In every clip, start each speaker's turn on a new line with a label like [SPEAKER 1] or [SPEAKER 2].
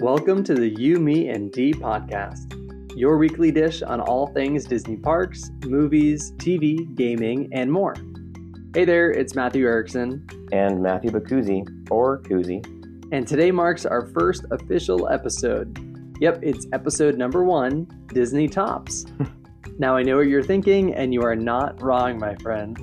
[SPEAKER 1] Welcome to the You, Me, and D podcast, your weekly dish on all things Disney parks, movies, TV, gaming, and more. Hey there, it's Matthew Erickson,
[SPEAKER 2] and Matthew Bacuzzi, or Koozie.
[SPEAKER 1] and today marks our first official episode. Yep, it's episode number one Disney Tops. now I know what you're thinking, and you are not wrong, my friend.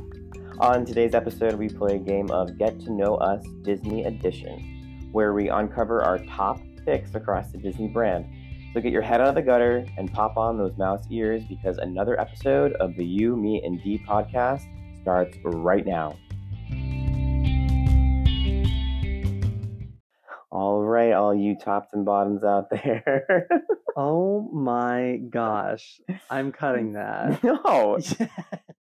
[SPEAKER 2] On today's episode, we play a game of Get to Know Us Disney Edition, where we uncover our top picks across the Disney brand. So get your head out of the gutter and pop on those mouse ears because another episode of the You, Me, and D podcast starts right now. All right, all you tops and bottoms out there.
[SPEAKER 1] Oh my gosh, I'm cutting that.
[SPEAKER 2] no,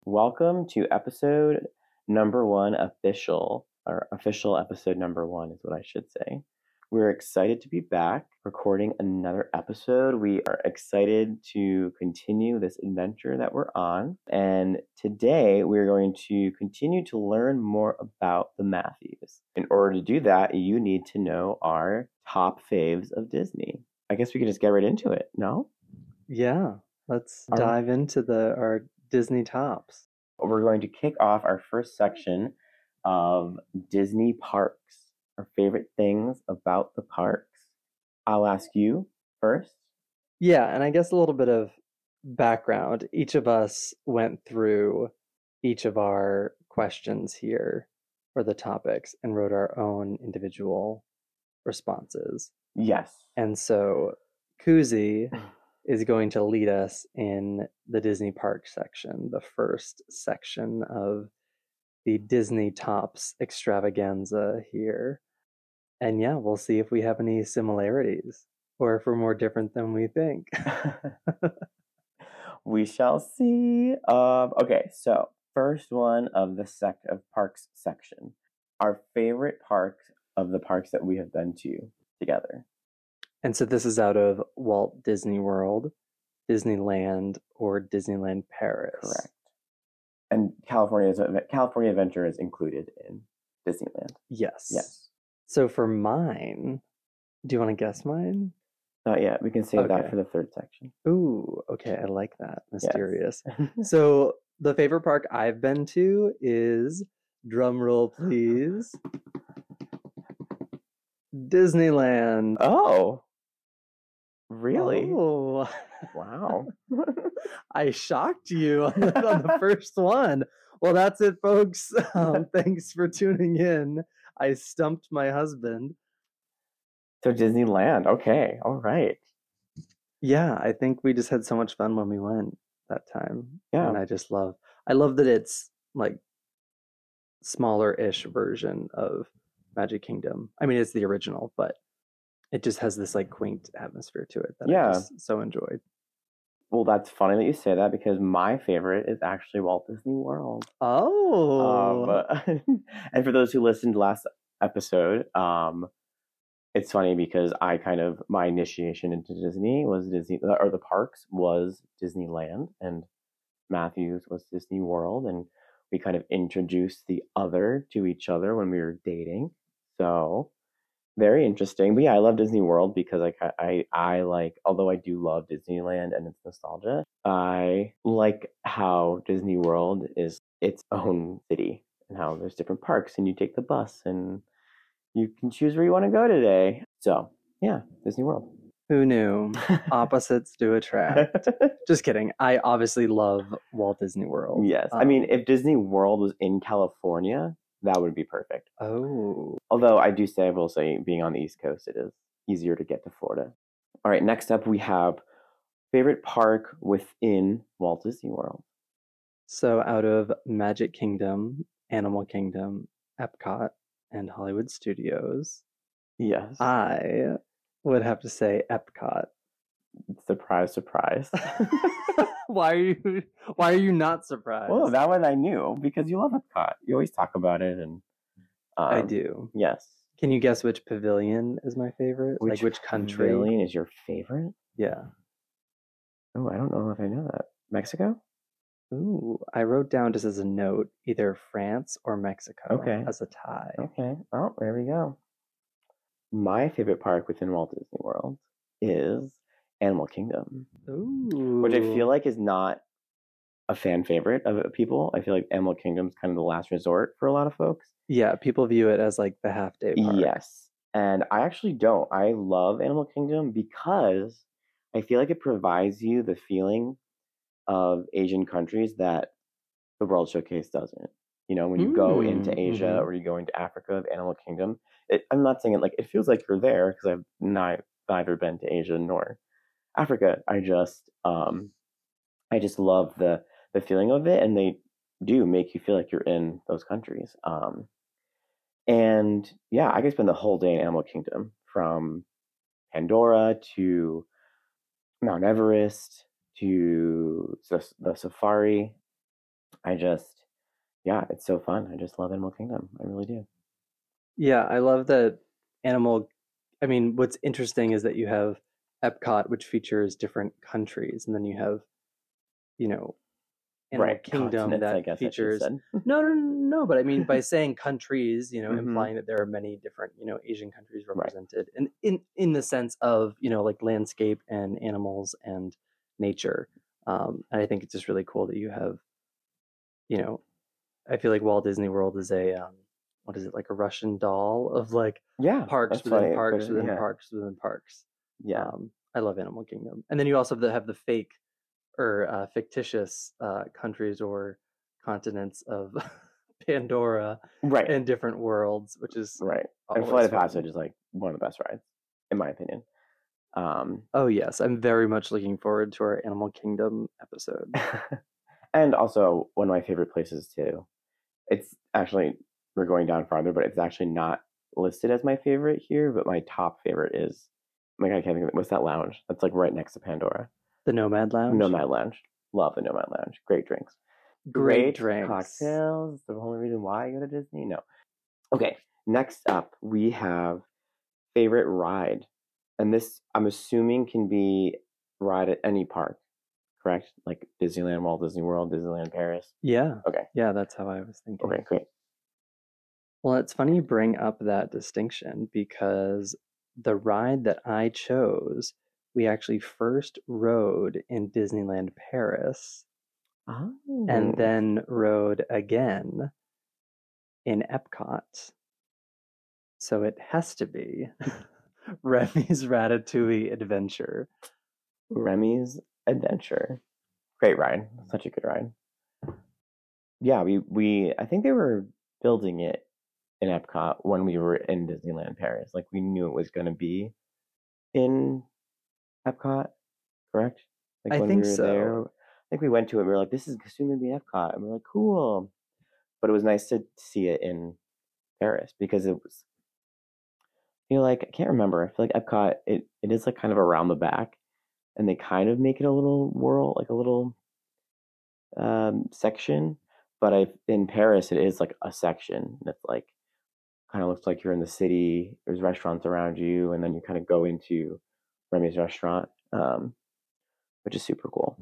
[SPEAKER 2] Welcome to episode number one official, or official episode number one is what I should say. We're excited to be back recording another episode. We are excited to continue this adventure that we're on. And today we're going to continue to learn more about the Matthews. In order to do that, you need to know our top faves of Disney. I guess we can just get right into it, no?
[SPEAKER 1] Yeah, let's
[SPEAKER 2] All right.
[SPEAKER 1] dive into the our Disney tops.
[SPEAKER 2] we're going to kick off our first section of Disney parks, our favorite things about the parks. I'll ask you first.
[SPEAKER 1] Yeah, and I guess a little bit of background. Each of us went through each of our questions here or the topics and wrote our own individual responses.
[SPEAKER 2] Yes.
[SPEAKER 1] And so Kuzi is going to lead us in the Disney Park section, the first section of the Disney Tops extravaganza here. And yeah, we'll see if we have any similarities or if we're more different than we think.
[SPEAKER 2] we shall see. Um, okay, so first one of the sec of parks section. Our favorite parks of the parks that we have been to together.
[SPEAKER 1] And so this is out of Walt Disney World, Disneyland, or Disneyland Paris.
[SPEAKER 2] Correct. And California's California Adventure is included in Disneyland.
[SPEAKER 1] Yes.
[SPEAKER 2] Yes.
[SPEAKER 1] So for mine, do you want to guess mine?
[SPEAKER 2] Not yet. We can save
[SPEAKER 1] Okay.
[SPEAKER 2] that for the third section.
[SPEAKER 1] Ooh, okay, I like that. Mysterious. So the favorite park I've been to is drum roll please. Disneyland.
[SPEAKER 2] Oh, really?
[SPEAKER 1] Oh,
[SPEAKER 2] Wow.
[SPEAKER 1] I shocked you on the, on the first one. Well, that's it, folks. Um, thanks for tuning in. I stumped my husband.
[SPEAKER 2] so Disneyland. Okay. All right.
[SPEAKER 1] Yeah, I think we just had so much fun when we went that time.
[SPEAKER 2] Yeah.
[SPEAKER 1] and I just love. I love that it's like smaller-ish version of Magic Kingdom. I mean, it's the original, but it just has this like quaint atmosphere to it that I
[SPEAKER 2] Yeah.
[SPEAKER 1] just so enjoyed.
[SPEAKER 2] Well, that's funny that you say that because my favorite is actually Walt Disney World.
[SPEAKER 1] Oh,
[SPEAKER 2] Um, and for those who listened last episode, um, it's funny because I kind of my initiation into Disney was Disney or the parks was Disneyland, and Matthews was Disney World, and we kind of introduced the other to each other when we were dating. So very interesting. But yeah, I love Disney World because I ki- I I like although I do love Disneyland and its nostalgia, I like how Disney World is its own city and how there's different parks and you take the bus and you can choose where you want to go today. So yeah, Disney World.
[SPEAKER 1] who knew? Opposites do attract. Just kidding. I obviously love Walt Disney World. Uh,
[SPEAKER 2] yes, I mean if Disney World was in California, that would be perfect.
[SPEAKER 1] Oh,
[SPEAKER 2] Although I do say, I will say, being on the East Coast, it is easier to get to Florida. All right, next up we have favorite park within Walt Disney World.
[SPEAKER 1] so out of Magic Kingdom, Animal Kingdom, Epcot, and Hollywood Studios,
[SPEAKER 2] Yes.
[SPEAKER 1] Uh, I would have to say Epcot.
[SPEAKER 2] surprise, surprise.
[SPEAKER 1] why are you? Why are you not surprised?
[SPEAKER 2] well, that one I knew because you love Epcot. You always talk about it, and um,
[SPEAKER 1] I do.
[SPEAKER 2] Yes.
[SPEAKER 1] Can you guess which pavilion is my favorite? like which country?
[SPEAKER 2] pavilion is your favorite?
[SPEAKER 1] Yeah.
[SPEAKER 2] Oh, I don't know if I know that. Mexico?
[SPEAKER 1] Ooh, I wrote down just as a note either France or Mexico
[SPEAKER 2] Okay.
[SPEAKER 1] as a tie.
[SPEAKER 2] Okay. Well, there we go. my favorite park within Walt Disney World is Animal Kingdom,
[SPEAKER 1] Ooh.
[SPEAKER 2] Oh. which I feel like is not a fan favorite of uh, people. I feel like Animal Kingdom's kind of the last resort for a lot of folks.
[SPEAKER 1] yeah, people view it as like the half day park.
[SPEAKER 2] Yes. And I actually don't. I love Animal Kingdom because I feel like it provides you the feeling of Asian countries that the World Showcase doesn't. You know, when you go into
[SPEAKER 1] Mm,
[SPEAKER 2] Asia
[SPEAKER 1] mhm.
[SPEAKER 2] or you go into Africa of Animal Kingdom, it, I'm not saying it like it feels like you're there because I've not, neither been to Asia nor Africa. I just, um, I just love the the feeling of it, and they do make you feel like you're in those countries. Um, and yeah, I could spend the whole day in Animal Kingdom from Pandora to Mount Everest to the, the safari. I just, yeah, it's so fun. I just love Animal Kingdom. I really do.
[SPEAKER 1] Yeah, I love that animal. I mean, what's interesting is that you have Epcot, which features different countries, and then you have, you know, Animal Kingdom
[SPEAKER 2] continents,
[SPEAKER 1] that
[SPEAKER 2] I guess I should
[SPEAKER 1] features.
[SPEAKER 2] said.
[SPEAKER 1] No, no, no, no, but I mean, by saying countries, you know,
[SPEAKER 2] Mhm.
[SPEAKER 1] implying that there are many different, you know, Asian countries
[SPEAKER 2] Right.
[SPEAKER 1] represented, and in in the sense of, you know, like landscape and animals and nature. Um, and I think it's just really cool that you have, you know, I feel like Walt Disney World is a, um, what is it, like a Russian doll of like
[SPEAKER 2] Yeah,
[SPEAKER 1] parks
[SPEAKER 2] that's
[SPEAKER 1] within
[SPEAKER 2] funny,
[SPEAKER 1] parks
[SPEAKER 2] but,
[SPEAKER 1] within
[SPEAKER 2] yeah,
[SPEAKER 1] parks within parks.
[SPEAKER 2] Yeah,
[SPEAKER 1] Um, I love Animal Kingdom, and then you also have the, have the fake or uh, fictitious uh, countries or continents of Pandora
[SPEAKER 2] right,
[SPEAKER 1] uh, and different worlds, which is
[SPEAKER 2] right. And
[SPEAKER 1] always
[SPEAKER 2] Flight of
[SPEAKER 1] fun.
[SPEAKER 2] Passage is like one of the best rides, in my opinion. Um,
[SPEAKER 1] Oh yes, I'm very much looking forward to our Animal Kingdom episode.
[SPEAKER 2] and also one of my favorite places too. It's actually we're going down farther, but it's actually not listed as my favorite here. But my top favorite is oh my god, I can't think of it. What's that lounge? That's like right next to Pandora.
[SPEAKER 1] The Nomad Lounge.
[SPEAKER 2] Nomad Lounge. Love the Nomad Lounge. Great drinks.
[SPEAKER 1] Great, drinks.
[SPEAKER 2] cocktails. The only reason why I go to Disney. No. Okay. Next up, we have favorite ride, and this I'm assuming can be ride at any park, correct? Like Disneyland, Walt Disney World, Disneyland Paris.
[SPEAKER 1] Yeah.
[SPEAKER 2] Okay.
[SPEAKER 1] Yeah, that's how I was thinking.
[SPEAKER 2] Okay, great.
[SPEAKER 1] Well, it's funny you bring up that distinction because the ride that I chose, we actually first rode in Disneyland Paris
[SPEAKER 2] Oh.
[SPEAKER 1] Uh-huh. and then rode again in Epcot. So it has to be Remy's Ratatouille Adventure.
[SPEAKER 2] Remy's Adventure. Great ride. Such a good ride. Yeah, we we I think they were building it in Epcot when we were in Disneyland Paris. Like we knew it was going to be in Epcot, correct?
[SPEAKER 1] I
[SPEAKER 2] Like when
[SPEAKER 1] think
[SPEAKER 2] we were
[SPEAKER 1] so.
[SPEAKER 2] there, I think we went to it. We were like, "This is soon going to be in Epcot," and we are like, "Cool." But it was nice to see it in Paris because it was. I feel like I can't remember. I feel like Epcot. It it is like kind of around the back, and they kind of make it a little whirl, like a little um section. But I in Paris, it is like a section. and It's like kind of looks like you're in the city. There's restaurants around you, and then you kind of go into Remy's restaurant, um, which is super cool.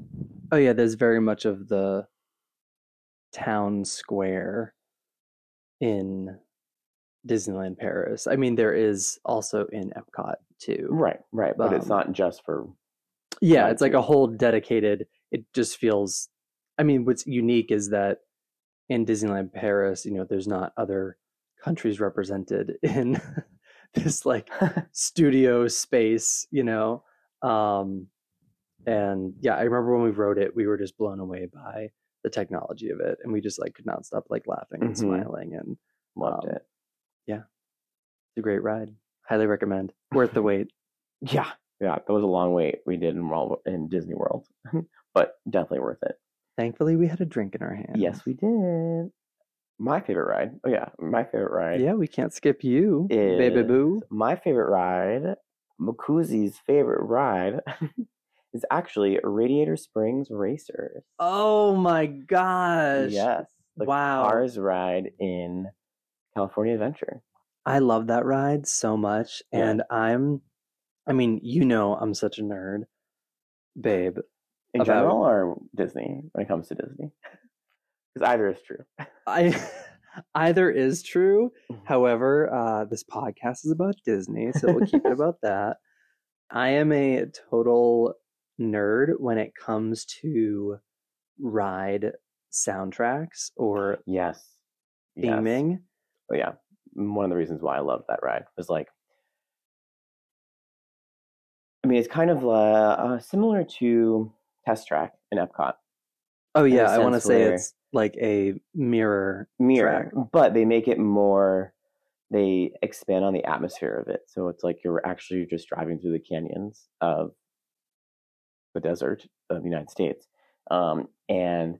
[SPEAKER 1] Oh yeah, there's very much of the town square in Disneyland Paris. I mean, there is also in Epcot too.
[SPEAKER 2] Right, right. But it's
[SPEAKER 1] Um,
[SPEAKER 2] not just for
[SPEAKER 1] Yeah,
[SPEAKER 2] Right,
[SPEAKER 1] it's like
[SPEAKER 2] too.
[SPEAKER 1] a whole dedicated. It just feels. I mean, what's unique is that in Disneyland Paris, you know, there's not other countries represented in this like studio space, you know. Um, and yeah, I remember when we wrote it, we were just blown away by the technology of it, and we just like could not stop like laughing and
[SPEAKER 2] Mhm.
[SPEAKER 1] smiling, and
[SPEAKER 2] loved
[SPEAKER 1] um,
[SPEAKER 2] it.
[SPEAKER 1] it's a great ride. Highly recommend. Worth the wait.
[SPEAKER 2] Yeah, yeah. That was a long wait we did in Wal- in Disney World, but definitely worth it.
[SPEAKER 1] Thankfully, we had a drink in our hand.
[SPEAKER 2] Yes, we did. My favorite ride. Oh yeah, my favorite ride.
[SPEAKER 1] Yeah, we can't skip you, baby
[SPEAKER 2] is-
[SPEAKER 1] boo.
[SPEAKER 2] My favorite ride, Makuzi's favorite ride, is actually Radiator Springs Racers.
[SPEAKER 1] Oh my gosh.
[SPEAKER 2] yes, the
[SPEAKER 1] wow.
[SPEAKER 2] cars ride in California Adventure.
[SPEAKER 1] I love that ride so much.
[SPEAKER 2] Yeah.
[SPEAKER 1] And I'm, I mean, you know, I'm such a nerd, babe.
[SPEAKER 2] In
[SPEAKER 1] About-
[SPEAKER 2] general, or Disney when it comes to Disney, because either is true.
[SPEAKER 1] I, Either is true.
[SPEAKER 2] Mm-hmm.
[SPEAKER 1] However, uh, this podcast is about Disney, so we'll keep it about that. I am a total nerd when it comes to ride soundtracks or
[SPEAKER 2] Yes. Yes.
[SPEAKER 1] theming.
[SPEAKER 2] But yeah, one of the reasons why I loved that ride was like, I mean, it's kind of uh, uh, similar to Test Track in Epcot
[SPEAKER 1] Oh
[SPEAKER 2] in a
[SPEAKER 1] yeah, I want to
[SPEAKER 2] sense
[SPEAKER 1] say
[SPEAKER 2] where-
[SPEAKER 1] it's like a mirror.
[SPEAKER 2] mirror, but they make it more. They expand on the atmosphere of it, so it's like you're actually just driving through the canyons of the desert of the United States, um, and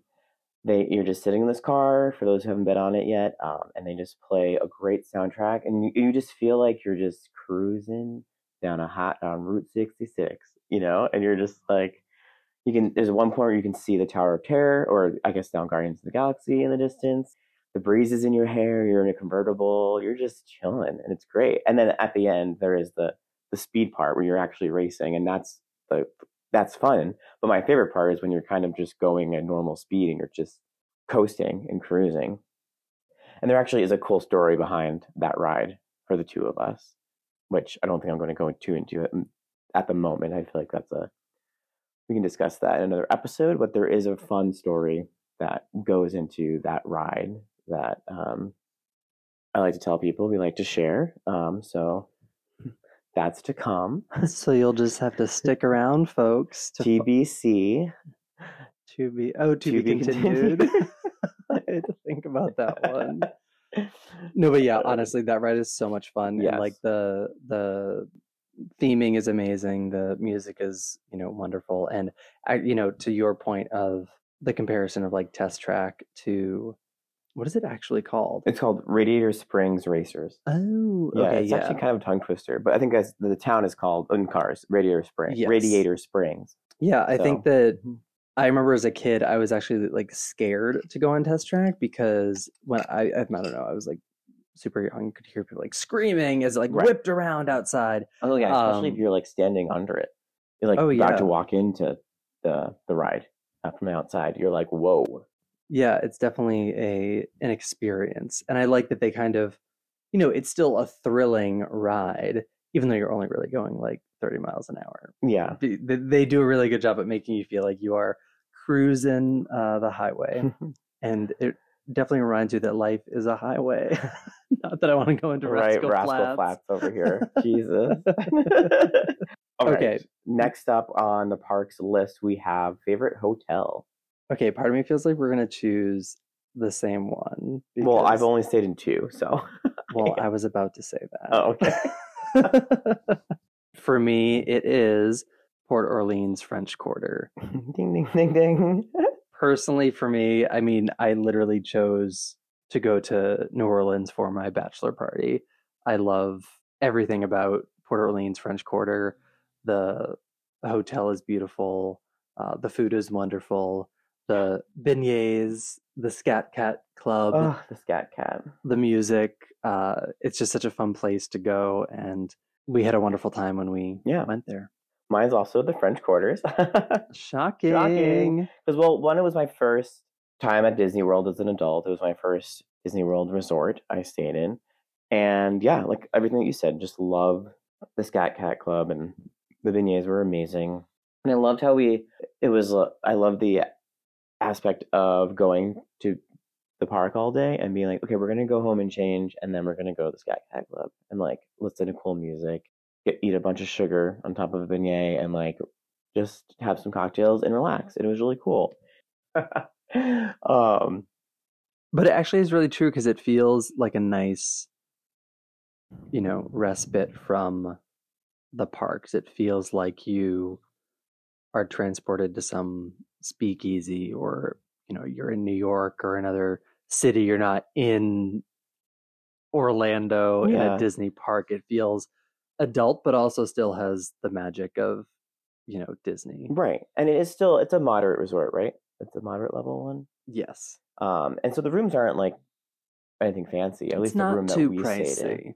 [SPEAKER 2] they you're just sitting in this car. For those who haven't been on it yet, um, and they just play a great soundtrack, and you, you just feel like you're just cruising down a hot on Route 66, you know, and you're just like you can. There's one point where you can see the Tower of Terror, or I guess down Guardians of the Galaxy in the distance. The breeze is in your hair. You're in a convertible. You're just chilling, and it's great. And then at the end, there is the the speed part where you're actually racing, and that's the that's fun. But my favorite part is when you're kind of just going at normal speed and you're just coasting and cruising. And there actually is a cool story behind that ride for the two of us, which I don't think I'm going to go too into it mm, at the moment. I feel like that's a we can discuss that in another episode. But there is a fun story that goes into that ride that um, I like to tell people. We like to share, um, so that's to come.
[SPEAKER 1] So you'll just have to stick around, folks, to,
[SPEAKER 2] TBC.
[SPEAKER 1] to be oh to, be, continued. I had to think about that one. No, but yeah,
[SPEAKER 2] Uh,
[SPEAKER 1] honestly, that ride is so much fun. And
[SPEAKER 2] yes.
[SPEAKER 1] like the the theming is amazing. The music is you know wonderful, and I, you know to your point of the comparison of like test track to what is it actually called?
[SPEAKER 2] It's called Radiator Springs Racers.
[SPEAKER 1] Oh,
[SPEAKER 2] Yeah,
[SPEAKER 1] okay,
[SPEAKER 2] it's
[SPEAKER 1] yeah.
[SPEAKER 2] actually kind of a tongue twister, but I think that's, the town is called in cars Radiator Springs.
[SPEAKER 1] Yes.
[SPEAKER 2] Radiator Springs.
[SPEAKER 1] Yeah, I think
[SPEAKER 2] So-
[SPEAKER 1] that
[SPEAKER 2] Mhm.
[SPEAKER 1] I remember as a kid, I was actually like scared to go on test track because when I, I, I don't know, I was like super young, could hear people like screaming as like
[SPEAKER 2] Right.
[SPEAKER 1] whipped around outside.
[SPEAKER 2] Oh yeah, especially
[SPEAKER 1] Um,
[SPEAKER 2] if you're like standing under it. You're like
[SPEAKER 1] Oh,
[SPEAKER 2] about
[SPEAKER 1] yeah.
[SPEAKER 2] to walk into the the ride uh, from the outside. You're like, whoa.
[SPEAKER 1] Yeah, it's definitely a an experience, and I like that they kind of, you know, it's still a thrilling ride, even though you're only really going like 30 miles an hour.
[SPEAKER 2] Yeah.
[SPEAKER 1] They, they- they do a really good job at making you feel like you are cruising uh, the highway. and it definitely reminds you that life is a highway. Not that I want to go into
[SPEAKER 2] right,
[SPEAKER 1] Rascal,
[SPEAKER 2] rascal
[SPEAKER 1] Flats.
[SPEAKER 2] flats over here. Jesus. All right.
[SPEAKER 1] Okay.
[SPEAKER 2] Next up on the parks list, we have favorite hotel.
[SPEAKER 1] Okay, part of me feels like we're gonna choose the same one.
[SPEAKER 2] Well, I've
[SPEAKER 1] because-
[SPEAKER 2] only stayed in two, so.
[SPEAKER 1] well, I was about to say that.
[SPEAKER 2] Oh, okay. Oh.
[SPEAKER 1] For me, it is Port Orleans French Quarter.
[SPEAKER 2] ding, ding, ding, ding.
[SPEAKER 1] Personally, for me, I mean, I literally chose to go to New Orleans for my bachelor party. I love everything about Port Orleans French Quarter. The hotel is beautiful. Uh, the food is wonderful. The beignets, the Scat Cat Club,
[SPEAKER 2] Oh, the scat cat.
[SPEAKER 1] the music. Uh, it's just such a fun place to go, and we had a wonderful time when we
[SPEAKER 2] Yeah.
[SPEAKER 1] went there.
[SPEAKER 2] Mine's also the French quarters. Because,
[SPEAKER 1] Shocking.
[SPEAKER 2] well, one, it was my first time at Disney World as an adult. It was my first Disney World resort I stayed in. And yeah, like everything that you said, just love the Scat Cat Club and the beignets were amazing. And I loved how we, it was, uh, I love the aspect of going to the park all day and being like, okay, we're going to go home and change and then we're going to go to the Scat Cat Club and like listen to cool music, get, eat a bunch of sugar on top of a beignet and like just have some cocktails and relax. And it was really cool. um,
[SPEAKER 1] But it actually is really true because it feels like a nice, you know, respite from the parks. It feels like you are transported to some speakeasy or, you know, you're in New York or another city. You're not in Orlando in
[SPEAKER 2] Yeah.
[SPEAKER 1] a Disney park. It feels adult, but also still has the magic of, you know, Disney.
[SPEAKER 2] right. And it is still, it's a moderate resort, right? It's a moderate level one.
[SPEAKER 1] Yes.
[SPEAKER 2] Um, and so the rooms aren't like anything fancy, at
[SPEAKER 1] It's
[SPEAKER 2] least the room
[SPEAKER 1] not
[SPEAKER 2] that
[SPEAKER 1] too
[SPEAKER 2] we stayed in.
[SPEAKER 1] pricey.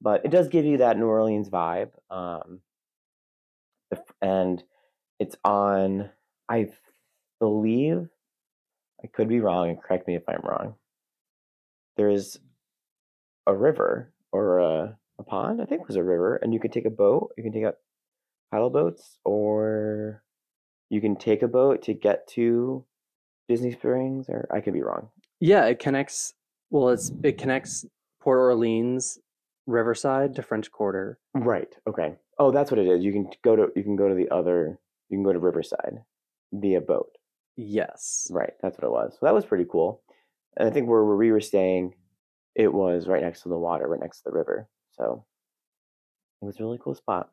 [SPEAKER 2] but it does give you that New Orleans vibe. Um, the f- and it's on, I believe, I could be wrong, and correct me if I'm wrong. there's a river or a, a pond, I think it was a river, and you can take a boat. You can take out paddle boats, or you can take a boat to get to Disney Springs, or I could be wrong.
[SPEAKER 1] Yeah, it connects. Well, it's it connects Port Orleans, Riverside to French Quarter.
[SPEAKER 2] Right. Okay. Oh, that's what it is. You can go to you can go to the other. You can go to Riverside via boat.
[SPEAKER 1] Yes.
[SPEAKER 2] Right. That's what it was. So that was pretty cool. And I think where, where we were staying, it was right next to the water, right next to the river. So it was a really cool spot.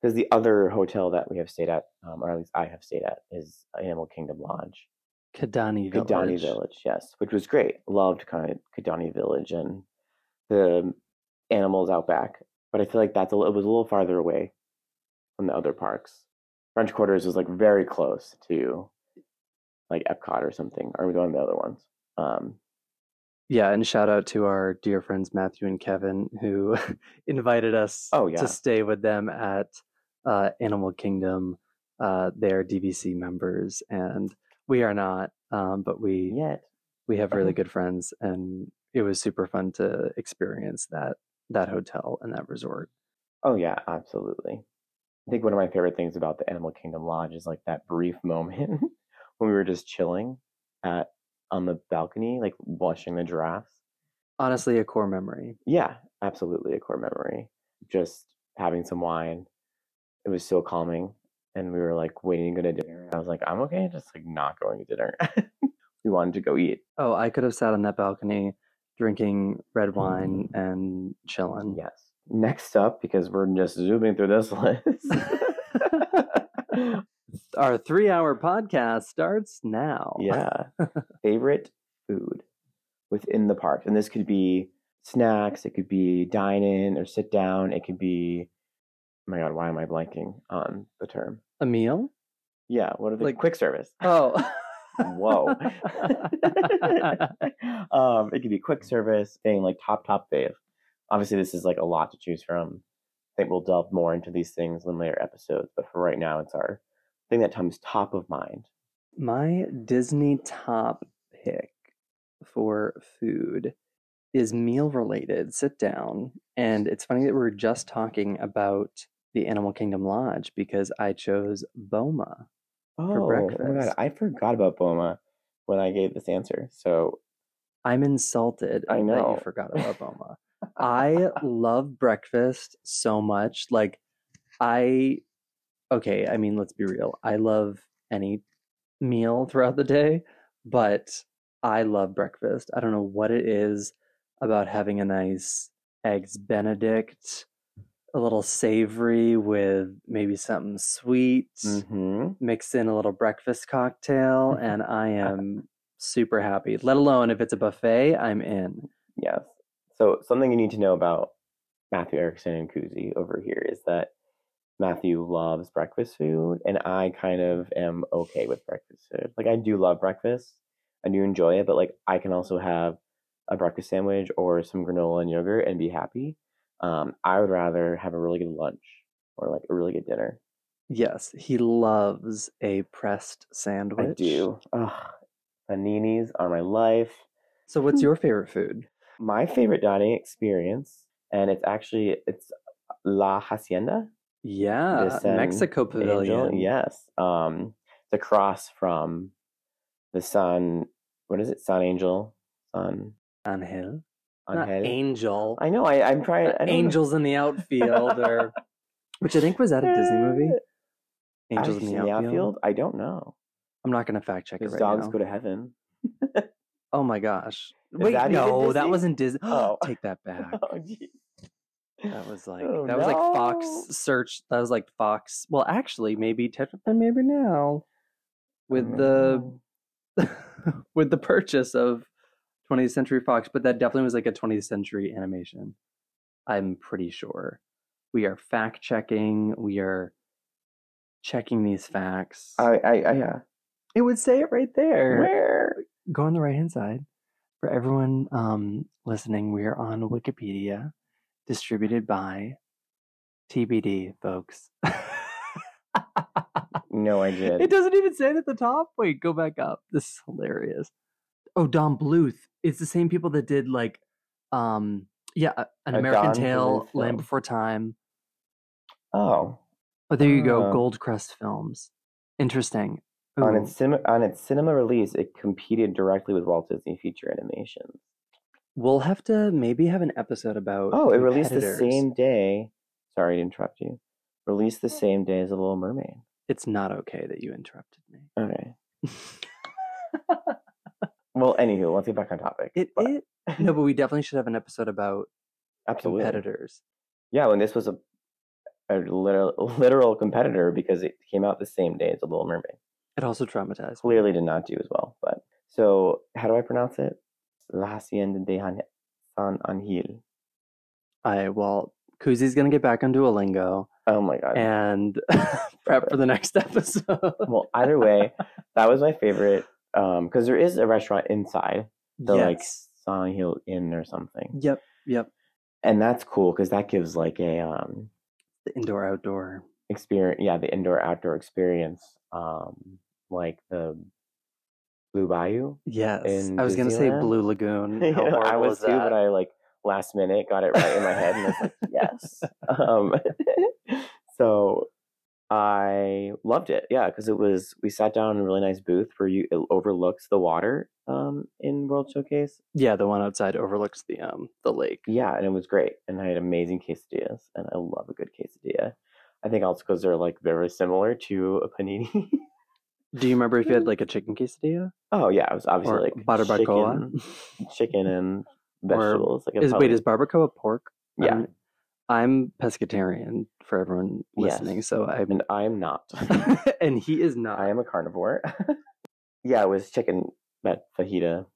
[SPEAKER 2] Because the other hotel that we have stayed at, um, or at least I have stayed at, is Animal Kingdom Lodge,
[SPEAKER 1] Kidani Village.
[SPEAKER 2] Kidani Village. Yes, which was great. Loved kind of Kidani Village and the animals out back. But I feel like that's a, li- it was a little farther away from the other parks. French Quarters was like very close to like Epcot or something, or one of the other ones. Um,
[SPEAKER 1] Yeah, and shout out to our dear friends Matthew and Kevin who invited us
[SPEAKER 2] Oh, yeah.
[SPEAKER 1] to stay with them at uh, Animal Kingdom. Uh, they're DVC members, and we are not, um, but we
[SPEAKER 2] yet
[SPEAKER 1] we have really
[SPEAKER 2] Okay.
[SPEAKER 1] good friends, and it was super fun to experience that that hotel and that resort.
[SPEAKER 2] Oh yeah, absolutely. I think one of my favorite things about the Animal Kingdom Lodge is like that brief moment when we were just chilling at on the balcony, like watching the giraffes.
[SPEAKER 1] Honestly, a core memory.
[SPEAKER 2] Yeah, absolutely a core memory. Just having some wine. It was so calming. And we were like waiting to go to dinner. and I was like, I'm okay, just like not going to dinner. we wanted to go eat.
[SPEAKER 1] Oh, I could have sat on that balcony drinking red
[SPEAKER 2] Mm-hmm.
[SPEAKER 1] wine and chilling.
[SPEAKER 2] Yes. Next up, because we're just zooming through this list.
[SPEAKER 1] Our three hour podcast starts now.
[SPEAKER 2] Yeah. Favorite food within the park. And this could be snacks, it could be dine in or sit down, it could be oh my god, why am I blanking on the term?
[SPEAKER 1] A meal?
[SPEAKER 2] Yeah, what are the
[SPEAKER 1] Like-
[SPEAKER 2] quick service?
[SPEAKER 1] Oh.
[SPEAKER 2] Whoa. um, it could be quick service, thing like top top fave. Obviously this is like a lot to choose from. I think we'll delve more into these things in later episodes, but for right now it's our thing that comes top of mind.
[SPEAKER 1] My Disney top pick for food is meal related. Sit down. And it's funny that we we're just talking about the Animal Kingdom Lodge because I chose Boma.
[SPEAKER 2] Oh my god,
[SPEAKER 1] breakfast.
[SPEAKER 2] I forgot about Boma when I gave this answer. So
[SPEAKER 1] I'm insulted
[SPEAKER 2] I
[SPEAKER 1] that
[SPEAKER 2] know.
[SPEAKER 1] you forgot about Boma. I love breakfast so much. Like, I, okay, I mean, let's be real. I love any meal throughout the day, but I love breakfast. I don't know what it is about having a nice eggs Benedict, a little savory with maybe something sweet,
[SPEAKER 2] Mhm.
[SPEAKER 1] mix in a little breakfast cocktail,
[SPEAKER 2] Mm-hmm.
[SPEAKER 1] and I
[SPEAKER 2] Uh-huh.
[SPEAKER 1] am super happy. Let alone if it's a buffet, I'm in.
[SPEAKER 2] yes. So something you need to know about Matthew Erickson and Kuzi over here is that Matthew loves breakfast food, and I kind of am okay with breakfast food. Like I do love breakfast, I do enjoy it, but like I can also have a breakfast sandwich or some granola and yogurt and be happy. Um, I would rather have a really good lunch or like a really good dinner.
[SPEAKER 1] Yes, he loves a pressed sandwich.
[SPEAKER 2] I do. Ugh, paninis are my life.
[SPEAKER 1] So,
[SPEAKER 2] Hmm.
[SPEAKER 1] what's your favorite food?
[SPEAKER 2] My favorite dining experience, and it's actually it's La Hacienda
[SPEAKER 1] Yeah,
[SPEAKER 2] This, um,
[SPEAKER 1] Mexico
[SPEAKER 2] Angel,
[SPEAKER 1] Pavilion.
[SPEAKER 2] Yes, um, it's across from the Sun. What is it? Sun Angel. Sun
[SPEAKER 1] Angel. Not
[SPEAKER 2] Angel.
[SPEAKER 1] angel.
[SPEAKER 2] I know. I, I'm trying. I don't know.
[SPEAKER 1] Angels in the outfield, or which I think was that a Disney movie.
[SPEAKER 2] Uh,
[SPEAKER 1] Angels in the outfield.
[SPEAKER 2] I don't know.
[SPEAKER 1] I'm not going to fact check it
[SPEAKER 2] Because
[SPEAKER 1] right
[SPEAKER 2] dogs
[SPEAKER 1] now.
[SPEAKER 2] go to heaven.
[SPEAKER 1] Oh my gosh! Wait,
[SPEAKER 2] that even
[SPEAKER 1] no, that
[SPEAKER 2] Disney?
[SPEAKER 1] wasn't Disney.
[SPEAKER 2] Oh.
[SPEAKER 1] Take that back.
[SPEAKER 2] Oh, gee.
[SPEAKER 1] That was like
[SPEAKER 2] Oh,
[SPEAKER 1] that was like
[SPEAKER 2] no.
[SPEAKER 1] Fox search. That was like Fox. Well, actually, maybe technically, maybe now with the
[SPEAKER 2] Mm.
[SPEAKER 1] with the purchase of 20th Century Fox, but that definitely was like a 20th century animation. I'm pretty sure. We are fact checking. We are checking these facts.
[SPEAKER 2] I, I, I, yeah.
[SPEAKER 1] it would say it right there.
[SPEAKER 2] Where?
[SPEAKER 1] Go on the right hand side. For everyone um, listening, we are on Wikipedia, distributed by TBD, folks.
[SPEAKER 2] No, Oh, I did.
[SPEAKER 1] It doesn't even say it at the top. Wait, go back up. This is hilarious. Oh, Don Bluth it's the same people that did like, um, yeah, uh, an
[SPEAKER 2] A
[SPEAKER 1] American
[SPEAKER 2] Don
[SPEAKER 1] Tale,
[SPEAKER 2] Bluth
[SPEAKER 1] Land
[SPEAKER 2] film.
[SPEAKER 1] Before Time.
[SPEAKER 2] Oh,
[SPEAKER 1] Oh, there you go,
[SPEAKER 2] Ah.
[SPEAKER 1] Goldcrest Films. Interesting.
[SPEAKER 2] on
[SPEAKER 1] Ooh.
[SPEAKER 2] its cinema on its cinema release, it competed directly with Walt Disney Feature Animations.
[SPEAKER 1] We'll have to maybe have an episode about.
[SPEAKER 2] Oh, it released the
[SPEAKER 1] competitors.
[SPEAKER 2] same day. Sorry to interrupt you. Released the same day as The Little Mermaid.
[SPEAKER 1] It's not okay that you interrupted me.
[SPEAKER 2] Okay. Well, anywho, let's get back on topic.
[SPEAKER 1] it,
[SPEAKER 2] But-
[SPEAKER 1] it no, but we definitely should have an episode about
[SPEAKER 2] absolutely.
[SPEAKER 1] competitors.
[SPEAKER 2] Yeah, when this was a a literal, literal competitor because it came out the same day as The Little Mermaid.
[SPEAKER 1] It also traumatized. me.
[SPEAKER 2] Clearly did not do as well. But so how do I pronounce it? La Hacienda de Han- San Angel.
[SPEAKER 1] I well, Kuzi's gonna get back on Duolingo
[SPEAKER 2] Oh my god.
[SPEAKER 1] and prep for the next episode.
[SPEAKER 2] well, either way, that was my favorite. Um, because there is a restaurant inside the like
[SPEAKER 1] Yes.
[SPEAKER 2] San Angel Inn or something,
[SPEAKER 1] Yep. Yep.
[SPEAKER 2] and that's cool because that gives like a um
[SPEAKER 1] The indoor outdoor.
[SPEAKER 2] experience. Yeah, the indoor outdoor experience. Um, like the Blue Bayou.
[SPEAKER 1] Yes.
[SPEAKER 2] In
[SPEAKER 1] I was gonna say
[SPEAKER 2] Disneyland?
[SPEAKER 1] Blue Lagoon.
[SPEAKER 2] You
[SPEAKER 1] How
[SPEAKER 2] know, I
[SPEAKER 1] horrible
[SPEAKER 2] was
[SPEAKER 1] is
[SPEAKER 2] too, but
[SPEAKER 1] that?
[SPEAKER 2] I like last minute got it right in my head, and I was like, yes. Um, so I loved it. Yeah, because it was we sat down in a really nice booth where you it overlooks the water um, in World Showcase.
[SPEAKER 1] yeah, the one outside overlooks the um the lake.
[SPEAKER 2] Yeah, and it was great, and I had amazing quesadillas, and I love a good quesadilla. I think also because they're like very similar to a panini.
[SPEAKER 1] Do you remember if you had like a chicken quesadilla
[SPEAKER 2] oh yeah, Mm. it was obviously
[SPEAKER 1] or
[SPEAKER 2] like
[SPEAKER 1] barbacoa?
[SPEAKER 2] chicken, chicken and
[SPEAKER 1] Or
[SPEAKER 2] vegetables. Like a
[SPEAKER 1] Is wait,
[SPEAKER 2] public-
[SPEAKER 1] is barbacoa pork?
[SPEAKER 2] yeah,
[SPEAKER 1] I'm, I'm pescatarian for everyone
[SPEAKER 2] Yes.
[SPEAKER 1] listening, so I'm
[SPEAKER 2] and I'm not.
[SPEAKER 1] and he is not.
[SPEAKER 2] I am a carnivore. yeah, it was chicken but fajita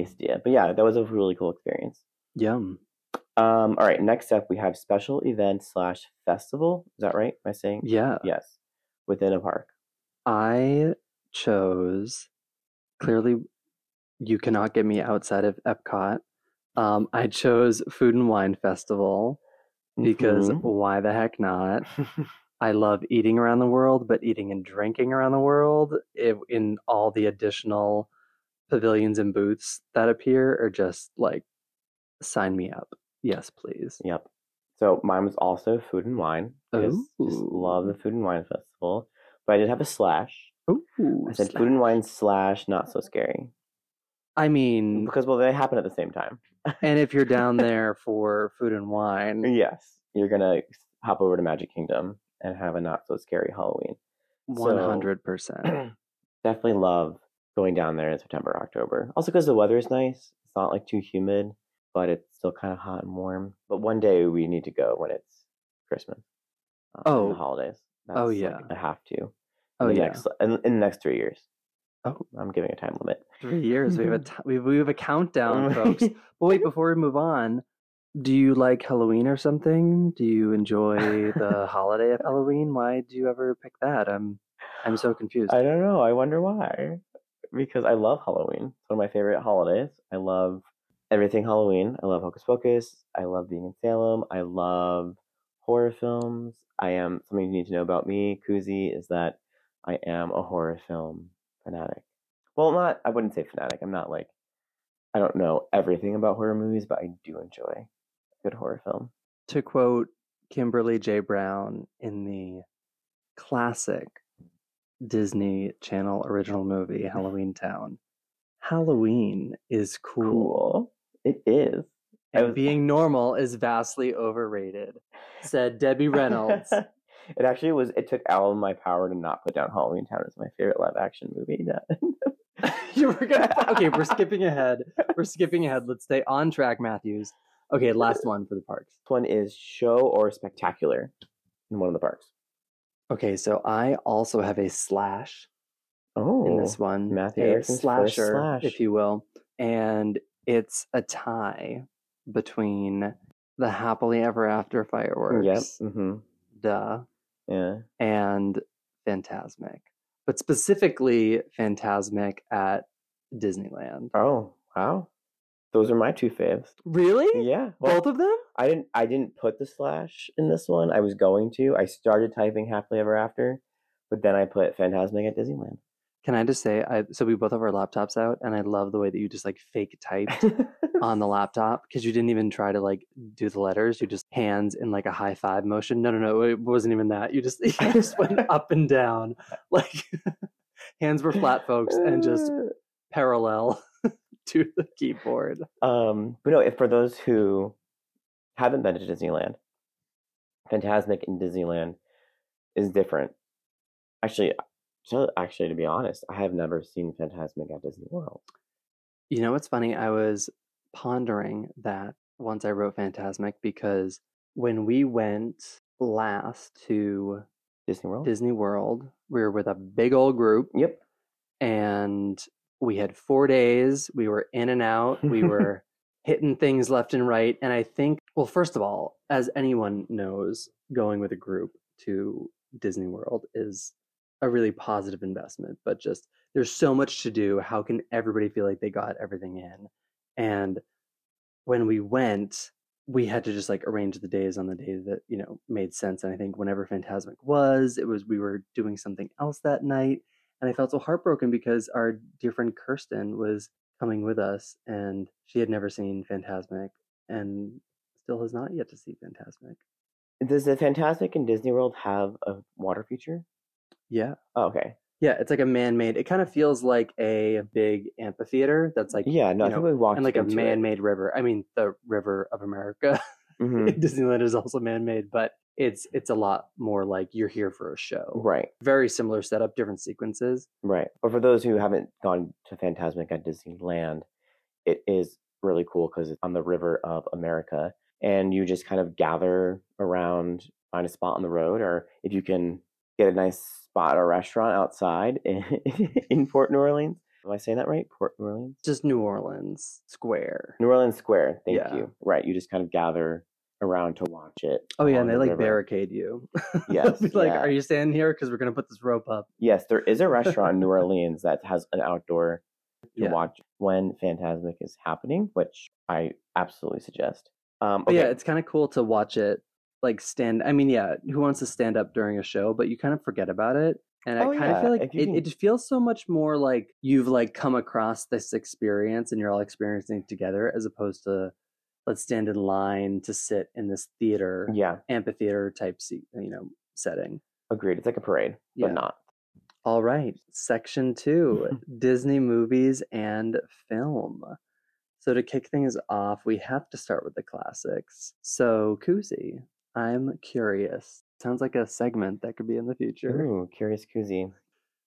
[SPEAKER 2] quesadilla. But yeah, that was a really cool experience.
[SPEAKER 1] Yum.
[SPEAKER 2] Um, all right, next up we have special event slash festival. Is that right? Am I saying
[SPEAKER 1] Yeah.
[SPEAKER 2] yes? Within a park.
[SPEAKER 1] I chose clearly you cannot get me outside of Epcot. Um, I chose Food and Wine Festival because
[SPEAKER 2] Mhm.
[SPEAKER 1] why the heck not? I love eating around the world, but eating and drinking around the world i in all the additional pavilions and booths that appear are just like sign me up. Yes, please.
[SPEAKER 2] Yep. So mine was also food and wine. Because just
[SPEAKER 1] Ooh.
[SPEAKER 2] love the food and wine festival. But I did have a slash.
[SPEAKER 1] Ooh,
[SPEAKER 2] I said food
[SPEAKER 1] slash.
[SPEAKER 2] and
[SPEAKER 1] Mm.
[SPEAKER 2] wine slash not so scary.
[SPEAKER 1] I mean,
[SPEAKER 2] Because well they happen at the same time.
[SPEAKER 1] and if you're down there for food and wine,
[SPEAKER 2] Yes. You're gonna hop over to Magic Kingdom and have a not so scary Halloween.
[SPEAKER 1] One hundred percent.
[SPEAKER 2] definitely love going down there in September, October. Also because the weather is nice. It's not like too humid, but it's still kind of hot and warm. But one day we need to go when it's Christmas. uh, and
[SPEAKER 1] Oh.
[SPEAKER 2] the holidays.
[SPEAKER 1] Oh,
[SPEAKER 2] like,
[SPEAKER 1] yeah.
[SPEAKER 2] I have to.
[SPEAKER 1] Oh
[SPEAKER 2] the
[SPEAKER 1] yeah,
[SPEAKER 2] next, in, in the next three years.
[SPEAKER 1] Oh.
[SPEAKER 2] I'm giving a time limit.
[SPEAKER 1] three years. We have a t- we, we have a countdown, folks.
[SPEAKER 2] Um,
[SPEAKER 1] But wait, before we move on, do you like Halloween or something? Do you enjoy the holiday of Halloween? Why do you ever pick that? I'm I'm so confused.
[SPEAKER 2] I don't know. I wonder why. Because I love Halloween. It's one of my favorite holidays. I love everything Halloween. I love Hocus Pocus. I love being in Salem. I love horror films. I am something you need to know about me, Kuzi, is that I am a horror film fanatic. Well, not I wouldn't say fanatic. I'm not like I don't know everything about horror movies, but I do enjoy a good horror film.
[SPEAKER 1] to quote Kimberly J. Brown in the classic Disney Channel original movie Halloween Town, Halloween is cool.
[SPEAKER 2] Cool. It is. I
[SPEAKER 1] And
[SPEAKER 2] was-
[SPEAKER 1] being normal is vastly overrated, said Debbie Reynolds.
[SPEAKER 2] it actually was. It took all of my power to not put down Halloween Town as my favorite live action movie. That
[SPEAKER 1] you were gonna okay. We're skipping ahead. We're skipping ahead. Let's stay on track, Matthews. Okay, last one for the parks.
[SPEAKER 2] one is show or spectacular in one of the parks.
[SPEAKER 1] Okay, so I also have a slash
[SPEAKER 2] Oh,
[SPEAKER 1] in this one,
[SPEAKER 2] Matthew
[SPEAKER 1] a
[SPEAKER 2] Erickson's first
[SPEAKER 1] slasher,
[SPEAKER 2] slash.
[SPEAKER 1] if you will, and it's a tie between the happily ever after fireworks,
[SPEAKER 2] Yep.
[SPEAKER 1] mm-hmm.
[SPEAKER 2] hmm
[SPEAKER 1] duh,
[SPEAKER 2] Yeah.
[SPEAKER 1] and Fantasmic, but specifically Fantasmic at Disneyland.
[SPEAKER 2] Oh wow, those are my two faves.
[SPEAKER 1] Really?
[SPEAKER 2] Yeah. Well,
[SPEAKER 1] Both of them?
[SPEAKER 2] I didn't. I didn't put the slash in this one. I was going to. I started typing happily ever after, but then I put Fantasmic at Disneyland.
[SPEAKER 1] Can I just say, I, so we both have our laptops out, and I love the way that you just like fake typed on the laptop because you didn't even try to like do the letters. You just hands in like a high five motion. No, no, no, it wasn't even that. You just you just went up and down, like hands were flat, folks, and just
[SPEAKER 2] Uh.
[SPEAKER 1] parallel to the keyboard.
[SPEAKER 2] Um, but no, if for those who haven't been to Disneyland, Fantasmic in Disneyland is different. Actually, so actually, to be honest, I have never seen Fantasmic at Disney World.
[SPEAKER 1] You know what's funny? I was pondering that once I wrote Fantasmic because when we went last to
[SPEAKER 2] Disney World.
[SPEAKER 1] Disney World, we were with a big old group
[SPEAKER 2] Yep.
[SPEAKER 1] and we had four days. We were in and out. We were hitting things left and right. And I think, well, first of all, as anyone knows, going with a group to Disney World is a really positive investment, but just there's so much to do. How can everybody feel like they got everything in? And when we went, we had to just like arrange the days on the day that, you know, made sense. And I think whenever Phantasmic was, it was we were doing something else that night. And I felt so heartbroken because our dear friend Kirsten was coming with us and she had never seen Fantasmic and still has not yet to see Fantasmic.
[SPEAKER 2] Does the Fantasmic in Disney World have a water feature?
[SPEAKER 1] Yeah.
[SPEAKER 2] Oh, okay.
[SPEAKER 1] Yeah, it's like a man made it kind of feels like a big amphitheater that's like
[SPEAKER 2] yeah, no, I
[SPEAKER 1] you
[SPEAKER 2] think
[SPEAKER 1] know,
[SPEAKER 2] we walked
[SPEAKER 1] and like a
[SPEAKER 2] into it.
[SPEAKER 1] man made river. I mean the river of America.
[SPEAKER 2] Mhm.
[SPEAKER 1] Disneyland is also man made, but it's it's a lot more like you're here for a show.
[SPEAKER 2] Right,
[SPEAKER 1] Very similar setup, different sequences.
[SPEAKER 2] right. But for those who haven't gone to Fantasmic at Disneyland, it is really cool because it's on the River of America, and you just kind of gather around, find a spot on the road, or if you can get a nice spot or restaurant outside in, in Port New Orleans. Am I saying that right? Port New Orleans.
[SPEAKER 1] Just New Orleans Square.
[SPEAKER 2] New Orleans Square. Thank
[SPEAKER 1] Yeah.
[SPEAKER 2] you. Right, you just kind of gather around to watch it.
[SPEAKER 1] Oh yeah,
[SPEAKER 2] on
[SPEAKER 1] and they
[SPEAKER 2] the
[SPEAKER 1] like
[SPEAKER 2] river.
[SPEAKER 1] barricade you.
[SPEAKER 2] Yes,
[SPEAKER 1] Be like,
[SPEAKER 2] yeah.
[SPEAKER 1] are you standing here? Because we're gonna put this rope up.
[SPEAKER 2] Yes, there is a restaurant in New Orleans that has an outdoor to
[SPEAKER 1] Yeah.
[SPEAKER 2] watch when Phantasmic is happening, which I absolutely suggest. Um,
[SPEAKER 1] But Oh, yeah,
[SPEAKER 2] okay,
[SPEAKER 1] it's kind of cool to watch it like stand. I mean, yeah, who wants to stand up during a show? But you kind of forget about it, and I
[SPEAKER 2] Oh,
[SPEAKER 1] kind of
[SPEAKER 2] yeah,
[SPEAKER 1] feel like
[SPEAKER 2] if you
[SPEAKER 1] it,
[SPEAKER 2] can-
[SPEAKER 1] it just feels so much more like you've like come across this experience and you're all experiencing it together, as opposed to let's stand in line to sit in this theater
[SPEAKER 2] yeah,
[SPEAKER 1] amphitheater type seat, you know, setting.
[SPEAKER 2] agreed. It's like a parade,
[SPEAKER 1] Yeah.
[SPEAKER 2] but not.
[SPEAKER 1] All right, section two Disney movies and film. So, to kick things off, we have to start with the classics. So, Koozie, I'm curious. Sounds like a segment that could be in the future.
[SPEAKER 2] Ooh, Curious Koozie.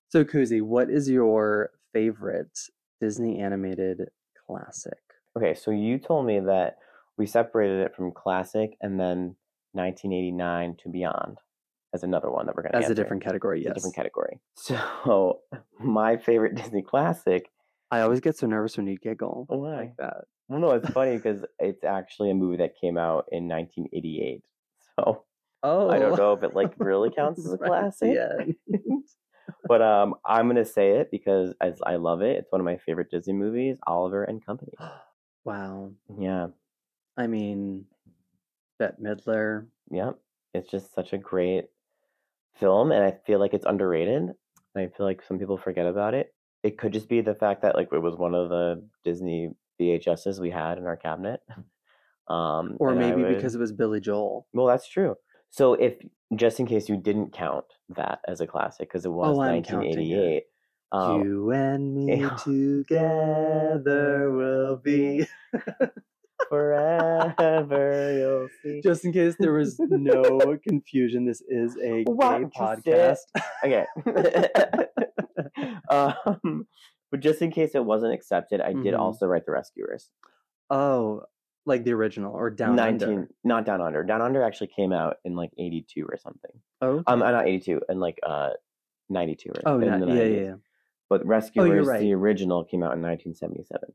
[SPEAKER 1] So, Koozie, what is your favorite Disney animated classic?
[SPEAKER 2] Okay, so you told me that we separated it from classic and then 1989 to beyond as another one that we're going to
[SPEAKER 1] As a different category, yes.
[SPEAKER 2] different category. So my favorite Disney classic.
[SPEAKER 1] I always get so nervous when you giggle
[SPEAKER 2] Why?
[SPEAKER 1] like that.
[SPEAKER 2] Well, no, it's funny because it's actually a movie that came out in 1988. So
[SPEAKER 1] Oh,
[SPEAKER 2] I don't know if it like really counts as a
[SPEAKER 1] Right,
[SPEAKER 2] classic.
[SPEAKER 1] yeah.
[SPEAKER 2] But um, I'm gonna say it because as I love it. It's one of my favorite Disney movies, Oliver and Company.
[SPEAKER 1] Wow.
[SPEAKER 2] Yeah,
[SPEAKER 1] I mean, Bette Midler,
[SPEAKER 2] yeah. It's just such a great film, and I feel like it's underrated. And I feel like some people forget about it. It could just be the fact that like it was one of the Disney VHSs we had in our cabinet. Um,
[SPEAKER 1] or
[SPEAKER 2] and I
[SPEAKER 1] maybe
[SPEAKER 2] would-
[SPEAKER 1] because it was Billy Joel.
[SPEAKER 2] Well, that's true. So if just in case you didn't count that as a classic because it was
[SPEAKER 1] Oh, I'm counting it.
[SPEAKER 2] 1988. Um,
[SPEAKER 1] you and me
[SPEAKER 2] yeah.
[SPEAKER 1] together will be.
[SPEAKER 2] forever you'll see.
[SPEAKER 1] Just in case there was no confusion, this is a
[SPEAKER 2] What
[SPEAKER 1] gay
[SPEAKER 2] you
[SPEAKER 1] podcast.
[SPEAKER 2] Okay. um, but just in case it wasn't accepted, I did
[SPEAKER 1] Mhm.
[SPEAKER 2] also write The Rescuers.
[SPEAKER 1] Oh, like the original or down under.
[SPEAKER 2] Not Down Under. Down Under actually came out in like 82 or something.
[SPEAKER 1] Oh,
[SPEAKER 2] Um, uh, not 82, and like uh, 92 or
[SPEAKER 1] oh,
[SPEAKER 2] in
[SPEAKER 1] not,
[SPEAKER 2] the
[SPEAKER 1] yeah, yeah,
[SPEAKER 2] 90s.
[SPEAKER 1] yeah. Oh,
[SPEAKER 2] But Rescuers,
[SPEAKER 1] right.
[SPEAKER 2] the original, came out in 1977.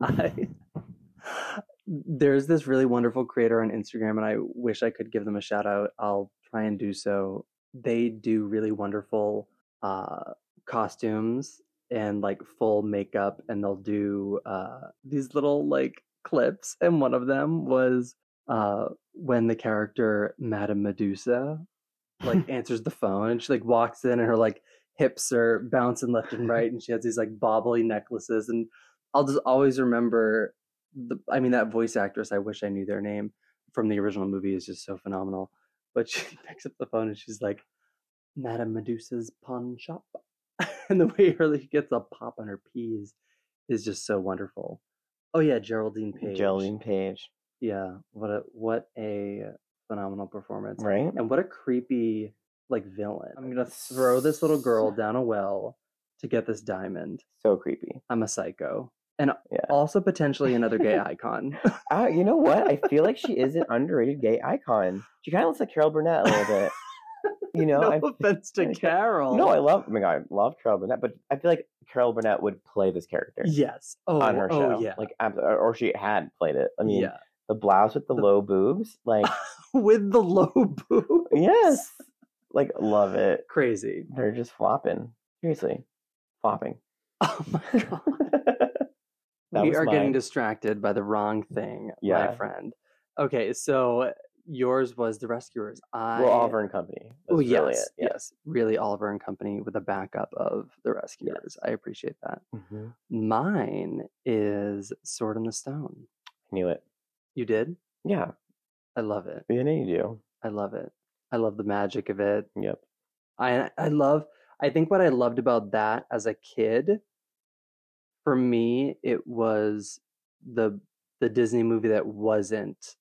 [SPEAKER 1] I there's this really wonderful creator on Instagram, and I wish I could give them a shout out. I'll try and do so. They do really wonderful uh, costumes and like full makeup, and they'll do uh, these little like clips. And one of them was uh, when the character Madame Medusa like answers the phone, and she like walks in, and her like hips are bouncing left and right, and she has these like bobbly necklaces. And I'll just always remember the. I mean, that voice actress. I wish I knew their name from the original movie is just so phenomenal. But she picks up the phone and she's like, "Madame Medusa's pawn shop," and the way her like, gets a pop on her peas is just so wonderful. Oh yeah, Geraldine Page.
[SPEAKER 2] Geraldine Page,
[SPEAKER 1] Yeah, what a what a phenomenal performance.
[SPEAKER 2] right?
[SPEAKER 1] And what a creepy like villain. I'm gonna throw this little girl down a well to get this diamond.
[SPEAKER 2] So creepy.
[SPEAKER 1] I'm a psycho. And
[SPEAKER 2] Yeah.
[SPEAKER 1] also potentially another gay icon.
[SPEAKER 2] Uh, you know what? I feel like she is an underrated gay icon. She kind of looks like Carol Burnett a little bit. You know,
[SPEAKER 1] no
[SPEAKER 2] I,
[SPEAKER 1] offense to
[SPEAKER 2] I-
[SPEAKER 1] Carol.
[SPEAKER 2] no, I love. Oh my god, I love Carol Burnett, but I feel like Carol Burnett would play this character
[SPEAKER 1] Yes. Oh,
[SPEAKER 2] on her show.
[SPEAKER 1] oh yeah.
[SPEAKER 2] Like, ab- or or she had played it. I mean,
[SPEAKER 1] yeah.
[SPEAKER 2] the blouse with the
[SPEAKER 1] The-
[SPEAKER 2] low boobs, like
[SPEAKER 1] With the low boob.
[SPEAKER 2] yes, like love it.
[SPEAKER 1] Crazy.
[SPEAKER 2] They're just flopping. Seriously, flopping.
[SPEAKER 1] Oh my god.
[SPEAKER 2] That
[SPEAKER 1] we
[SPEAKER 2] was
[SPEAKER 1] are
[SPEAKER 2] mine.
[SPEAKER 1] getting distracted by the wrong thing,
[SPEAKER 2] Yeah.
[SPEAKER 1] my friend. Okay, so yours was the rescuers. I
[SPEAKER 2] well, Oliver and Company.
[SPEAKER 1] Oh
[SPEAKER 2] That's
[SPEAKER 1] yes,
[SPEAKER 2] really it, yeah.
[SPEAKER 1] yes, really Oliver and Company with a backup of the rescuers. I appreciate that.
[SPEAKER 2] Mhm.
[SPEAKER 1] Mine is Sword in the Stone.
[SPEAKER 2] Knew it.
[SPEAKER 1] You did?
[SPEAKER 2] Yeah,
[SPEAKER 1] I love it.
[SPEAKER 2] you know you do.
[SPEAKER 1] I love it. I love the magic of it.
[SPEAKER 2] Yep.
[SPEAKER 1] I I love I think what I loved about that as a kid for me it was the the Disney movie that wasn't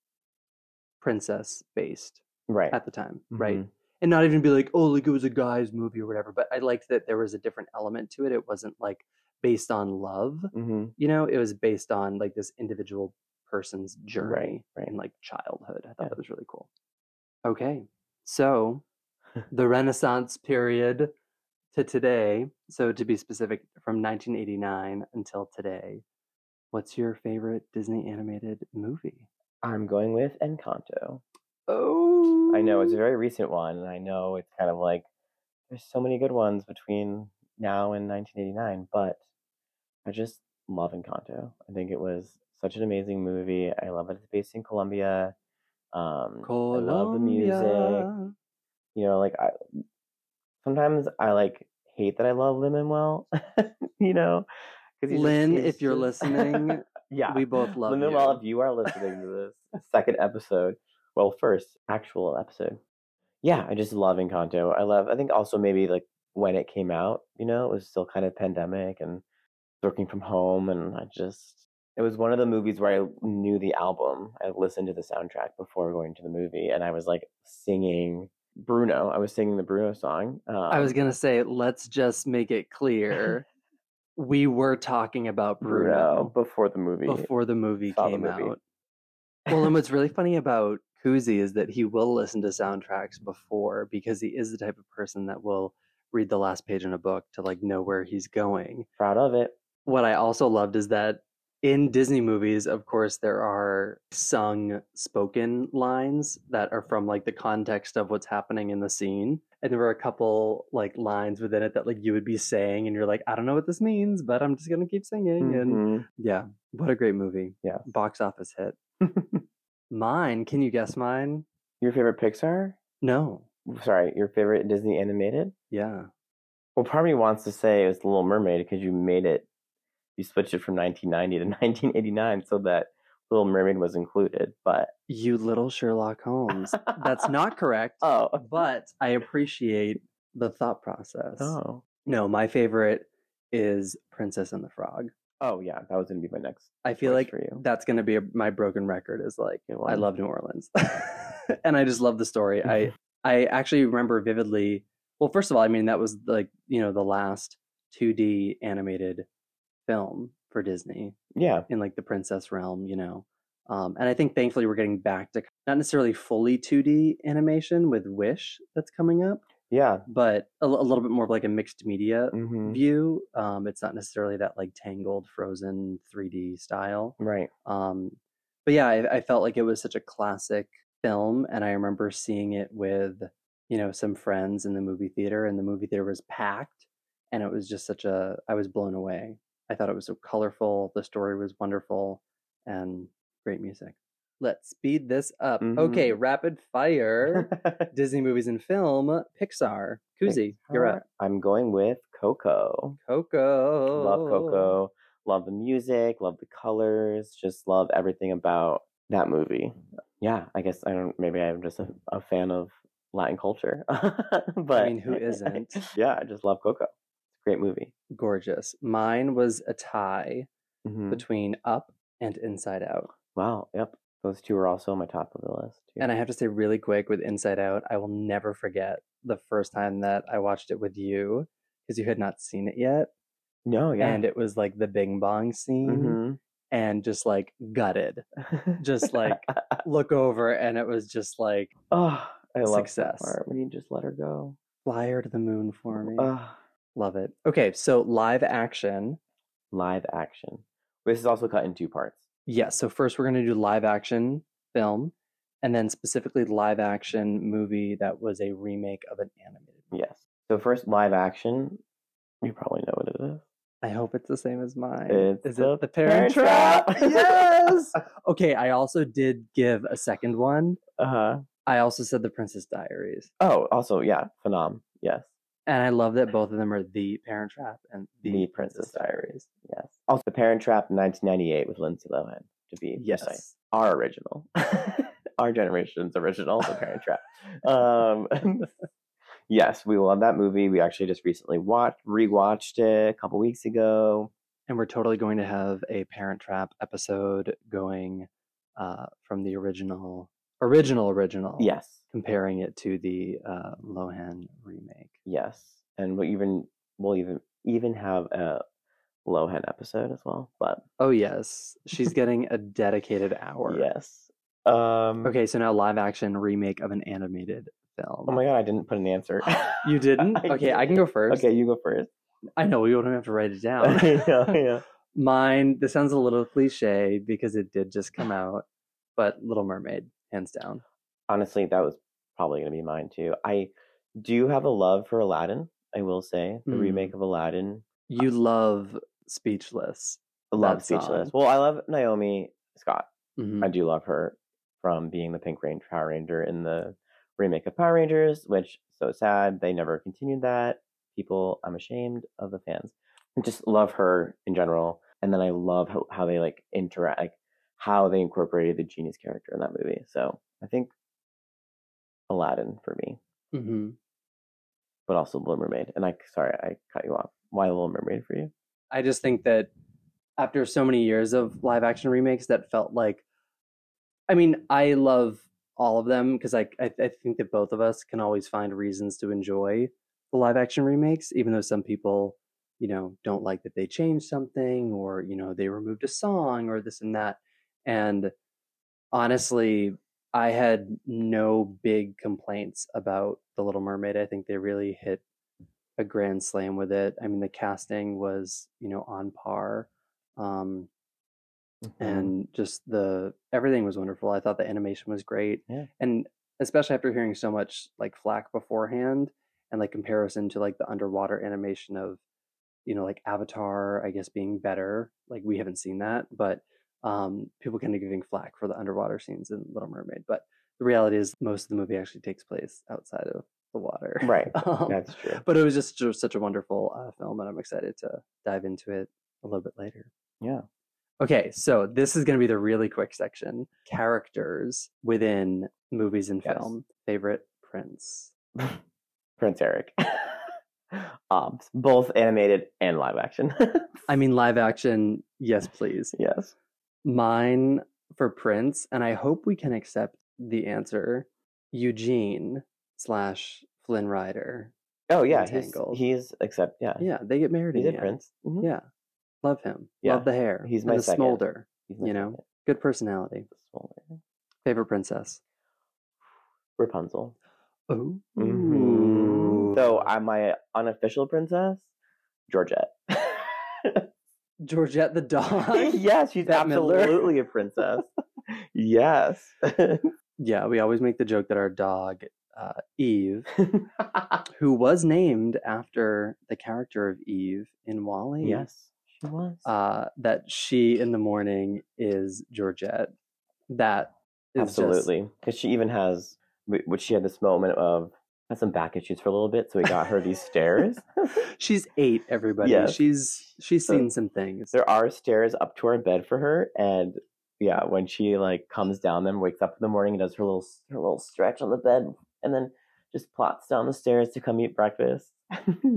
[SPEAKER 1] princess based
[SPEAKER 2] Right.
[SPEAKER 1] at the time, right?
[SPEAKER 2] Mhm.
[SPEAKER 1] And not even be like, "Oh, like it was a guy's movie or whatever," but I liked that there was a different element to it. It wasn't like based on love,
[SPEAKER 2] Mhm.
[SPEAKER 1] you know, it was based on like this individual person's journey
[SPEAKER 2] right.
[SPEAKER 1] in like childhood. I thought
[SPEAKER 2] Yeah.
[SPEAKER 1] that was really cool. Okay. So the Renaissance period to today, so to be specific, from 1989 until today, what's your favorite Disney animated movie?
[SPEAKER 2] I'm going with Encanto.
[SPEAKER 1] Oh,
[SPEAKER 2] I know it's a very recent one, and I know it's kind of like there's so many good ones between now and 1989, but I just love Encanto. I think it was such an amazing movie. I love that it's based in Colombia. Um,
[SPEAKER 1] Oh,
[SPEAKER 2] I love the music.
[SPEAKER 1] Colombia.
[SPEAKER 2] You know, like I sometimes I like hate that I love Lin Manuel. you know, because
[SPEAKER 1] Lynn, if you're listening,
[SPEAKER 2] yeah,
[SPEAKER 1] we both love
[SPEAKER 2] Lin-Manuel,
[SPEAKER 1] you.
[SPEAKER 2] if you are listening to this second episode, well, first actual episode. Yeah, I just love Encanto. I love. I think also maybe like when it came out, you know, it was still kind of pandemic and working from home, and I just it was one of the movies where I knew the album. I listened to the soundtrack before going to the movie, and I was like singing Bruno. I was singing the Bruno song. Um,
[SPEAKER 1] I was going to say, let's just make it clear. We were talking about
[SPEAKER 2] Bruno before the movie.
[SPEAKER 1] before the movie
[SPEAKER 2] saw the
[SPEAKER 1] came
[SPEAKER 2] movie.
[SPEAKER 1] out. Well, and what's really funny about Kuzi is that he will listen to soundtracks before because he is the type of person that will read the last page in a book to like know where he's going.
[SPEAKER 2] Proud of it.
[SPEAKER 1] What I also loved is that in Disney movies, of course, there are sung spoken lines that are from like the context of what's happening in the scene. And there were a couple like lines within it that like you would be saying and you're like, I don't know what this means, but I'm just gonna keep singing. And
[SPEAKER 2] Mhm.
[SPEAKER 1] yeah. What a great movie.
[SPEAKER 2] Yeah.
[SPEAKER 1] Box office hit. mine, can you guess mine?
[SPEAKER 2] Your favorite Pixar?
[SPEAKER 1] No.
[SPEAKER 2] sorry, your favorite Disney animated?
[SPEAKER 1] Yeah.
[SPEAKER 2] Well, part of me wants to say it was The Little Mermaid because you made it, you switched it from 1990 to 1989 so that Little Mermaid was included. But
[SPEAKER 1] You little Sherlock Holmes. That's not correct,
[SPEAKER 2] oh,
[SPEAKER 1] but I appreciate the thought process.
[SPEAKER 2] oh,
[SPEAKER 1] No, my favorite is Princess and the Frog.
[SPEAKER 2] oh, yeah, that was gonna be my next.
[SPEAKER 1] I feel
[SPEAKER 2] Works
[SPEAKER 1] like
[SPEAKER 2] for you.
[SPEAKER 1] that's going to be a, my broken record is like I
[SPEAKER 2] Good one.
[SPEAKER 1] love New Orleans. and I just love the story. I I actually remember vividly. Well, first of all, I mean that was like, you know, the last 2D animated film for Disney
[SPEAKER 2] Yeah,
[SPEAKER 1] in like the princess realm, you know. Um, and I think thankfully we're getting back to not necessarily fully 2D animation with Wish that's coming up,
[SPEAKER 2] yeah.
[SPEAKER 1] but a, l- a little bit more of like a mixed media
[SPEAKER 2] hmm
[SPEAKER 1] view. Um, it's not necessarily that like tangled, frozen 3D style.
[SPEAKER 2] Right.
[SPEAKER 1] Um, but yeah, I, I felt like it was such a classic film, and I remember seeing it with you know some friends in the movie theater, and the movie theater was packed, and it was just such a I was blown away. I thought it was so colorful, the story was wonderful, and great music. Let's speed this up.
[SPEAKER 2] Mhm.
[SPEAKER 1] Okay, rapid fire Disney movies and film, Pixar. Koozie, you're up.
[SPEAKER 2] I'm going with Coco.
[SPEAKER 1] Coco.
[SPEAKER 2] Love Coco. Love the music. Love the colors. Just love everything about that movie. Yeah, I guess I don't. Maybe I'm just a, a fan of Latin culture. but
[SPEAKER 1] mean, who isn't?
[SPEAKER 2] yeah, I just love Coco. It's a great movie.
[SPEAKER 1] Gorgeous. Mine was a tie Mm-hmm.
[SPEAKER 2] Mhm.
[SPEAKER 1] between Up and Inside Out.
[SPEAKER 2] Wow. Yep. Those two are also on my top of the list. too.
[SPEAKER 1] And I have to say, really quick with Inside Out, I will never forget the first time that I watched it with you because you had not seen it yet.
[SPEAKER 2] no, yeah.
[SPEAKER 1] And it was like the bing bong scene
[SPEAKER 2] Mhm.
[SPEAKER 1] and just like gutted. Just like look over and it was just like
[SPEAKER 2] oh, I love
[SPEAKER 1] Success.
[SPEAKER 2] success. When you just let her go.
[SPEAKER 1] fly her to the moon for me.
[SPEAKER 2] Ah,
[SPEAKER 1] Love it. Okay, so live action.
[SPEAKER 2] live action. This is also cut in two parts.
[SPEAKER 1] Yes. so first we're going to do live action film and then specifically live action movie that was a remake of an animated.
[SPEAKER 2] Yes. So first, live action. You probably know what it is.
[SPEAKER 1] I hope it's the same as mine.
[SPEAKER 2] It's
[SPEAKER 1] Is
[SPEAKER 2] the
[SPEAKER 1] it the Parent
[SPEAKER 2] Parent
[SPEAKER 1] Trap?
[SPEAKER 2] Trap.
[SPEAKER 1] yes. Okay, I also did give a second one.
[SPEAKER 2] Uh huh.
[SPEAKER 1] I also said The Princess Diaries.
[SPEAKER 2] Oh, also, yeah, Phenom. Yes.
[SPEAKER 1] And I love that both of them are The Parent Trap and
[SPEAKER 2] The, Princess Diaries. Yes. Also, The Parent Trap, 1998, with Lindsay Lohan. To be
[SPEAKER 1] Yes.
[SPEAKER 2] precise. our original, our generation's original, The Parent Trap. Um, yes, we love that movie. We actually just recently watched, rewatched it a couple weeks ago.
[SPEAKER 1] And we're totally going to have a Parent Trap episode going uh, from the original, original, original.
[SPEAKER 2] Yes,
[SPEAKER 1] Comparing it to the uh, Lohan remake.
[SPEAKER 2] yes, and we'll even we'll even even have a Lohan episode as well. But
[SPEAKER 1] Oh, yes. She's getting a dedicated hour.
[SPEAKER 2] yes, um,
[SPEAKER 1] Okay, so now live action remake of an animated film.
[SPEAKER 2] Oh my god, I didn't put an answer.
[SPEAKER 1] You didn't?
[SPEAKER 2] I
[SPEAKER 1] okay, I can go first.
[SPEAKER 2] okay, you go first.
[SPEAKER 1] I know we don't have to write it down.
[SPEAKER 2] yeah, yeah.
[SPEAKER 1] Mine, this sounds a little cliche because it did just come out, but Little Mermaid, hands down.
[SPEAKER 2] honestly, that was probably going to be mine too. I do have a love for Aladdin. I will say the
[SPEAKER 1] Mm.
[SPEAKER 2] remake of Aladdin.
[SPEAKER 1] You love Speechless.
[SPEAKER 2] I love
[SPEAKER 1] That song.
[SPEAKER 2] Speechless. Well, I love Naomi Scott.
[SPEAKER 1] Mhm.
[SPEAKER 2] I do love her from being the Pink Ranger Power Ranger in the remake of Power Rangers, which so sad they never continued that. People, I'm ashamed of the fans. I just love her in general, and then I love how, how they like interact, like how they incorporated the genius character in that movie. So I think Aladdin for me.
[SPEAKER 1] Mhm.
[SPEAKER 2] but also Little Mermaid. And I sorry, I cut you off. Why Little Mermaid for you?
[SPEAKER 1] I just think that after so many years of live action remakes, that felt like, I mean, I love all of them because I, I, I think that both of us can always find reasons to enjoy the live action remakes, even though some people, you know, don't like that they changed something or, you know, they removed a song or this and that. And honestly, I had no big complaints about The Little Mermaid. I think they really hit a grand slam with it. I mean, the casting was, you know, on par. Um,
[SPEAKER 2] Mm-hmm.
[SPEAKER 1] and just the everything was wonderful. I thought the animation was great,
[SPEAKER 2] Yeah.
[SPEAKER 1] and especially after hearing so much like flack beforehand and like comparison to like the underwater animation of, you know, like Avatar, I guess being better. Like we haven't seen that, but um, people kind of giving flack for the underwater scenes in Little Mermaid. But the reality is, most of the movie actually takes place outside of the water.
[SPEAKER 2] Right.
[SPEAKER 1] Um,
[SPEAKER 2] That's true.
[SPEAKER 1] but it was just, just such a wonderful uh, film, and I'm excited to dive into it a little bit later.
[SPEAKER 2] Yeah.
[SPEAKER 1] Okay, so this is going to be the really quick section: characters within movies and
[SPEAKER 2] Yes.
[SPEAKER 1] film. Favorite prince.
[SPEAKER 2] Prince Eric. Obs. Both animated and live action.
[SPEAKER 1] I mean, live action. Yes, please.
[SPEAKER 2] yes.
[SPEAKER 1] Mine for Prince, and I hope we can accept the answer: Eugene slash Flynn Rider.
[SPEAKER 2] Oh yeah. He's,
[SPEAKER 1] Entangled.
[SPEAKER 2] he's except yeah.
[SPEAKER 1] Yeah, they get married.
[SPEAKER 2] He's
[SPEAKER 1] in
[SPEAKER 2] a
[SPEAKER 1] the end.
[SPEAKER 2] prince. Mhm.
[SPEAKER 1] Yeah, love him.
[SPEAKER 2] Yeah,
[SPEAKER 1] Love the hair.
[SPEAKER 2] he's
[SPEAKER 1] and
[SPEAKER 2] my
[SPEAKER 1] the
[SPEAKER 2] second.
[SPEAKER 1] smolder.
[SPEAKER 2] He's my
[SPEAKER 1] you know.
[SPEAKER 2] favorite.
[SPEAKER 1] Good personality.
[SPEAKER 2] He's smaller.
[SPEAKER 1] Favorite princess.
[SPEAKER 2] Rapunzel.
[SPEAKER 1] Oh. Mm-hmm.
[SPEAKER 2] Mhm. So I my unofficial princess, Georgette.
[SPEAKER 1] Georgette the dog.
[SPEAKER 2] yes, she's
[SPEAKER 1] Bette Midler.
[SPEAKER 2] absolutely a princess. yes.
[SPEAKER 1] yeah, we always make the joke that our dog uh, Eve, who was named after the character of Eve in uh, Wally,
[SPEAKER 2] yes. She was.
[SPEAKER 1] uh, that she in the morning is Georgette. That It's just-
[SPEAKER 2] Absolutely. Because she even has, wh- which she had this moment of, had some back issues for a little bit, so we got her these stairs.
[SPEAKER 1] she's eight, everybody.
[SPEAKER 2] Yes.
[SPEAKER 1] She's she's
[SPEAKER 2] So-
[SPEAKER 1] seen some things.
[SPEAKER 2] There are stairs up to her bed for her, and yeah, when she like comes down them, wakes up in the morning, and does her little s- her little stretch on the bed, and then just plots down the stairs to come eat breakfast.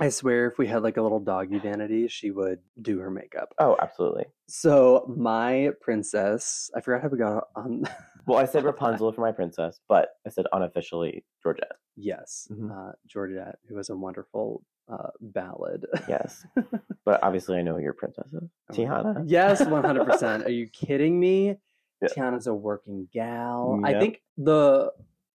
[SPEAKER 1] I swear, if we had like a little doggy vanity, she would do her makeup.
[SPEAKER 2] oh, absolutely.
[SPEAKER 1] So my princess, I forgot how we got on.
[SPEAKER 2] Well, I said Rapunzel for my princess, but I said unofficially Georgette.
[SPEAKER 1] yes,
[SPEAKER 2] Mhm.
[SPEAKER 1] uh, Georgette, who was a wonderful uh, ballad.
[SPEAKER 2] Yes, but obviously I know who your princess is,
[SPEAKER 1] Oh my God.
[SPEAKER 2] Tiana.
[SPEAKER 1] Yes, one hundred percent. Are you kidding me?
[SPEAKER 2] Yeah.
[SPEAKER 1] Tiana's a working gal. I
[SPEAKER 2] Yep.
[SPEAKER 1] think the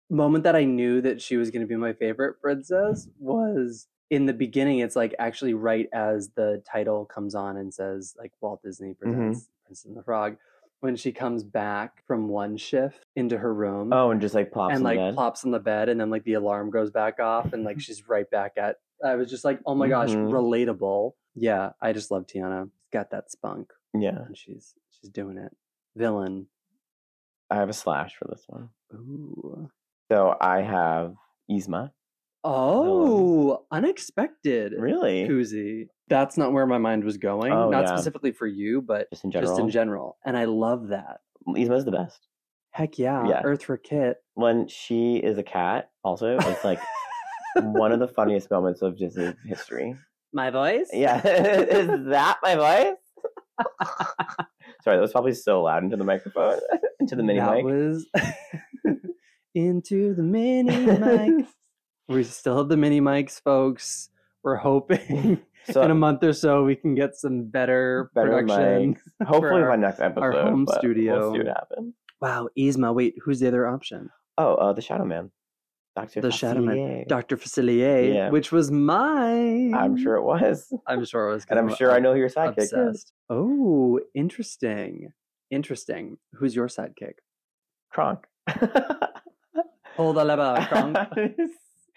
[SPEAKER 1] moment that I knew that she was going to be my favorite princess was in the beginning. It's like actually right as the title comes on and says like Walt Disney
[SPEAKER 2] Mm-hmm.
[SPEAKER 1] presents Prince and the Frog. When she comes back from one shift into her room
[SPEAKER 2] Oh, and just like plops
[SPEAKER 1] and
[SPEAKER 2] in
[SPEAKER 1] like
[SPEAKER 2] the bed.
[SPEAKER 1] plops on the bed, and then like the alarm goes back off, and like she's right back at. I was just like, oh my gosh,
[SPEAKER 2] Mhm.
[SPEAKER 1] relatable. Yeah, I just love Tiana. She's got that spunk
[SPEAKER 2] yeah.
[SPEAKER 1] and she's she's doing it. Villain.
[SPEAKER 2] I have a slash for this one.
[SPEAKER 1] Ooh.
[SPEAKER 2] So I have Yzma.
[SPEAKER 1] Oh, unexpected.
[SPEAKER 2] Really?
[SPEAKER 1] Koozie. That's not where my mind was going.
[SPEAKER 2] Oh,
[SPEAKER 1] not
[SPEAKER 2] yeah.
[SPEAKER 1] specifically for you, but
[SPEAKER 2] just in general.
[SPEAKER 1] just in general. And I love that.
[SPEAKER 2] Yzma's the best.
[SPEAKER 1] Heck yeah.
[SPEAKER 2] Yeah.
[SPEAKER 1] Earth for Kit.
[SPEAKER 2] When she is a cat, also, it's like one of the funniest moments of Disney history.
[SPEAKER 1] My voice?
[SPEAKER 2] Yeah. is that my voice? Sorry, that was probably so loud into the microphone, into the mini
[SPEAKER 1] that
[SPEAKER 2] mic.
[SPEAKER 1] was into the mini mic. we still have the mini mics, folks. We're hoping
[SPEAKER 2] so
[SPEAKER 1] in a month or so we can get some better,
[SPEAKER 2] better
[SPEAKER 1] production.
[SPEAKER 2] mic. Hopefully,
[SPEAKER 1] our-
[SPEAKER 2] my next episode.
[SPEAKER 1] home
[SPEAKER 2] but
[SPEAKER 1] studio.
[SPEAKER 2] We'll see what happens.
[SPEAKER 1] Wow, Yzma. Wait, who's the other option?
[SPEAKER 2] Oh, uh, the Shadow Man, Doctor
[SPEAKER 1] The Shadow Man. Dr. Facilier,
[SPEAKER 2] Yeah.
[SPEAKER 1] which was mine.
[SPEAKER 2] I'm sure it was,
[SPEAKER 1] I'm sure it was. 'cause
[SPEAKER 2] and I'm sure I know who your sidekick is.
[SPEAKER 1] Obsessed. Oh, interesting. Interesting. Who's your sidekick?
[SPEAKER 2] Kronk.
[SPEAKER 1] Hold on, about Uh, Kronk.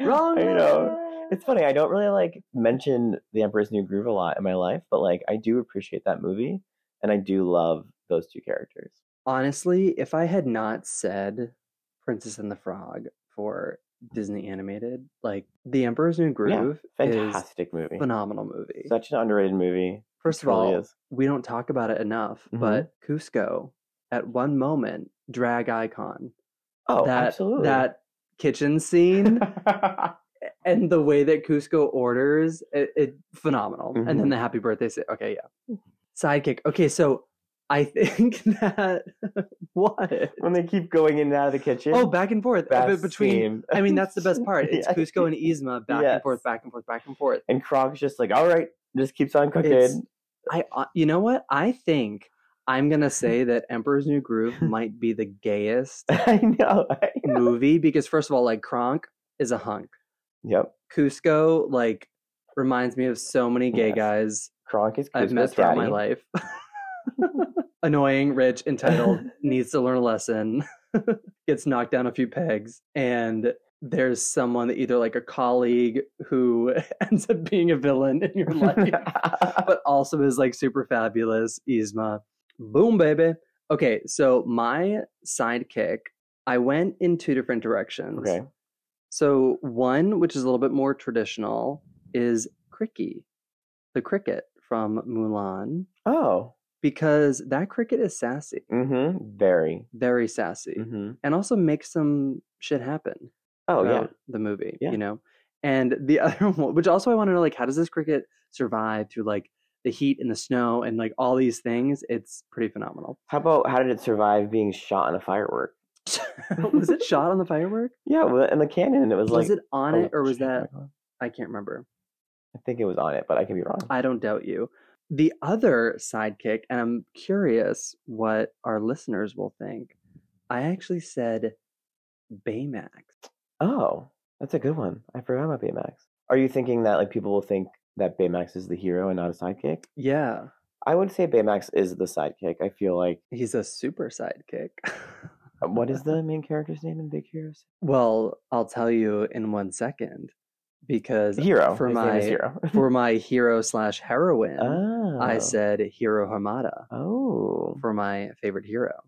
[SPEAKER 1] Wrong.
[SPEAKER 2] I know.
[SPEAKER 1] one.
[SPEAKER 2] It's funny. I don't really like mention The Emperor's New Groove a lot in my life, but like I do appreciate that movie, and I do love those two characters.
[SPEAKER 1] Honestly, if I had not said Princess and the Frog for Disney animated, like The Emperor's New Groove is
[SPEAKER 2] Fantastic movie.
[SPEAKER 1] a phenomenal movie.
[SPEAKER 2] Such an underrated movie.
[SPEAKER 1] First of
[SPEAKER 2] Really
[SPEAKER 1] all,
[SPEAKER 2] is.
[SPEAKER 1] we don't talk about it enough,
[SPEAKER 2] Mhm.
[SPEAKER 1] but Cusco, at one moment, drag icon.
[SPEAKER 2] Oh,
[SPEAKER 1] that,
[SPEAKER 2] absolutely.
[SPEAKER 1] That kitchen scene and the way that Cusco orders, it, it phenomenal. And then
[SPEAKER 2] Mhm.
[SPEAKER 1] the happy birthday. Say, okay, yeah. Sidekick. Okay, so I think that what?
[SPEAKER 2] when they keep going in and out of the kitchen.
[SPEAKER 1] Oh, back and forth uh,
[SPEAKER 2] Best
[SPEAKER 1] between.
[SPEAKER 2] scene.
[SPEAKER 1] I mean, that's the best part. It's
[SPEAKER 2] Yeah.
[SPEAKER 1] Cusco and Yzma back and
[SPEAKER 2] Yes.
[SPEAKER 1] forth, back and forth, back and forth.
[SPEAKER 2] And Kronk's just like, all right, just keeps on cooking.
[SPEAKER 1] It's- I, uh, you know what? I think I'm gonna say that Emperor's New Groove might be the gayest
[SPEAKER 2] I know. I know.
[SPEAKER 1] movie because first of all, like Kronk is a hunk.
[SPEAKER 2] Yep.
[SPEAKER 1] Cusco like reminds me of so many gay
[SPEAKER 2] Yes.
[SPEAKER 1] guys
[SPEAKER 2] Kronk is
[SPEAKER 1] I've
[SPEAKER 2] Kuzco's
[SPEAKER 1] met throughout my
[SPEAKER 2] daddy.
[SPEAKER 1] life. Annoying, rich, entitled, needs to learn a lesson, gets knocked down a few pegs, and there's someone either like a colleague who ends up being a villain in your life. but also is like super fabulous. Yzma. Boom, baby. Okay, so my sidekick, I went in two different directions.
[SPEAKER 2] okay.
[SPEAKER 1] So one, which is a little bit more traditional, is Cricky, the cricket from Mulan,
[SPEAKER 2] Oh.
[SPEAKER 1] because that cricket is sassy,
[SPEAKER 2] Mm-hmm. Very.
[SPEAKER 1] very sassy,
[SPEAKER 2] Mm-hmm.
[SPEAKER 1] and also makes some shit happen
[SPEAKER 2] Oh yeah.
[SPEAKER 1] throughout the movie,
[SPEAKER 2] Yeah.
[SPEAKER 1] you know? And the other one, which also I want to know, like, how does this cricket survive through like the heat and the snow and like all these things? It's pretty phenomenal.
[SPEAKER 2] How about how did it survive being shot in a firework?
[SPEAKER 1] was it shot on the firework?
[SPEAKER 2] Yeah, well, and the cannon. It was,
[SPEAKER 1] Was,
[SPEAKER 2] like
[SPEAKER 1] it on it or was
[SPEAKER 2] electric.
[SPEAKER 1] that? I can't remember.
[SPEAKER 2] I think it was on it, but I could be wrong.
[SPEAKER 1] I don't doubt you. The other sidekick, and I'm curious what our listeners will think. I actually said Baymax.
[SPEAKER 2] oh, that's a good one. I forgot about Baymax. Are you thinking that like people will think that Baymax is the hero and not a sidekick?
[SPEAKER 1] Yeah,
[SPEAKER 2] I would say Baymax is the sidekick. I feel like uh,
[SPEAKER 1] he's a super sidekick.
[SPEAKER 2] what is the main character's name in Big Hero? Six?
[SPEAKER 1] Well, I'll tell you in one second because
[SPEAKER 2] Hero
[SPEAKER 1] for
[SPEAKER 2] His name
[SPEAKER 1] my
[SPEAKER 2] is hero.
[SPEAKER 1] for my hero slash heroine,
[SPEAKER 2] oh.
[SPEAKER 1] I said Hero Hamada
[SPEAKER 2] Oh.
[SPEAKER 1] for my favorite hero.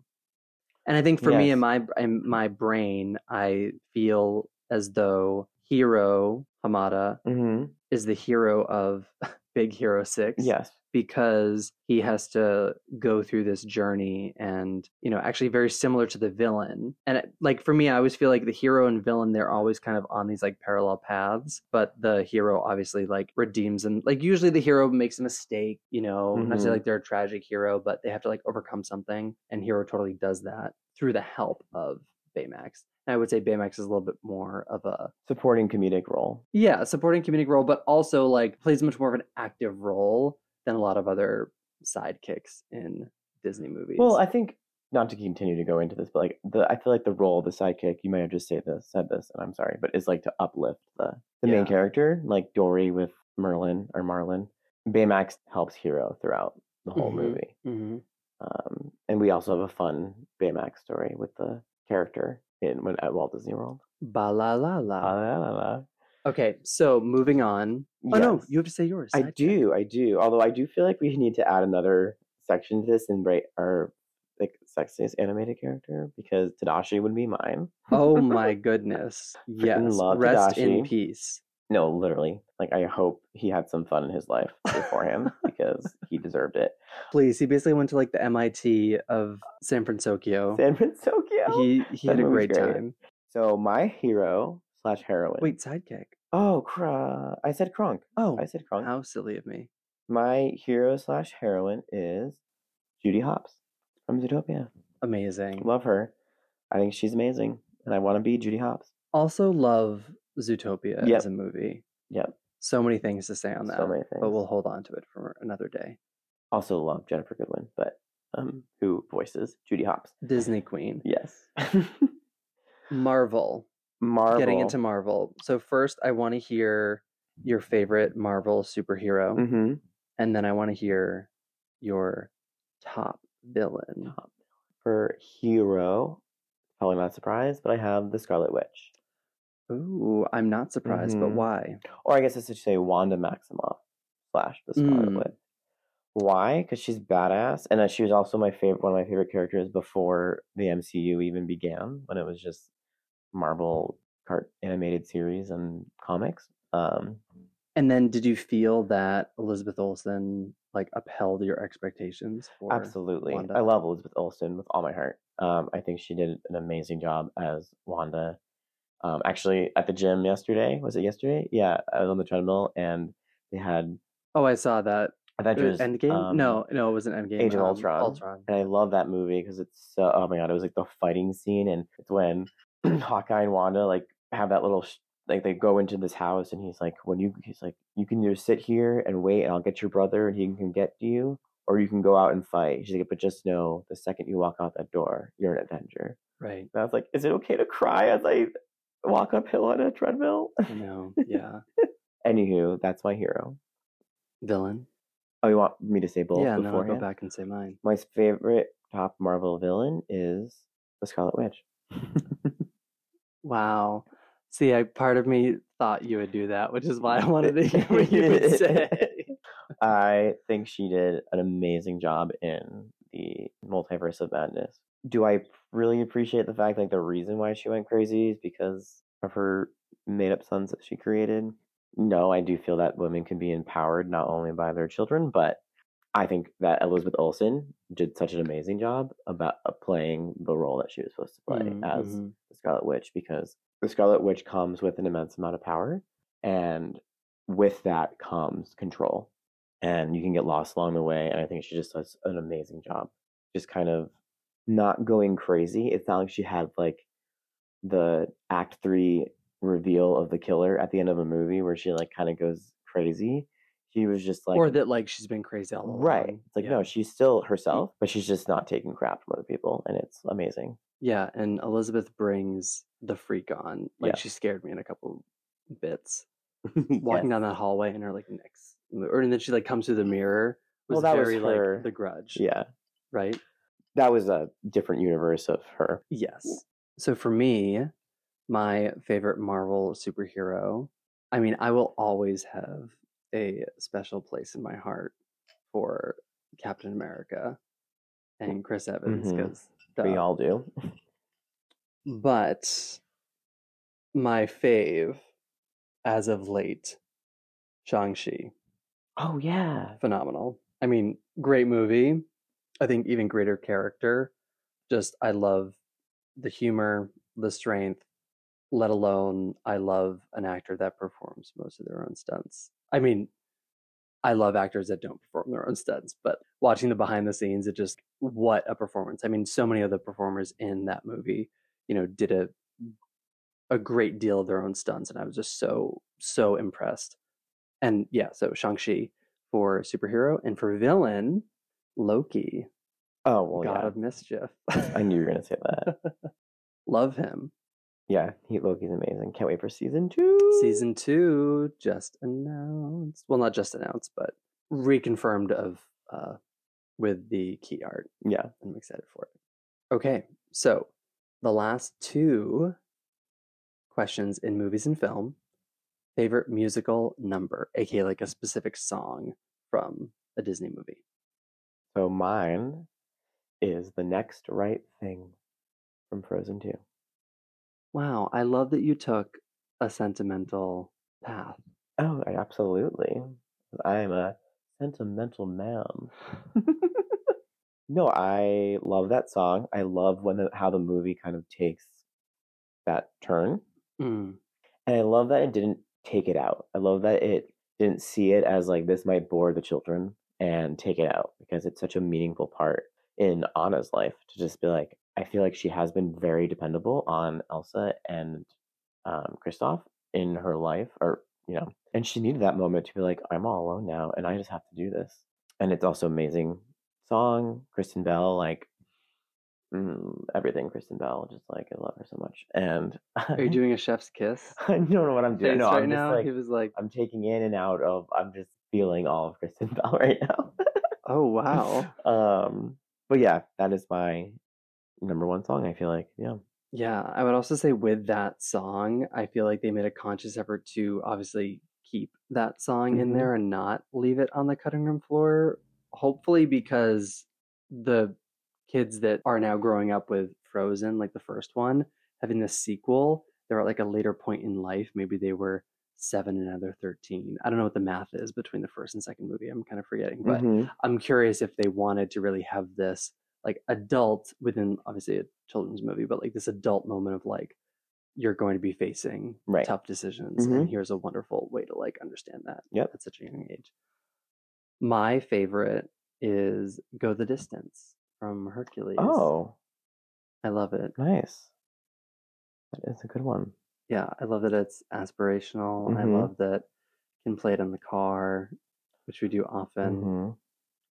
[SPEAKER 1] And I think for me
[SPEAKER 2] Yes.
[SPEAKER 1] in my in my brain, I feel as though Hero Hamada
[SPEAKER 2] hmm
[SPEAKER 1] is the hero of Big Hero 6
[SPEAKER 2] Yes.
[SPEAKER 1] because he has to go through this journey and, you know, actually very similar to the villain. And it, like for me, I always feel like the hero and villain they're always kind of on these like parallel paths, but the hero obviously like redeems them. Like usually the hero makes a mistake, you know, not to say
[SPEAKER 2] Mhm.
[SPEAKER 1] like they're a tragic hero, but they have to like overcome something and hero totally does that through the help of Baymax. And I would say Baymax is a little bit more of a
[SPEAKER 2] Supporting comedic role.
[SPEAKER 1] yeah, supporting comedic role, but also like plays much more of an active role than a lot of other sidekicks in Disney movies.
[SPEAKER 2] Well, I think not to continue to go into this, but like the I feel like the role of the sidekick, you may have just say this, said this, and I'm sorry, but is like to uplift the the
[SPEAKER 1] Yeah.
[SPEAKER 2] main character, like Dory with Merlin or Marlin. Baymax helps Hero throughout the whole
[SPEAKER 1] Mhm.
[SPEAKER 2] movie,
[SPEAKER 1] Mhm.
[SPEAKER 2] um, and we also have a fun Baymax story with the character in when at Walt Disney World.
[SPEAKER 1] ba la la la.
[SPEAKER 2] Ah, la, la, la.
[SPEAKER 1] okay, so moving on. Oh no,
[SPEAKER 2] Yes.
[SPEAKER 1] you have to say yours.
[SPEAKER 2] I
[SPEAKER 1] sidekick.
[SPEAKER 2] do, I do. Although I do feel like we need to add another section to this and break our like sexiest animated character because Tadashi would be mine.
[SPEAKER 1] oh my goodness. Yes.
[SPEAKER 2] love
[SPEAKER 1] Rest in
[SPEAKER 2] Tadashi.
[SPEAKER 1] peace.
[SPEAKER 2] No, literally. Like I hope he had some fun in his life beforehand because he deserved it.
[SPEAKER 1] Please. He basically went to like the MIT of San Francisco.
[SPEAKER 2] San Francisco.
[SPEAKER 1] Oh. He he
[SPEAKER 2] That
[SPEAKER 1] had a
[SPEAKER 2] movie's
[SPEAKER 1] great,
[SPEAKER 2] great.
[SPEAKER 1] time.
[SPEAKER 2] so my hero slash heroine.
[SPEAKER 1] Wait, sidekick.
[SPEAKER 2] Oh, cr- I said Kronk.
[SPEAKER 1] Oh,
[SPEAKER 2] I said Kronk.
[SPEAKER 1] how silly of me.
[SPEAKER 2] My hero slash heroine is Judy Hopps from Zootopia.
[SPEAKER 1] Amazing.
[SPEAKER 2] Love her. I think she's amazing, and I want to be Judy Hopps.
[SPEAKER 1] also love Zootopia
[SPEAKER 2] Yep.
[SPEAKER 1] as a movie.
[SPEAKER 2] Yep.
[SPEAKER 1] So many things to say on
[SPEAKER 2] So
[SPEAKER 1] that,
[SPEAKER 2] many
[SPEAKER 1] but
[SPEAKER 2] things.
[SPEAKER 1] Oh, we'll hold on to it for another day.
[SPEAKER 2] Also love Jennifer Goodwin, but um, who voices Judy Hopps?
[SPEAKER 1] Disney Queen,
[SPEAKER 2] Yes.
[SPEAKER 1] Marvel.
[SPEAKER 2] Marvel.
[SPEAKER 1] Getting into Marvel. So first, I want to hear your favorite Marvel superhero,
[SPEAKER 2] hmm
[SPEAKER 1] and then I want to hear your top villain.
[SPEAKER 2] for hero, probably not surprised, but I have the Scarlet Witch.
[SPEAKER 1] Ooh, I'm not surprised, but
[SPEAKER 2] Mhm.
[SPEAKER 1] why?
[SPEAKER 2] Or I guess I should say Wanda Maximoff slash the Scarlet
[SPEAKER 1] Mm.
[SPEAKER 2] Witch. Why? Because she's badass, and uh, she was also my favorite, one of my favorite characters before the MCU even began, when it was just Marvel cart animated series and comics. Um,
[SPEAKER 1] And then, did you feel that Elizabeth Olsen like upheld your expectations? For...
[SPEAKER 2] Absolutely.
[SPEAKER 1] Wanda?
[SPEAKER 2] I love Elizabeth Olsen with all my heart. Um, I think she did an amazing job as Wanda. Um, actually, at the gym yesterday, was it yesterday? Yeah, I was on the treadmill and they had
[SPEAKER 1] Oh, I saw that.
[SPEAKER 2] Avengers
[SPEAKER 1] Endgame?
[SPEAKER 2] um,
[SPEAKER 1] no, no, it wasn't Endgame.
[SPEAKER 2] Age of
[SPEAKER 1] um,
[SPEAKER 2] Ultron. And I love that movie because it's so, oh my God, it was like the fighting scene. And it's when Hawkeye and Wanda like have that little, sh- like they go into this house and he's like, when you, he's like, you can either sit here and wait and I'll get your brother and he can get to you, or you can go out and fight. She's like, but just know the second you walk out that door, you're an Avenger.
[SPEAKER 1] Right.
[SPEAKER 2] And I was like, is it okay to cry as I walk uphill on a treadmill?
[SPEAKER 1] I know. Yeah.
[SPEAKER 2] Anywho, that's my hero.
[SPEAKER 1] Villain.
[SPEAKER 2] Oh, you want me to say both
[SPEAKER 1] yeah, no, I'll
[SPEAKER 2] beforehand?
[SPEAKER 1] go back and say mine.
[SPEAKER 2] My favorite top Marvel villain is the Scarlet Witch.
[SPEAKER 1] Wow. See, I part of me thought you would do that, which is why I wanted to hear what you would say.
[SPEAKER 2] I think she did an amazing job in the multiverse of madness. Do I really appreciate the fact like the reason why she went crazy is because of her made up sons that she created? No, I do feel that women can be empowered not only by their children, but I think that Elizabeth Olsen did such an amazing job about uh, playing the role that she was supposed to play
[SPEAKER 1] Mm,
[SPEAKER 2] as
[SPEAKER 1] mhm.
[SPEAKER 2] the Scarlet Witch because the Scarlet Witch comes with an immense amount of power, and with that comes control, and you can get lost along the way. And I think she just does an amazing job, just kind of not going crazy. It's not like she had like the Act Three reveal of the killer at the end of a movie where she like kind of goes crazy. She was just like
[SPEAKER 1] or that like she's been crazy all along.
[SPEAKER 2] Right. It's like,
[SPEAKER 1] yeah.
[SPEAKER 2] no, she's still herself, but she's just not taking crap from other people. And it's amazing.
[SPEAKER 1] Yeah, and Elizabeth brings the freak on. Like
[SPEAKER 2] Yeah.
[SPEAKER 1] she scared me in a couple bits. Walking down that hallway and her like next or and then she like comes through the mirror was
[SPEAKER 2] Well, that was
[SPEAKER 1] very
[SPEAKER 2] her-
[SPEAKER 1] like the grudge.
[SPEAKER 2] Yeah.
[SPEAKER 1] Right?
[SPEAKER 2] That was a different universe of her.
[SPEAKER 1] Yes. So for me, my favorite Marvel superhero, I mean, I will always have a special place in my heart for Captain America and Chris Evans
[SPEAKER 2] Mhm.
[SPEAKER 1] because stuff.
[SPEAKER 2] We all do.
[SPEAKER 1] But my fave as of late, Shang-Chi.
[SPEAKER 2] Oh yeah.
[SPEAKER 1] Phenomenal. I mean, great movie. I think even greater character. Just, I love the humor, the strength, let alone I love an actor that performs most of their own stunts. I mean, I love actors that don't perform their own stunts, but watching the behind the scenes, it just what a performance. I mean, so many of the performers in that movie, you know, did a a great deal of their own stunts, and I was just so so impressed. And yeah, so Shang Chi for superhero and for villain, Loki,
[SPEAKER 2] Oh well.
[SPEAKER 1] God
[SPEAKER 2] yeah.
[SPEAKER 1] of Mischief.
[SPEAKER 2] I knew you were gonna say that.
[SPEAKER 1] love him.
[SPEAKER 2] yeah, Heat Loki's amazing. Can't wait for season two.
[SPEAKER 1] Season two just announced. Well, not just announced, but reconfirmed of uh, with the key art.
[SPEAKER 2] Yeah.
[SPEAKER 1] I'm excited for it. Okay, so the last two questions in movies and film favorite musical number, aka like a specific song from a Disney movie.
[SPEAKER 2] So mine is the next right thing from Frozen Two.
[SPEAKER 1] Wow, I love that you took a sentimental path.
[SPEAKER 2] Oh, I absolutely. I am a sentimental man. no, I love that song. I love when the, how the movie kind of takes that turn,
[SPEAKER 1] Mm,
[SPEAKER 2] and I love that it didn't take it out. I love that it didn't see it as like this might bore the children and take it out because it's such a meaningful part in Anna's life to just be like, I feel like she has been very dependable on Elsa and um, Kristoff in her life, or you know, and she needed that moment to be like, I'm all alone now, and I just have to do this. And it's also amazing song, Kristen Bell, like mm, everything. Kristen Bell, just like I love her so much. And
[SPEAKER 1] Are you doing a chef's kiss?
[SPEAKER 2] I don't Mm-hmm. know what I'm doing.
[SPEAKER 1] face
[SPEAKER 2] No,
[SPEAKER 1] right
[SPEAKER 2] I'm just
[SPEAKER 1] now?
[SPEAKER 2] like
[SPEAKER 1] he was like,
[SPEAKER 2] I'm taking in and out of. I'm just feeling all of Kristen Bell right now.
[SPEAKER 1] oh, wow.
[SPEAKER 2] Um, but yeah, that is my number one song. I feel like yeah,
[SPEAKER 1] Yeah, I would also say with that song, I feel like they made a conscious effort to obviously keep that song in
[SPEAKER 2] Mhm.
[SPEAKER 1] there and not leave it on the cutting room floor. Hopefully, because the kids that are now growing up with Frozen, like the first one, having the sequel, they're at like a later point in life. Maybe they were seven and now they're 13. I don't know what the math is between the first and second movie. I'm kind of forgetting, but
[SPEAKER 2] Mhm.
[SPEAKER 1] I'm curious if they wanted to really have this like adult within obviously a children's movie, but like this adult moment of like you're going to be facing
[SPEAKER 2] Right. Mm-hmm.
[SPEAKER 1] tough decisions, and here's a wonderful way to like understand that
[SPEAKER 2] Yep.
[SPEAKER 1] at such a young age. My favorite is "Go the Distance" from Hercules.
[SPEAKER 2] Oh,
[SPEAKER 1] I love it.
[SPEAKER 2] nice. That is a good one.
[SPEAKER 1] Yeah, I love that it's aspirational. I
[SPEAKER 2] Mhm.
[SPEAKER 1] love that you can play it in the car, which we do often.
[SPEAKER 2] Mhm.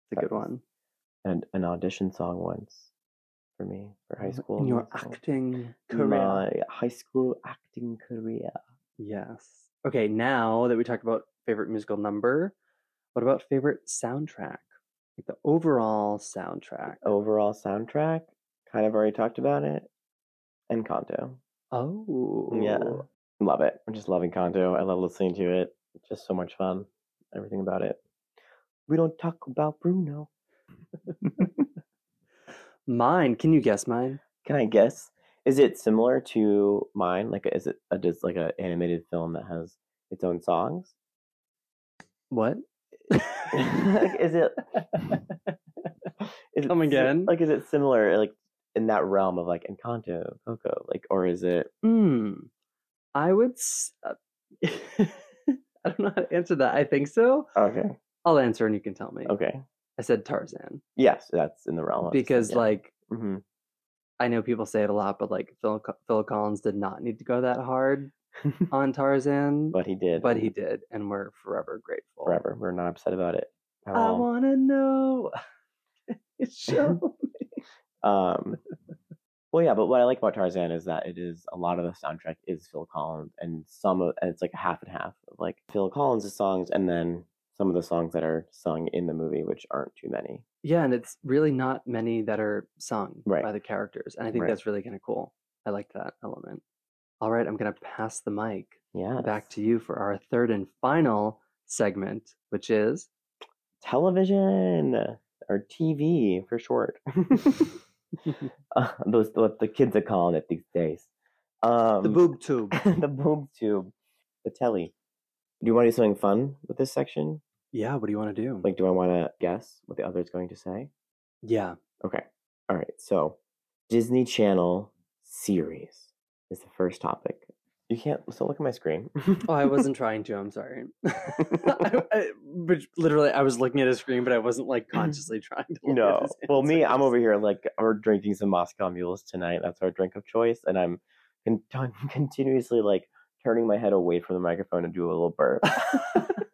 [SPEAKER 1] It's a good
[SPEAKER 2] That's
[SPEAKER 1] one.
[SPEAKER 2] And an audition song once for me for high school.
[SPEAKER 1] In Mm-hmm. your
[SPEAKER 2] musical.
[SPEAKER 1] acting career.
[SPEAKER 2] My high school acting career.
[SPEAKER 1] Yes. Okay, now that we talked about favorite musical number, what about favorite soundtrack? Like the overall soundtrack.
[SPEAKER 2] Overall soundtrack. Kind of already talked about it. And Encanto.
[SPEAKER 1] Oh.
[SPEAKER 2] Yeah. Love it. I'm just loving Kanto. I love listening to it. It's just so much fun. Everything about it. We don't talk about Bruno.
[SPEAKER 1] Mine. Can you guess mine?
[SPEAKER 2] Can I guess? Is it similar to mine? Like, is it a, just like an animated film that has its own songs?
[SPEAKER 1] What?
[SPEAKER 2] Like, is it? is
[SPEAKER 1] Come
[SPEAKER 2] si-
[SPEAKER 1] again?
[SPEAKER 2] Like, is it similar? Like in that realm of like Encanto, Coco, like, or is it?
[SPEAKER 1] Hmm. I would. S- uh, I don't know how to answer that. I think so.
[SPEAKER 2] Okay,
[SPEAKER 1] I'll answer and you can tell me.
[SPEAKER 2] okay,
[SPEAKER 1] I said Tarzan
[SPEAKER 2] yes, that's in the realm of
[SPEAKER 1] because, like,
[SPEAKER 2] hmm
[SPEAKER 1] I know people say it a lot, but like Phil Phil Collins did not need to go that hard on Tarzan.
[SPEAKER 2] but he did,
[SPEAKER 1] but he did, and we're forever grateful.
[SPEAKER 2] forever. We're not upset about it. at
[SPEAKER 1] I
[SPEAKER 2] all.
[SPEAKER 1] want to know. Show.
[SPEAKER 2] Um, well, yeah, but what I like about Tarzan is that it is a lot of the soundtrack is Phil Collins, and some of and it's like half and half of like Phil Collins' songs, and then some of the songs that are sung in the movie, which aren't too many.
[SPEAKER 1] yeah, and it's really not many that are sung
[SPEAKER 2] Right.
[SPEAKER 1] by the characters, and I think
[SPEAKER 2] Right.
[SPEAKER 1] that's really kind of cool. I like that element. All right, I'm going to pass the mic
[SPEAKER 2] Yeah,
[SPEAKER 1] back to you for our third and final segment, which is
[SPEAKER 2] television or TV for short. uh, those what the kids are calling it these days. Um,
[SPEAKER 3] the boob tube.
[SPEAKER 2] the boob tube, the telly. Do you want to do something fun with this section?
[SPEAKER 1] Yeah, what do you want to do?
[SPEAKER 2] Like, do I want to guess what the other is going to say?
[SPEAKER 1] yeah.
[SPEAKER 2] Okay. All right. So, Disney Channel series is the first topic. You can't. So look at my screen.
[SPEAKER 1] Oh, I wasn't trying to. I'm sorry. I, I- but literally, I was looking at a screen, but I wasn't like consciously trying to. Look at
[SPEAKER 2] No.
[SPEAKER 1] his
[SPEAKER 2] Well, me, I'm
[SPEAKER 1] answers.
[SPEAKER 2] over here like we're drinking some Moscow Mules tonight. That's our drink of choice, and I'm con- ton- continuously like turning my head away from the microphone to do a little burp.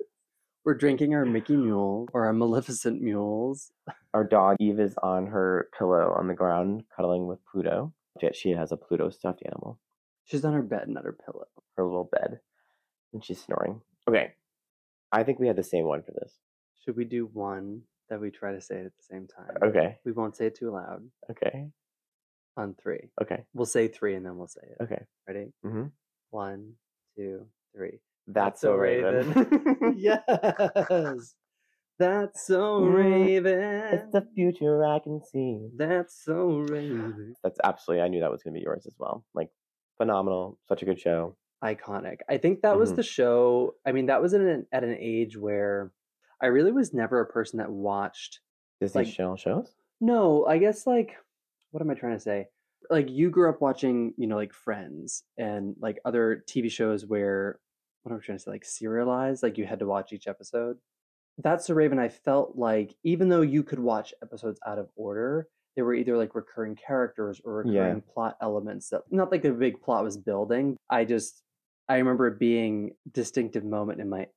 [SPEAKER 1] We're drinking our Mickey Mule or our Maleficent Mules.
[SPEAKER 2] our dog Eve is on her pillow on the ground, cuddling with Pluto. Yeah, She has a Pluto stuffed animal,
[SPEAKER 1] She's on her bed, not her pillow.
[SPEAKER 2] her little bed, and she's snoring. Okay. I think we had the same one for this.
[SPEAKER 1] Should we do one that we try to say it at the same time?
[SPEAKER 2] Okay.
[SPEAKER 1] We won't say it too loud
[SPEAKER 2] Okay.
[SPEAKER 1] on three.
[SPEAKER 2] Okay.
[SPEAKER 1] We'll say three and then we'll say it.
[SPEAKER 2] Okay.
[SPEAKER 1] Ready?
[SPEAKER 2] Mhm.
[SPEAKER 1] One, two, three.
[SPEAKER 2] That's
[SPEAKER 1] so
[SPEAKER 2] so Raven.
[SPEAKER 1] yes. That's so
[SPEAKER 2] Mm,
[SPEAKER 1] Raven.
[SPEAKER 2] it's the future I can see.
[SPEAKER 1] That's so Raven.
[SPEAKER 2] That's absolutely. I knew that was going to be yours as well. Like phenomenal, such a good show.
[SPEAKER 1] iconic. I think that was
[SPEAKER 2] Mhm.
[SPEAKER 1] the show. I mean, that was in an, at an age where I really was never a person that watched.
[SPEAKER 2] Disney
[SPEAKER 1] Like-
[SPEAKER 2] Channel shows.
[SPEAKER 1] No, I guess like, what am I trying to say? Like, you grew up watching, you know, like Friends and like other TV shows where, what am I trying to say? Like serialized, like you had to watch each episode. That's the Raven. I felt like even though you could watch episodes out of order, they were either like recurring characters or
[SPEAKER 2] Yeah.
[SPEAKER 1] recurring plot elements that not like the big plot was building. I just I remember it being distinctive moment in my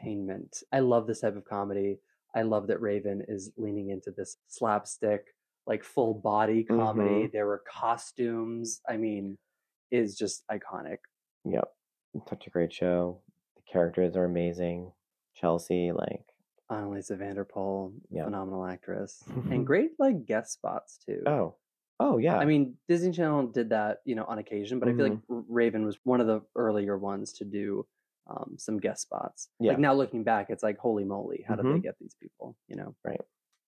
[SPEAKER 1] entertainment. I love this type of comedy. I love that Raven is leaning into this slapstick, like full body comedy.
[SPEAKER 2] Mm-hmm.
[SPEAKER 1] There were costumes. I mean, is just iconic.
[SPEAKER 2] Yep, such a great show. The characters are amazing. Chelsea, like,
[SPEAKER 1] Annalisa Vanderpool,
[SPEAKER 2] Yeah.
[SPEAKER 1] phenomenal actress, and great like guest spots too.
[SPEAKER 2] oh, oh yeah. Mm-hmm.
[SPEAKER 1] I mean, Disney Channel did that, you know, on occasion, but I feel like R- Raven was one of the earlier ones to do um, some guest spots.
[SPEAKER 2] Yeah.
[SPEAKER 1] Like now looking back, it's like, holy moly, how did they
[SPEAKER 2] Mhm.
[SPEAKER 1] get these people? You know,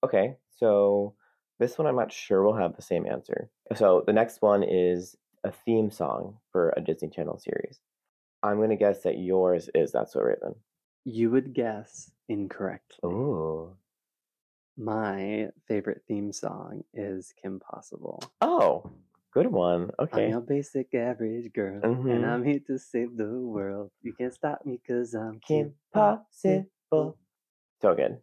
[SPEAKER 2] Okay, so this one I'm not sure will have the same answer. So the next one is a theme song for a Disney Channel series. I'm gonna guess that yours is That's So Raven.
[SPEAKER 1] you would guess incorrectly.
[SPEAKER 2] Ooh.
[SPEAKER 1] My favorite theme song is Kim Possible.
[SPEAKER 2] Oh, good one.
[SPEAKER 1] I'm
[SPEAKER 2] Okay.
[SPEAKER 1] your basic average girl,
[SPEAKER 2] Mhm.
[SPEAKER 1] and I'm here to save the world. You can't stop me because I'm Kim.
[SPEAKER 2] Kim Possible. So good.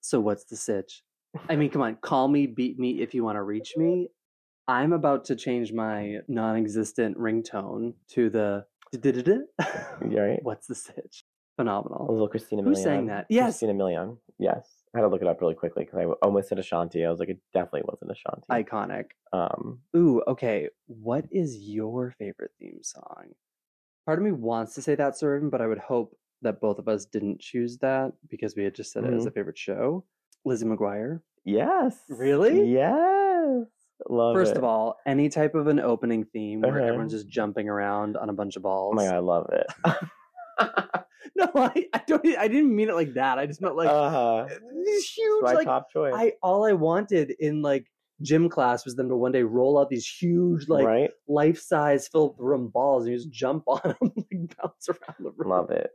[SPEAKER 1] So what's the sitch? I mean, come on, call me, beat me if you want to reach me. I'm about to change my non-existent ringtone to the
[SPEAKER 2] You all right?
[SPEAKER 1] what's the sitch?
[SPEAKER 2] A
[SPEAKER 1] Phenomenal.
[SPEAKER 2] little Christina
[SPEAKER 1] Who
[SPEAKER 2] Milian.
[SPEAKER 1] sang that? Yes.
[SPEAKER 2] Christina Milian. Yes. I had to look it up really quickly because I w- almost said Ashanti. I was like, it definitely wasn't Ashanti.
[SPEAKER 1] Iconic.
[SPEAKER 2] um,
[SPEAKER 1] Ooh, okay. What is your favorite theme song? Part of me wants to say that, Sir Raven, but I would hope that both of us didn't choose that because we had just said it as a
[SPEAKER 2] Mm-hmm.
[SPEAKER 1] favorite show. Lizzie McGuire.
[SPEAKER 2] yes.
[SPEAKER 1] Really?
[SPEAKER 2] Yes. Love
[SPEAKER 1] First
[SPEAKER 2] it.
[SPEAKER 1] of all, any type of an opening theme where
[SPEAKER 2] Okay.
[SPEAKER 1] everyone's just jumping around on a bunch of balls.
[SPEAKER 2] Oh my god, I love it.
[SPEAKER 1] No, I, I don't. e- I didn't mean it like that. I just meant like
[SPEAKER 2] uh-huh.
[SPEAKER 1] these huge.
[SPEAKER 2] my
[SPEAKER 1] Like
[SPEAKER 2] top choice.
[SPEAKER 1] I, all I wanted in like gym class was them to one day roll out these huge, like
[SPEAKER 2] right?
[SPEAKER 1] life-size filled room balls, and you just jump on them, like bounce around the room.
[SPEAKER 2] Love it.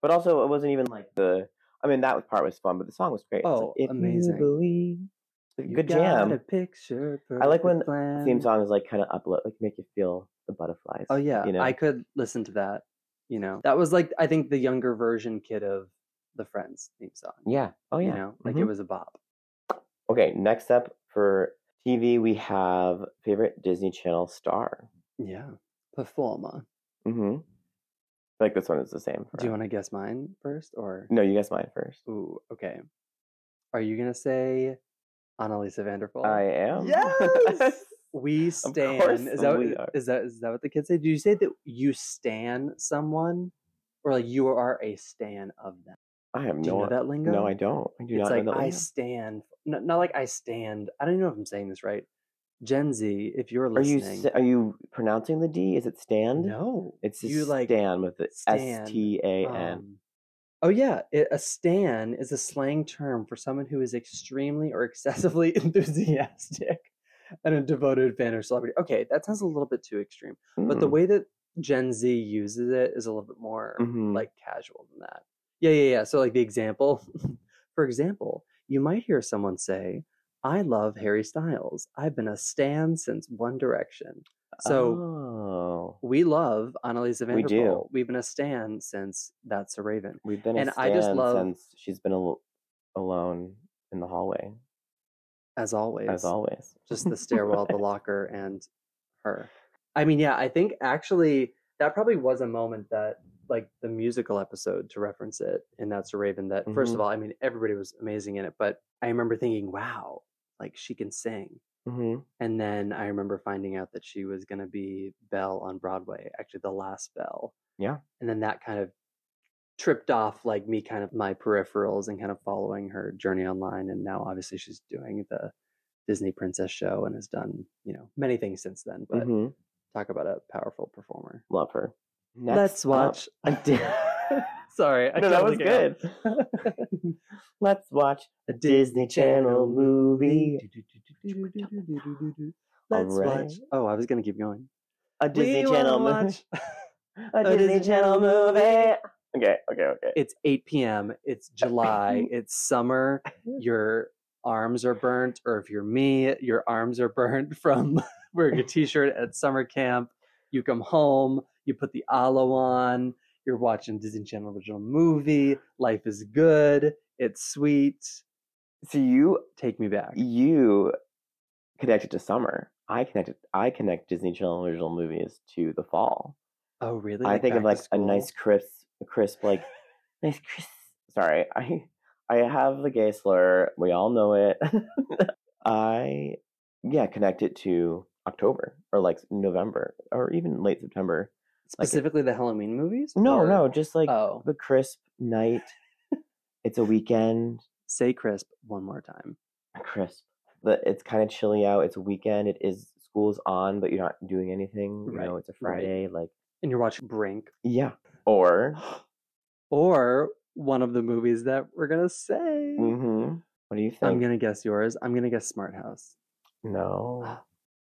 [SPEAKER 2] But also, it wasn't even like the. I mean, that part was fun, but the song was great. It's like,
[SPEAKER 1] Oh,
[SPEAKER 2] "If you
[SPEAKER 1] amazing.
[SPEAKER 2] believe." It's a
[SPEAKER 1] You
[SPEAKER 2] Good
[SPEAKER 1] got A
[SPEAKER 2] jam.
[SPEAKER 1] picture.
[SPEAKER 2] I like when
[SPEAKER 1] perfect plan.
[SPEAKER 2] Theme song is like kind of upload, like make you feel the butterflies.
[SPEAKER 1] Oh yeah,
[SPEAKER 2] you know?
[SPEAKER 1] I could listen to that. You know, that was like I think the younger version kid of the Friends theme song.
[SPEAKER 2] yeah. Oh yeah.
[SPEAKER 1] You know, like it
[SPEAKER 2] Mhm.
[SPEAKER 1] was a bop.
[SPEAKER 2] Okay, next up for TV, we have favorite Disney Channel star.
[SPEAKER 1] Yeah, performer.
[SPEAKER 2] Mm-hmm. Like this one is the same.
[SPEAKER 1] Do you
[SPEAKER 2] right?
[SPEAKER 1] want to guess mine first, or
[SPEAKER 2] No, you guess mine first.
[SPEAKER 1] Ooh, okay. Are you gonna say Annalisa Vanderpool?
[SPEAKER 2] I am.
[SPEAKER 1] Yes! we stan.
[SPEAKER 2] course
[SPEAKER 1] is that
[SPEAKER 2] we
[SPEAKER 1] what-
[SPEAKER 2] are.
[SPEAKER 1] is that is that what the kids say? Do you say that you stan someone, or like you are a stan of them?
[SPEAKER 2] I have
[SPEAKER 1] Do you
[SPEAKER 2] no.
[SPEAKER 1] know that lingo?
[SPEAKER 2] no, I don't. I do
[SPEAKER 1] It's
[SPEAKER 2] not
[SPEAKER 1] like
[SPEAKER 2] know that
[SPEAKER 1] I
[SPEAKER 2] lingo.
[SPEAKER 1] stand. Not, not like I stand. I don't even know if I'm saying this right. Gen Z, if you're
[SPEAKER 2] Are you
[SPEAKER 1] listening,
[SPEAKER 2] s- are you pronouncing the D? Is it stand?
[SPEAKER 1] no,
[SPEAKER 2] it's just
[SPEAKER 1] you like
[SPEAKER 2] stan with the
[SPEAKER 1] stan,
[SPEAKER 2] S T A N.
[SPEAKER 1] Um, oh yeah, i- a stan is a slang term for someone who is extremely or excessively enthusiastic and a devoted fan or celebrity. Okay, that sounds a little bit too extreme. Um, But the
[SPEAKER 2] Mm.
[SPEAKER 1] way that Gen Z uses it is a little bit more
[SPEAKER 2] Mhm.
[SPEAKER 1] like casual than that. Yeah, yeah, yeah. So like the example, for example, you might hear someone say, "I love Harry Styles. I've been a stan since One Direction." So
[SPEAKER 2] Oh.
[SPEAKER 1] we love Annalisa
[SPEAKER 2] We do.
[SPEAKER 1] Vanderpool. We've been a stan since That's a Raven.
[SPEAKER 2] We've been a
[SPEAKER 1] And I just
[SPEAKER 2] stan
[SPEAKER 1] love-
[SPEAKER 2] since she's been al- alone in the hallway,
[SPEAKER 1] As always,
[SPEAKER 2] as always.
[SPEAKER 1] just the stairwell, the locker, and her. I mean, yeah, I think actually that probably was a moment that, like, the musical episode to reference it, and that's a Raven. That first of all, I mean, everybody was amazing in it, but I remember thinking, wow, like she can sing.
[SPEAKER 2] hmm
[SPEAKER 1] And then I remember finding out that she was going to be Belle on Broadway, actually the last Belle.
[SPEAKER 2] Yeah.
[SPEAKER 1] And then that kind of tripped off like me kind of my peripherals and kind of following her journey online and now obviously she's doing the Disney Princess show and has done, you know, many things since then, but
[SPEAKER 2] hmm
[SPEAKER 1] talk about a powerful performer.
[SPEAKER 2] Love her.
[SPEAKER 1] Let's
[SPEAKER 2] Next up-
[SPEAKER 1] watch.
[SPEAKER 2] I did-
[SPEAKER 1] Sorry, I
[SPEAKER 2] no, that
[SPEAKER 1] can't
[SPEAKER 2] was
[SPEAKER 1] look it
[SPEAKER 2] good. Let's watch
[SPEAKER 1] up.
[SPEAKER 2] a Disney Channel movie.
[SPEAKER 1] Let's
[SPEAKER 2] Alright.
[SPEAKER 1] watch. Oh, I was going to keep going.
[SPEAKER 2] A Disney
[SPEAKER 1] We
[SPEAKER 2] Channel
[SPEAKER 1] wanna
[SPEAKER 2] movie.
[SPEAKER 1] watch-
[SPEAKER 2] A Disney Channel movie. Okay, okay, okay.
[SPEAKER 1] It's 8 p.m. It's July. it's summer. Your arms are burnt, or if you're me, your arms are burnt from wearing a t-shirt at summer camp. You come home. You put the aloe on. You're watching Disney Channel original movie. Life is good. It's sweet.
[SPEAKER 2] So you
[SPEAKER 1] Take me back.
[SPEAKER 2] you connected to summer. I connected. I connect Disney Channel original movies to the fall.
[SPEAKER 1] Oh, really?
[SPEAKER 2] I think of
[SPEAKER 1] back
[SPEAKER 2] like
[SPEAKER 1] to
[SPEAKER 2] a
[SPEAKER 1] school?
[SPEAKER 2] nice crisp, crisp like nice crisp. Sorry, I I have the gay slur. We all know it. I yeah, connect it to October or like November or even late September.
[SPEAKER 1] specifically the Halloween movies.
[SPEAKER 2] No,
[SPEAKER 1] Or-
[SPEAKER 2] no, just like
[SPEAKER 1] oh,
[SPEAKER 2] the crisp night. it's a weekend.
[SPEAKER 1] say crisp one more time.
[SPEAKER 2] crisp. But it's kind of chilly out. It's a weekend. It is school's on, but you're not doing anything. You
[SPEAKER 1] Right,
[SPEAKER 2] know, it's a
[SPEAKER 1] right.
[SPEAKER 2] Friday. Like
[SPEAKER 1] And you're watching Brink
[SPEAKER 2] yeah, or
[SPEAKER 1] or one of the movies that we're gonna say.
[SPEAKER 2] mhm. what do you think?
[SPEAKER 1] I'm gonna guess yours. I'm gonna guess Smart House.
[SPEAKER 2] no.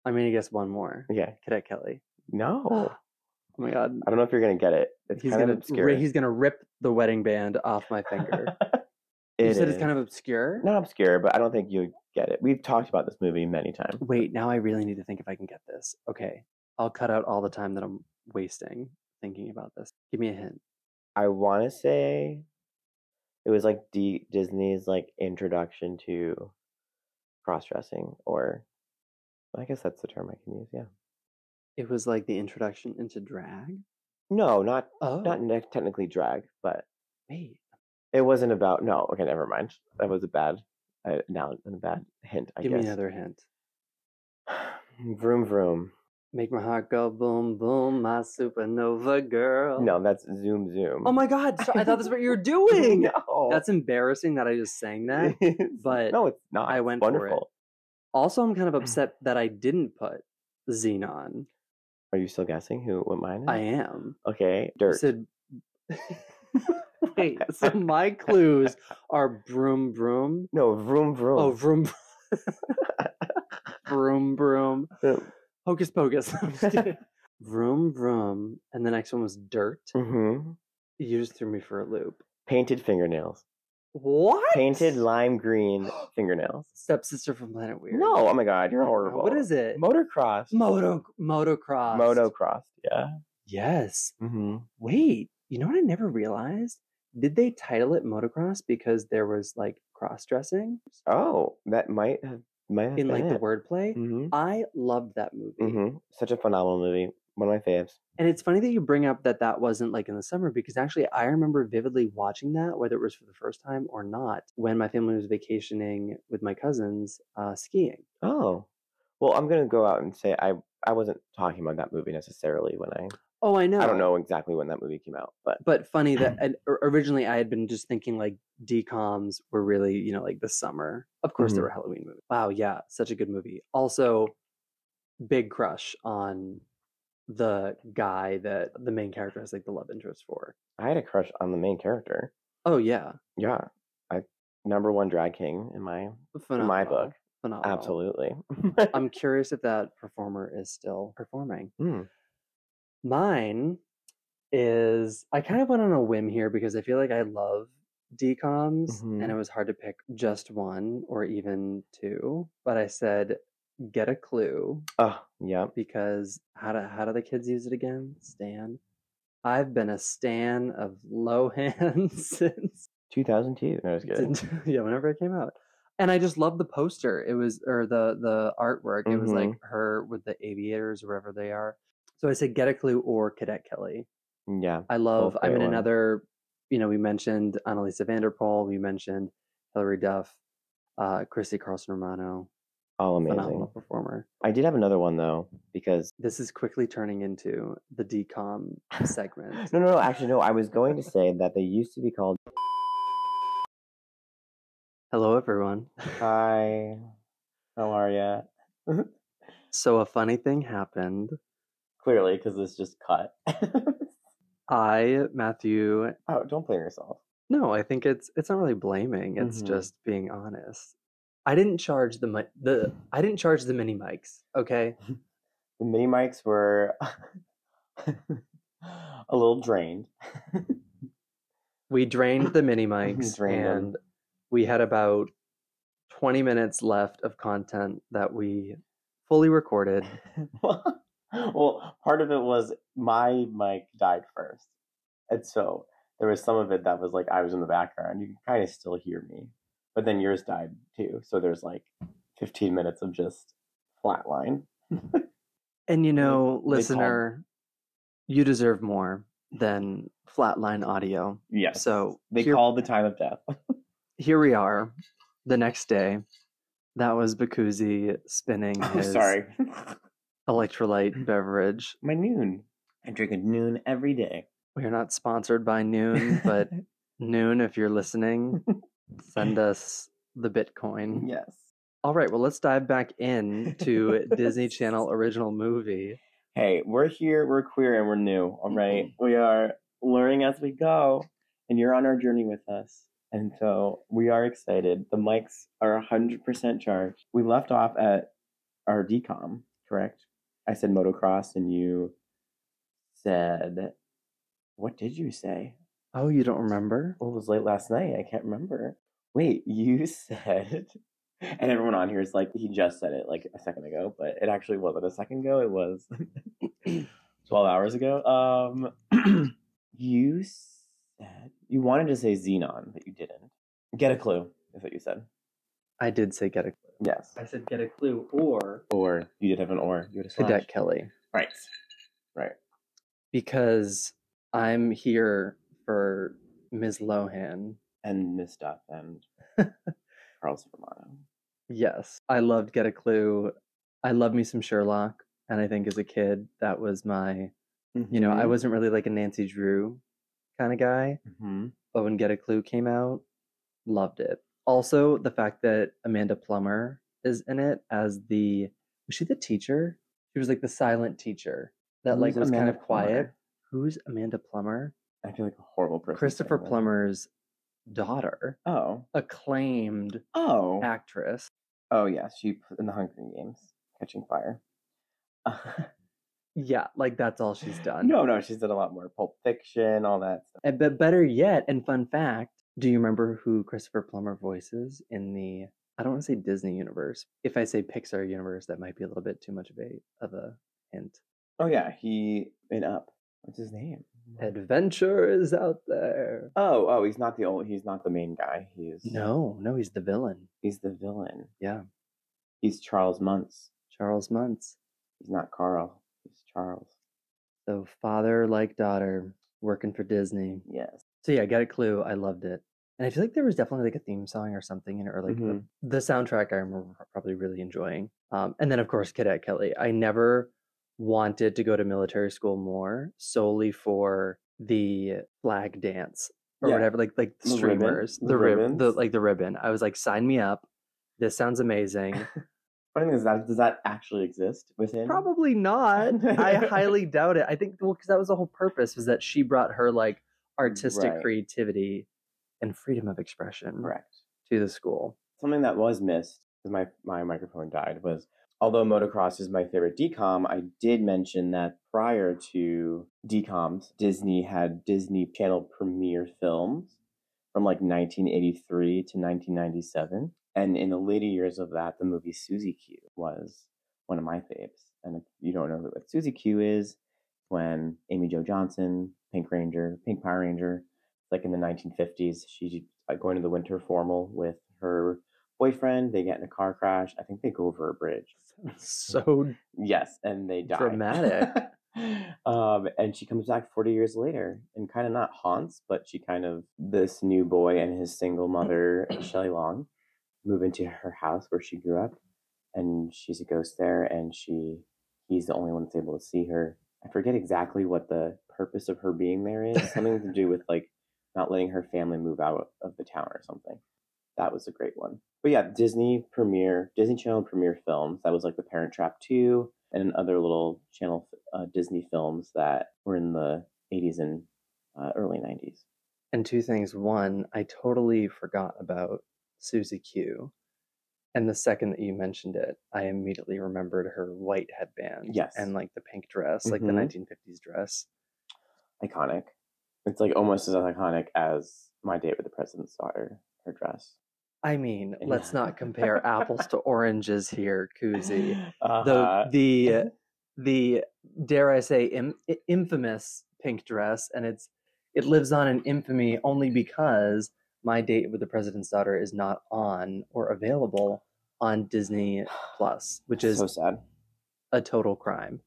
[SPEAKER 1] I'm gonna guess one more.
[SPEAKER 2] Okay,
[SPEAKER 1] Cadet Kelly.
[SPEAKER 2] no.
[SPEAKER 1] Oh my god.
[SPEAKER 2] I don't know if you're gonna get it. It's
[SPEAKER 1] He's
[SPEAKER 2] kind
[SPEAKER 1] gonna
[SPEAKER 2] of obscure.
[SPEAKER 1] ri- he's gonna rip the wedding band off my finger.
[SPEAKER 2] It
[SPEAKER 1] you said
[SPEAKER 2] is.
[SPEAKER 1] it's kind of obscure.
[SPEAKER 2] not obscure, but I don't think you get it. We've talked about this movie many times.
[SPEAKER 1] Wait, now I really need to think if I can get this. Okay. I'll cut out all the time that I'm wasting thinking about this. Give me a hint.
[SPEAKER 2] I want to say it was like D- Disney's like introduction to cross dressing, or I guess that's the term I can use. Yeah.
[SPEAKER 1] It was like the introduction into drag.
[SPEAKER 2] No, not
[SPEAKER 1] Oh
[SPEAKER 2] not ne- technically drag, but
[SPEAKER 1] wait.
[SPEAKER 2] it wasn't about. No, okay, never mind. That was a bad uh, noun and a bad hint. I
[SPEAKER 1] Give
[SPEAKER 2] guess.
[SPEAKER 1] me another hint.
[SPEAKER 2] Vroom vroom.
[SPEAKER 1] Make my heart go boom boom, my supernova girl.
[SPEAKER 2] No, that's zoom zoom.
[SPEAKER 1] Oh my god, so I thought that's what you were doing.
[SPEAKER 2] No.
[SPEAKER 1] That's embarrassing that I just sang that. but
[SPEAKER 2] Oh. no, Mm. it's not.
[SPEAKER 1] I
[SPEAKER 2] It's
[SPEAKER 1] went for it.
[SPEAKER 2] wonderful.
[SPEAKER 1] Also, I'm kind of upset that I didn't put Xenon.
[SPEAKER 2] Are you still guessing who what mine is?
[SPEAKER 1] I am.
[SPEAKER 2] Okay,
[SPEAKER 1] You
[SPEAKER 2] dirt.
[SPEAKER 1] Said, wait, so my clues are broom broom.
[SPEAKER 2] no, vroom vroom.
[SPEAKER 1] Oh, vroom broom broom. Hocus pocus. I'm just kidding. vroom vroom. And the next one was dirt.
[SPEAKER 2] hmm
[SPEAKER 1] You just threw me for a loop.
[SPEAKER 2] Painted fingernails.
[SPEAKER 1] What?
[SPEAKER 2] Painted lime green fingernails.
[SPEAKER 1] Stepsister from Planet Weird.
[SPEAKER 2] No, oh my god, you're
[SPEAKER 1] Oh,
[SPEAKER 2] horrible.
[SPEAKER 1] What is it?
[SPEAKER 2] Motocross.
[SPEAKER 1] Moto motocross.
[SPEAKER 2] Motocross. Yeah.
[SPEAKER 1] Yes.
[SPEAKER 2] Mm-hmm.
[SPEAKER 1] Wait, you know what I never realized? Did they title it motocross because there was like cross dressing
[SPEAKER 2] Oh, that might have might have
[SPEAKER 1] in like the
[SPEAKER 2] been
[SPEAKER 1] wordplay?
[SPEAKER 2] hmm
[SPEAKER 1] I loved that movie.
[SPEAKER 2] hmm Such a phenomenal movie. One of my faves.
[SPEAKER 1] And it's funny that you bring up that that wasn't like in the summer because actually I remember vividly watching that, whether it was for the first time or not, when my family was vacationing with my cousins uh, skiing.
[SPEAKER 2] Oh. Well, I'm gonna go out and say I I wasn't talking about that movie necessarily when I
[SPEAKER 1] Oh, I know.
[SPEAKER 2] I don't know exactly when that movie came out, but
[SPEAKER 1] But funny that and or- originally I had been just thinking like DComs were really, you know, like the summer. Of course, there
[SPEAKER 2] Mhm.
[SPEAKER 1] were Halloween movies. Wow, yeah, such a good movie. Also, big crush on the guy that the main character has like the love interest for.
[SPEAKER 2] I had a crush on the main character.
[SPEAKER 1] Oh yeah,
[SPEAKER 2] Yeah, I number one drag king in my in my
[SPEAKER 1] phenomenal.
[SPEAKER 2] book.
[SPEAKER 1] phenomenal.
[SPEAKER 2] Absolutely.
[SPEAKER 1] I'm curious if that performer is still performing.
[SPEAKER 2] Mm.
[SPEAKER 1] Mine is I kind of went on a whim here because I feel like I love decoms
[SPEAKER 2] Mhm.
[SPEAKER 1] and it was hard to pick just one or even two, but I said get a clue
[SPEAKER 2] Oh, yeah.
[SPEAKER 1] because how do how do the kids use it again? Stan. I've been a stan of Lohan since
[SPEAKER 2] 2002. No, it's good.
[SPEAKER 1] since- yeah, whenever it came out. And I just loved the poster. It was or the the artwork. It was like her with the aviators or whatever they are. So I said get a clue or Cadet Kelly.
[SPEAKER 2] Yeah.
[SPEAKER 1] I love. I
[SPEAKER 2] great
[SPEAKER 1] mean,
[SPEAKER 2] ones.
[SPEAKER 1] another. You know, we mentioned Annalisa Vanderpool. We mentioned Hilary Duff, uh, Christy Carlson Romano,
[SPEAKER 2] All amazing.
[SPEAKER 1] phenomenal performer.
[SPEAKER 2] I did have another one though, because
[SPEAKER 1] This is quickly turning into the decom segment.
[SPEAKER 2] no, no, no. Actually, no. I was going to say that they used to be called.
[SPEAKER 1] Hello, everyone.
[SPEAKER 2] Hi. How are ya?
[SPEAKER 1] So a funny thing happened.
[SPEAKER 2] Clearly, because it's just cut.
[SPEAKER 1] I, Matthew,
[SPEAKER 2] oh, don't blame yourself.
[SPEAKER 1] No, I think it's it's not really blaming. It's
[SPEAKER 2] Mhm.
[SPEAKER 1] just being honest. I didn't charge the mi- the I didn't charge the mini mics. Okay,
[SPEAKER 2] The mini mics were a little drained.
[SPEAKER 1] we drained the mini mics
[SPEAKER 2] Drained 'em.
[SPEAKER 1] and we had about twenty minutes left of content that we fully recorded.
[SPEAKER 2] well, part of it was my mic died first. And so there was some of it that was like I was in the background. You can kind of still hear me. But then yours died too. So there's like 15 minutes of just flatline.
[SPEAKER 1] And you know,
[SPEAKER 2] they called-
[SPEAKER 1] listener, you deserve more than flatline audio.
[SPEAKER 2] Yes.
[SPEAKER 1] So
[SPEAKER 2] they
[SPEAKER 1] here-
[SPEAKER 2] called the time of death.
[SPEAKER 1] here we are, the next day. That was Bakuzi spinning his
[SPEAKER 2] Sorry.
[SPEAKER 1] electrolyte beverage.
[SPEAKER 2] my noon. I drink at noon every day.
[SPEAKER 1] We are not sponsored by Noon, but Noon, if you're listening, send us the Bitcoin.
[SPEAKER 2] yes.
[SPEAKER 1] All right, well, let's dive back in to Disney Channel original movie.
[SPEAKER 2] hey, we're here, we're queer, and we're new. All right? we are learning as we go, and you're on our journey with us. And so we are excited. The mics are 100% charged. We left off at our decom, correct? I said motocross, and you said, what did you say?
[SPEAKER 1] Oh, you don't remember?
[SPEAKER 2] Well, it was late last night. I can't remember. Wait, you said, and everyone on here is like, he just said it like a second ago, but it actually wasn't a second ago. It was 12 hours ago. Um, you said, you wanted to say Xenon, but you didn't. Get a clue, is what you said.
[SPEAKER 1] I did say get a clue.
[SPEAKER 2] Yes.
[SPEAKER 1] I said get a clue or
[SPEAKER 2] Or you did have an or. You would have
[SPEAKER 1] Cadet
[SPEAKER 2] slash.
[SPEAKER 1] Kelly
[SPEAKER 2] Right.
[SPEAKER 1] because I'm here for Ms. Lohan.
[SPEAKER 2] And Miss Duff and Charles Romano.
[SPEAKER 1] Yes, I loved Get a Clue. I love me some Sherlock. And I think as a kid, that was my You know,
[SPEAKER 2] Mm-hmm.
[SPEAKER 1] I wasn't really like a Nancy Drew kind of guy,
[SPEAKER 2] hmm
[SPEAKER 1] but when Get a Clue came out, loved it. Also, the fact that Amanda Plummer is in it as the was she the teacher? She was like the silent teacher that like was kind of quiet. Who's Amanda Plummer?
[SPEAKER 2] I feel like a horrible person. saying
[SPEAKER 1] Christopher
[SPEAKER 2] that.
[SPEAKER 1] Plummer's daughter,
[SPEAKER 2] Oh.
[SPEAKER 1] acclaimed
[SPEAKER 2] Oh.
[SPEAKER 1] actress.
[SPEAKER 2] Oh yeah, she p- in the Hunger Games, Catching Fire.
[SPEAKER 1] Yeah, like that's all she's done.
[SPEAKER 2] no, no, she's done a lot more. Pulp Fiction, all that stuff.
[SPEAKER 1] And- Eh, But better yet, and fun fact, do you remember who Christopher Plummer voices in the? I don't want to say Disney universe. If I say Pixar universe, that might be a little bit too much of a of a hint.
[SPEAKER 2] Oh yeah, he in Up. What's his name?
[SPEAKER 1] Adventure is out there.
[SPEAKER 2] Oh, oh, he's not the only. He's not the main guy. He's
[SPEAKER 1] No, no, he's the villain.
[SPEAKER 2] He's the villain.
[SPEAKER 1] Yeah.
[SPEAKER 2] He's Charles Muntz.
[SPEAKER 1] Charles Muntz.
[SPEAKER 2] He's not Carl. He's Charles.
[SPEAKER 1] So father like daughter working for Disney.
[SPEAKER 2] Yes.
[SPEAKER 1] So yeah, get a clue. I loved it, and I feel like there was definitely like a theme song or something in it, or like the
[SPEAKER 2] Mhm.
[SPEAKER 1] the soundtrack I remember probably really enjoying. Um, and then, of course, Cadet Kelly. I never wanted to go to military school more solely for the flag dance or
[SPEAKER 2] Yeah.
[SPEAKER 1] whatever, like like
[SPEAKER 2] The ribbon,
[SPEAKER 1] streamers,
[SPEAKER 2] the
[SPEAKER 1] the ribbon, the,
[SPEAKER 2] ribbons.
[SPEAKER 1] like the ribbon. I was like, sign me up. This sounds amazing.
[SPEAKER 2] Funny thing is that does that actually exist within?
[SPEAKER 1] probably not. I highly doubt it. I think well, because that was the whole purpose was that she brought her like artistic
[SPEAKER 2] Right.
[SPEAKER 1] creativity and freedom of expression
[SPEAKER 2] Correct.
[SPEAKER 1] to the school.
[SPEAKER 2] Something that was missed because my my microphone died was although motocross is my favorite decom i did mention that prior to decoms disney had disney channel premiere films from like 1983 to 1997 and in the later years of that the movie susie q was one of my faves and if you don't know what susie q is when amy jo johnson pink ranger pink power ranger like in the 1950s she's uh, going to the winter formal with her boyfriend. They get in a car crash. I think they go over a bridge.
[SPEAKER 1] So
[SPEAKER 2] Yes, and they die.
[SPEAKER 1] Dramatic.
[SPEAKER 2] um, and she comes back 40 years later and kind of not haunts, but she kind of, this new boy and his single mother, Shelley Long, move into her house where she grew up. And she's a ghost there, and she, he's the only one that's able to see her. I forget exactly what the purpose of her being there is. Something to do with like not letting her family move out of the town or something. That was a great one. But yeah, Disney premiere, Disney Channel premiere films. That was like The Parent Trap 2 and other little channel uh, Disney films that were in the 80s and uh, early 90s.
[SPEAKER 1] and two things. One, I totally forgot about Susie Q. And the second that you mentioned it, I immediately remembered her white headband.
[SPEAKER 2] Yes.
[SPEAKER 1] And like the pink dress, like
[SPEAKER 2] Mhm.
[SPEAKER 1] the 1950s dress.
[SPEAKER 2] Iconic. It's like almost as iconic as My Date with the President's Daughter, her dress.
[SPEAKER 1] I mean,
[SPEAKER 2] Yeah.
[SPEAKER 1] let's not compare apples to oranges here, Koozie.
[SPEAKER 2] Uh-huh.
[SPEAKER 1] the
[SPEAKER 2] Mm-hmm.
[SPEAKER 1] the uh, the dare I say Im- i- infamous pink dress, and it's it lives on in infamy only because my date with the president's daughter is not on or available on Disney Plus, which is
[SPEAKER 2] so sad.
[SPEAKER 1] a total crime.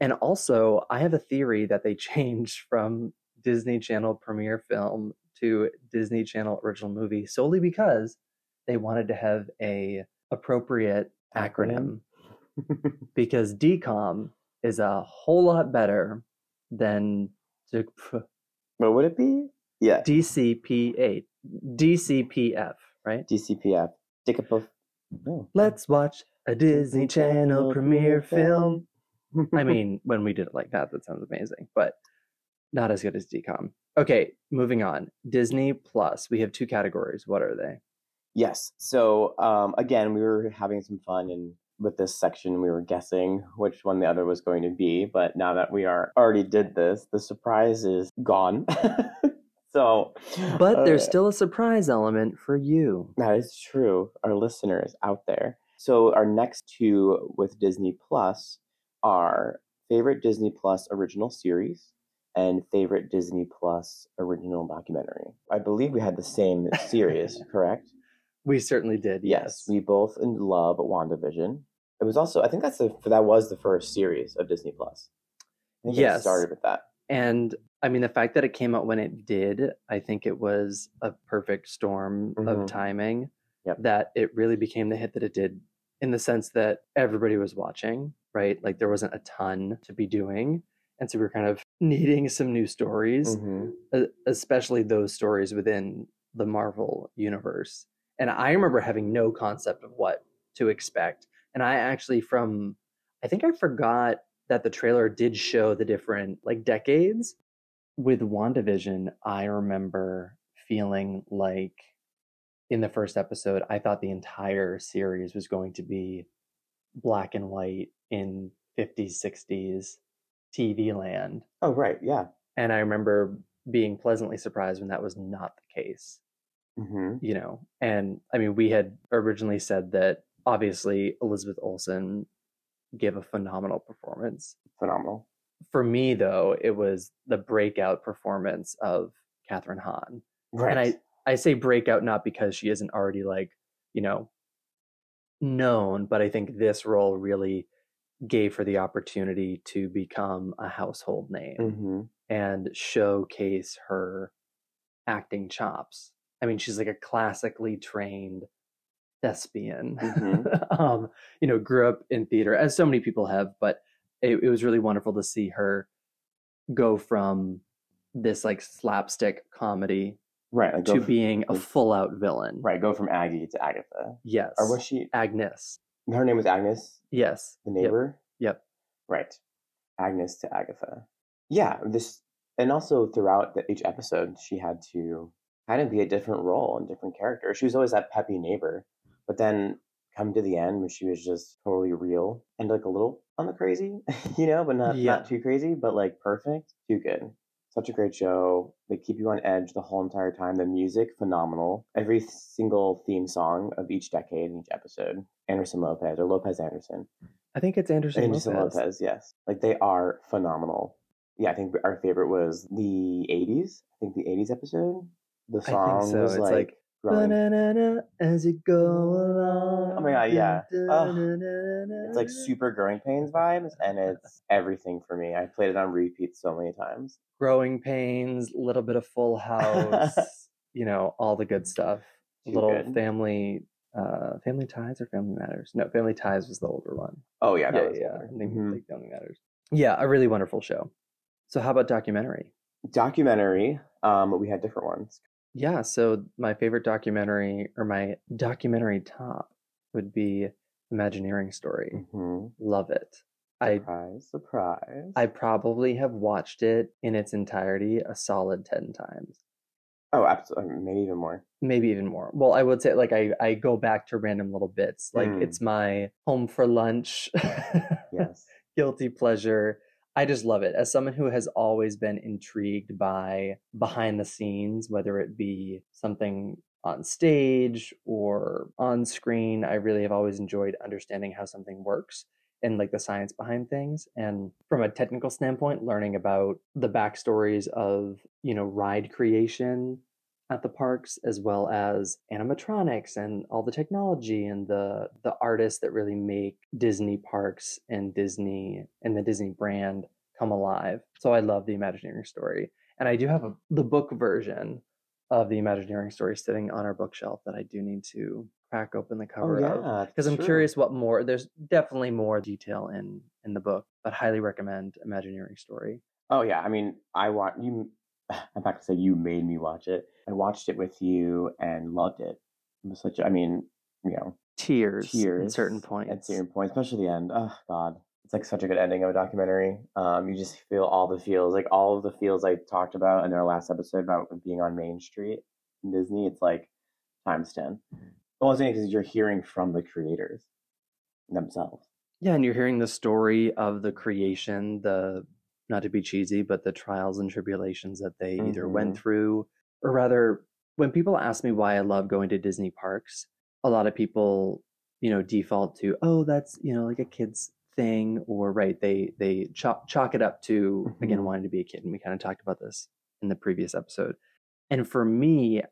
[SPEAKER 1] And also, I have a theory that they changed from Disney Channel premiere film to Disney Channel original movie solely because they wanted to have a appropriate acronym. because DCOM is a whole lot better than d- p-
[SPEAKER 2] But would it be? Yeah.
[SPEAKER 1] DCPA, DCPF, right?
[SPEAKER 2] DCPF. Dickapuff. Oh.
[SPEAKER 1] Let's watch a Disney Channel premiere film. I mean, when we did it like that, that sounds amazing, but not as good as DCOM. Okay, moving on. Disney Plus. We have two categories. What are they?
[SPEAKER 2] Yes. So um, again, we were having some fun, and with this section, we were guessing which one the other was going to be. But now that we are already did this, the surprise is gone. so,
[SPEAKER 1] But there's
[SPEAKER 2] uh,
[SPEAKER 1] still a surprise element for you.
[SPEAKER 2] that is true. Our listeners out there. So our next two with Disney Plus are favorite Disney Plus original series and favorite Disney Plus original documentary. I believe we had the same series, correct?
[SPEAKER 1] We certainly did.
[SPEAKER 2] Yes, we both in love WandaVision. It was also, I think that's the that was the first series of Disney Plus. I think
[SPEAKER 1] Yes.
[SPEAKER 2] it started with that.
[SPEAKER 1] And I mean, the fact that it came out when it did, I think it was a perfect storm
[SPEAKER 2] Mhm.
[SPEAKER 1] of timing
[SPEAKER 2] Yep.
[SPEAKER 1] that it really became the hit that it did in the sense that everybody was watching, right? Like there wasn't a ton to be doing. And so we were kind of needing some new stories,
[SPEAKER 2] Mm-hmm.
[SPEAKER 1] e- especially those stories within the Marvel universe. And I remember having no concept of what to expect. And I actually, from, I think I forgot that the trailer did show the different like decades. With WandaVision, I remember feeling like in the first episode, I thought the entire series was going to be black and white in 50s, 60s TV land.
[SPEAKER 2] Oh right, yeah.
[SPEAKER 1] And I remember being pleasantly surprised when that was not the case,
[SPEAKER 2] hmm
[SPEAKER 1] you know. And I mean, we had originally said that obviously Elizabeth Olsen gave a phenomenal performance.
[SPEAKER 2] Phenomenal.
[SPEAKER 1] For me, though, it was the breakout performance of Catherine Hahn.
[SPEAKER 2] Right.
[SPEAKER 1] And I, I say breakout not because she isn't already like, you know, known, but I think this role really gave her the opportunity to become a household name
[SPEAKER 2] hmm
[SPEAKER 1] and showcase her acting chops. I mean, she's like a classically trained thespian.
[SPEAKER 2] Mm-hmm.
[SPEAKER 1] um, you know, grew up in theater, as so many people have, but it, it was really wonderful to see her go from this like slapstick comedy
[SPEAKER 2] Right. Like, go
[SPEAKER 1] to
[SPEAKER 2] from,
[SPEAKER 1] being a
[SPEAKER 2] like-
[SPEAKER 1] full out villain.
[SPEAKER 2] right. Go from Aggie to Agatha.
[SPEAKER 1] Yes.
[SPEAKER 2] Or was she?
[SPEAKER 1] Agnes.
[SPEAKER 2] Her name was Agnes,
[SPEAKER 1] Yes.
[SPEAKER 2] the
[SPEAKER 1] Yep.
[SPEAKER 2] neighbor.
[SPEAKER 1] Yep.
[SPEAKER 2] Right. Agnes to Agatha. Yeah. This and also throughout the, each episode, she had to kind of be a different role and different character. She was always that peppy neighbor, but then come to the end when she was just totally real and like a little on the crazy, you know, but not,
[SPEAKER 1] Yeah.
[SPEAKER 2] not too crazy, but like perfect, too good. Such a great show. They keep you on edge the whole entire time. The music, phenomenal. Every single theme song of each decade in each episode. Anderson Lopez or Lopez Anderson.
[SPEAKER 1] I think it's Anderson,
[SPEAKER 2] Anderson
[SPEAKER 1] Lopez.
[SPEAKER 2] Lopez. yes. Like they are phenomenal. Yeah, I think our favorite was the 80s. I think the 80s episode. The
[SPEAKER 1] think
[SPEAKER 2] song
[SPEAKER 1] so.
[SPEAKER 2] was
[SPEAKER 1] It's
[SPEAKER 2] like,
[SPEAKER 1] like,
[SPEAKER 2] growing-
[SPEAKER 1] Ba-na-na-na, as you go along.
[SPEAKER 2] Oh my God, yeah. Ugh.
[SPEAKER 1] Da-da-na-na-na.
[SPEAKER 2] it's like super growing pains vibes and it's everything for me. I played it on repeat so many times.
[SPEAKER 1] growing pains, little bit of Full House, you know, all the good stuff.
[SPEAKER 2] Too
[SPEAKER 1] little
[SPEAKER 2] good.
[SPEAKER 1] family, uh, family ties or family matters. No, family ties was the older one.
[SPEAKER 2] Oh yeah, that
[SPEAKER 1] yeah,
[SPEAKER 2] was
[SPEAKER 1] yeah.
[SPEAKER 2] better.
[SPEAKER 1] I think
[SPEAKER 2] Mhm.
[SPEAKER 1] like, Family Matters. Yeah, a really wonderful show. So, how about documentary?
[SPEAKER 2] Documentary. Um, we had different ones.
[SPEAKER 1] Yeah, so my favorite documentary or my documentary top would be Imagineering Story.
[SPEAKER 2] Mhm.
[SPEAKER 1] Love it. I
[SPEAKER 2] Surprise, surprise.
[SPEAKER 1] I probably have watched it in its entirety a solid 10 times,
[SPEAKER 2] oh, absolutely. Maybe even more.
[SPEAKER 1] maybe even more. Well, I would say like I I go back to random little bits. Like
[SPEAKER 2] Mm.
[SPEAKER 1] it's my home for lunch.
[SPEAKER 2] Yes.
[SPEAKER 1] guilty pleasure. I just love it. As someone who has always been intrigued by behind the scenes, whether it be something on stage or on screen, I really have always enjoyed understanding how something works and like the science behind things. And from a technical standpoint, learning about the backstories of, you know, ride creation at the parks as well as animatronics and all the technology and the the artists that really make Disney parks and Disney and the Disney brand come alive. So I love the Imagineering story. And I do have a, the book version of the Imagineering story sitting on our bookshelf that I do need to crack open the
[SPEAKER 2] Oh,
[SPEAKER 1] cover of because I'm
[SPEAKER 2] sure.
[SPEAKER 1] curious what more. There's definitely more detail in in the book, but highly recommend Imagineering Story.
[SPEAKER 2] Oh yeah, I mean, I watch you. I'm not gonna say you made me watch it. I watched it with you and loved it. It was such. a- I mean, you know,
[SPEAKER 1] Tears,
[SPEAKER 2] tears
[SPEAKER 1] at certain
[SPEAKER 2] At
[SPEAKER 1] points.
[SPEAKER 2] certain points, especially the end. Oh God, it's like such a good ending of a documentary. Um, you just feel all the feels, like all of the feels I talked about in our last episode about being on Main Street in Disney. It's like times ten.
[SPEAKER 1] Mm-hmm.
[SPEAKER 2] Well, it's because you're hearing from the creators themselves.
[SPEAKER 1] Yeah, and you're hearing the story of the creation, the not to be cheesy, but the trials and tribulations that they either went through, or rather, when people ask me why I love going to Disney parks, a lot of people, you know, default to, oh, that's you know like a kid's thing, or right, they they chalk chalk it up to again
[SPEAKER 2] Mhm.
[SPEAKER 1] wanting to be a kid, and we kind of talked about this in the previous episode. And for me,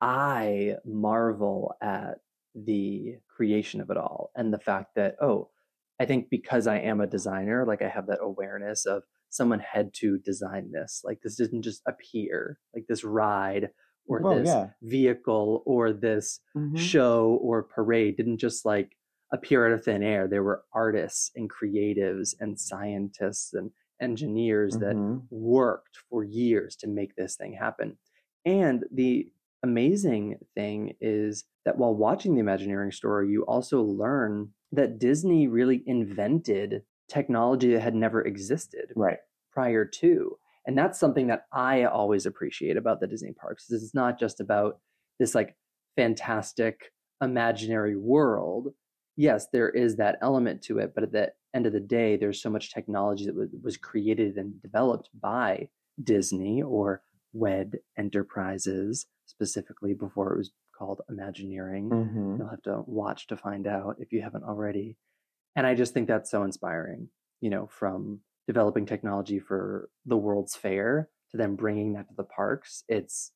[SPEAKER 1] I marvel at the creation of it all and the fact that, oh, I think because I am a designer, like I have that awareness of someone had to design this. Like this didn't just appear, like this ride or
[SPEAKER 2] Well,
[SPEAKER 1] this Mm-hmm.
[SPEAKER 2] yeah. Mm-hmm.
[SPEAKER 1] vehicle or this show or parade didn't just like appear out of thin air. There were artists and creatives and scientists and engineers that
[SPEAKER 2] Mhm.
[SPEAKER 1] worked for years to make this thing happen. And the amazing thing is that while watching the Imagineering story, you also learn that Disney really invented technology that had never existed
[SPEAKER 2] right.
[SPEAKER 1] prior to. And that's something that I always appreciate about the Disney parks. Is it's not just about this like fantastic imaginary world. Yes, there is that element to it, but at the end of the day, there's so much technology that was, was created and developed by Disney or Wed Enterprises specifically before it was called Imagineering.
[SPEAKER 2] Mm-hmm.
[SPEAKER 1] You'll have to watch to find out if you haven't already. And I just think that's so inspiring, you know, from developing technology for the World's Fair to then bringing that to the parks. It's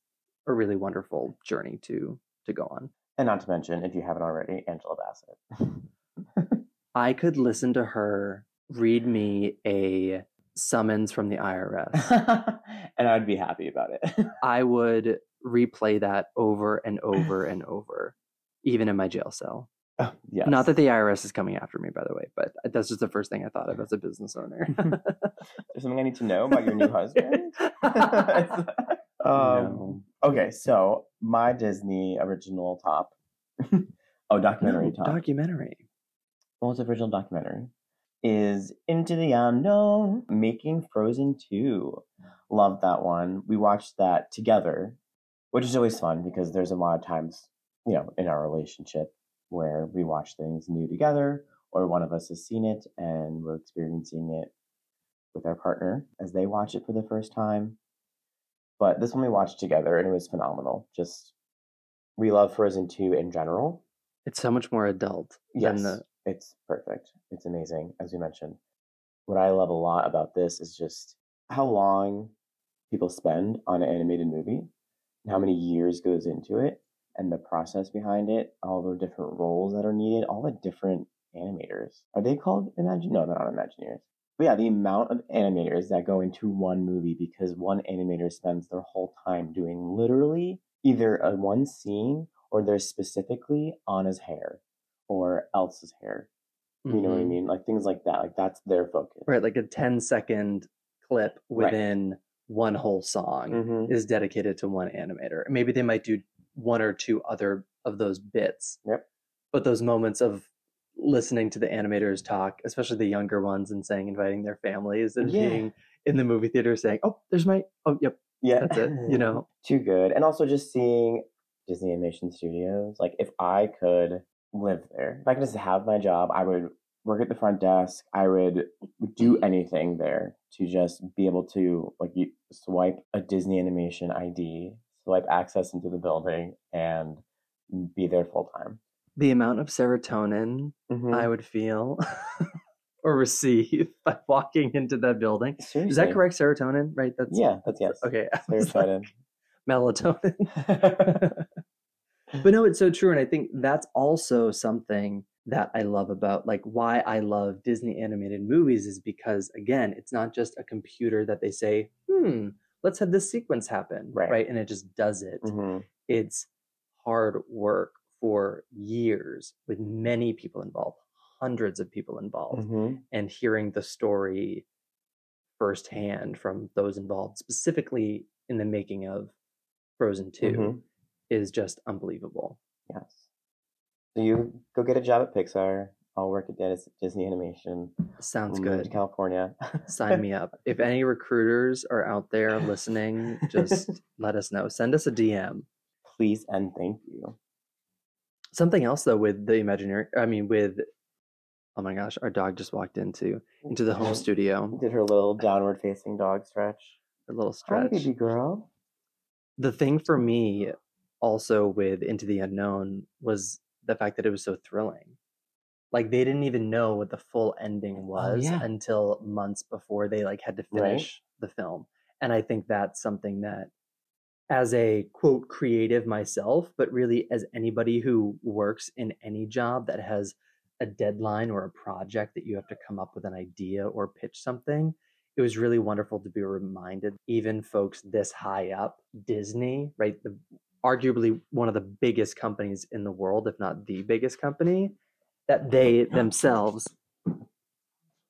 [SPEAKER 1] a really wonderful journey to to go on.
[SPEAKER 2] And not to mention, if you haven't already, Angela Bassett.
[SPEAKER 1] I could listen to her read me a summons from the IRS.
[SPEAKER 2] and I'd be happy about it.
[SPEAKER 1] I would replay that over and over and over, even in my jail cell.
[SPEAKER 2] Oh, yes.
[SPEAKER 1] Not that the IRS is coming after me, by the way, but that's just the first thing I thought of as a business owner.
[SPEAKER 2] There's something I need to know about your new husband. um,
[SPEAKER 1] No.
[SPEAKER 2] Okay, so my Disney original top. oh, documentary
[SPEAKER 1] No,
[SPEAKER 2] top.
[SPEAKER 1] documentary.
[SPEAKER 2] well, it's original documentary. Is Into the Unknown, Making Frozen 2. Love that one. We watched that together, which is always fun because there's a lot of times, you know, in our relationship where we watch things new together, or one of us has seen it and we're experiencing it with our partner as they watch it for the first time. But this one we watched together and it was phenomenal. Just we love Frozen 2 in general.
[SPEAKER 1] It's so much more adult
[SPEAKER 2] Yes,
[SPEAKER 1] than the
[SPEAKER 2] it's perfect. It's amazing, as we mentioned. What I love a lot about this is just how long people spend on an animated movie, and how many years goes into it, and the process behind it, all the different roles that are needed, all the different animators. Are they called Imagine? No, they're not Imagineers. But yeah, the amount of animators that go into one movie because one animator spends their whole time doing literally either a one scene or they're specifically on his hair or else's hair. You know what I
[SPEAKER 1] Mhm.
[SPEAKER 2] mean? Like things like that. Like that's their focus.
[SPEAKER 1] right like a 10 second clip
[SPEAKER 2] Right.
[SPEAKER 1] within one whole song
[SPEAKER 2] Mm-hmm.
[SPEAKER 1] is dedicated to one animator. Maybe they might do one or two other of those bits.
[SPEAKER 2] Yep.
[SPEAKER 1] But those moments of listening to the animators talk, especially the younger ones, and saying inviting their families and
[SPEAKER 2] Yeah.
[SPEAKER 1] being in the movie theater saying, "Oh, there's my oh, yep,
[SPEAKER 2] Yeah.
[SPEAKER 1] that's it," you know.
[SPEAKER 2] Too good. And also just seeing Disney Animation Studios. Like if I could live there, if I could just have my job, I would work at the front desk. I would do anything there to just be able to like you swipe a Disney animation ID, swipe access into the building and be there full time.
[SPEAKER 1] The amount of serotonin I
[SPEAKER 2] Mm-hmm.
[SPEAKER 1] would feel or receive by walking into that building. Is that correct? Serotonin, right? That's
[SPEAKER 2] Yeah, that's yes.
[SPEAKER 1] Okay, I was like,
[SPEAKER 2] Serotonin.
[SPEAKER 1] melatonin. but no, it's so true. And I think that's also something that I love about like why I love Disney animated movies is because again, it's not just a computer that they say, hmm, let's have this sequence happen.
[SPEAKER 2] Right.
[SPEAKER 1] And it just does it.
[SPEAKER 2] Mhm.
[SPEAKER 1] It's hard work for years with many people involved, hundreds of people involved,
[SPEAKER 2] Mhm.
[SPEAKER 1] and hearing the story firsthand from those involved, specifically in the making of Frozen 2
[SPEAKER 2] Mhm.
[SPEAKER 1] is just unbelievable.
[SPEAKER 2] Yes. So you go get a job at Pixar. I'll work at Dis- Disney Animation.
[SPEAKER 1] Sounds
[SPEAKER 2] We'll move
[SPEAKER 1] good.
[SPEAKER 2] To California.
[SPEAKER 1] Sign me up. If any recruiters are out there listening, just let us know. Send us a DM.
[SPEAKER 2] Please and thank you.
[SPEAKER 1] Something else though with the Imagineering, I mean with oh my gosh, our dog just walked into into the home studio.
[SPEAKER 2] Did her little downward facing dog stretch.
[SPEAKER 1] A little
[SPEAKER 2] Hi,
[SPEAKER 1] stretch.
[SPEAKER 2] baby girl.
[SPEAKER 1] The thing for me also with Into the Unknown was the fact that it was so thrilling. Like they didn't even know what the full ending was
[SPEAKER 2] yeah.
[SPEAKER 1] until months before they like had to
[SPEAKER 2] Right.
[SPEAKER 1] finish the film. And I think that's something that as a quote creative myself, but really as anybody who works in any job that has a deadline or a project that you have to come up with an idea or pitch something, it was really wonderful to be reminded, even folks this high up, Disney, right? The arguably one of the biggest companies in the world, if not the biggest company, that they themselves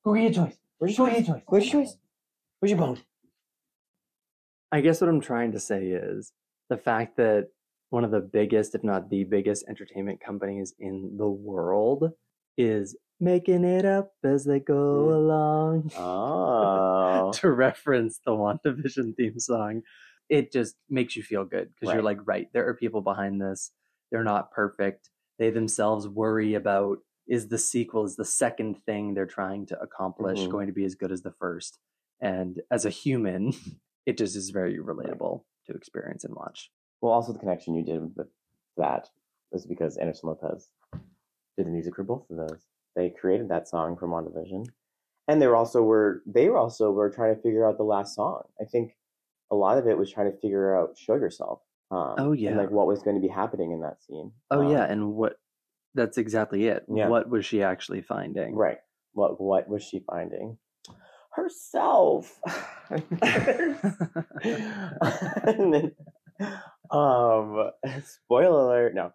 [SPEAKER 2] Go get your choice. Where's your choice? Where's your choice? Where's your bone?
[SPEAKER 1] I guess what I'm trying to say is the fact that one of the biggest, if not the biggest, entertainment companies in the world is making it up as they go
[SPEAKER 2] Mm.
[SPEAKER 1] along.
[SPEAKER 2] Oh.
[SPEAKER 1] to reference the WandaVision theme song, it just makes you feel good because you're
[SPEAKER 2] Right.
[SPEAKER 1] like, right, there are people behind this. They're not perfect. They themselves worry about is the sequel, is the second thing they're trying to accomplish
[SPEAKER 2] Mhm.
[SPEAKER 1] going to be as good as the first? And as a human, it just is very relatable to experience and watch.
[SPEAKER 2] well, also the connection you did with that was because Anderson Lopez did the music for both of those. They created that song from WandaVision, and they were also were they were also were trying to figure out the last song. I think a lot of it was trying to figure out "Show Yourself." Um,
[SPEAKER 1] Oh,
[SPEAKER 2] and,
[SPEAKER 1] yeah.
[SPEAKER 2] like what was going to be happening in that scene.
[SPEAKER 1] Oh,
[SPEAKER 2] Um,
[SPEAKER 1] yeah. And what that's exactly it.
[SPEAKER 2] Yeah.
[SPEAKER 1] What was she actually finding?
[SPEAKER 2] um, right. What what was she finding? Herself. And then, um, spoiler alert. No.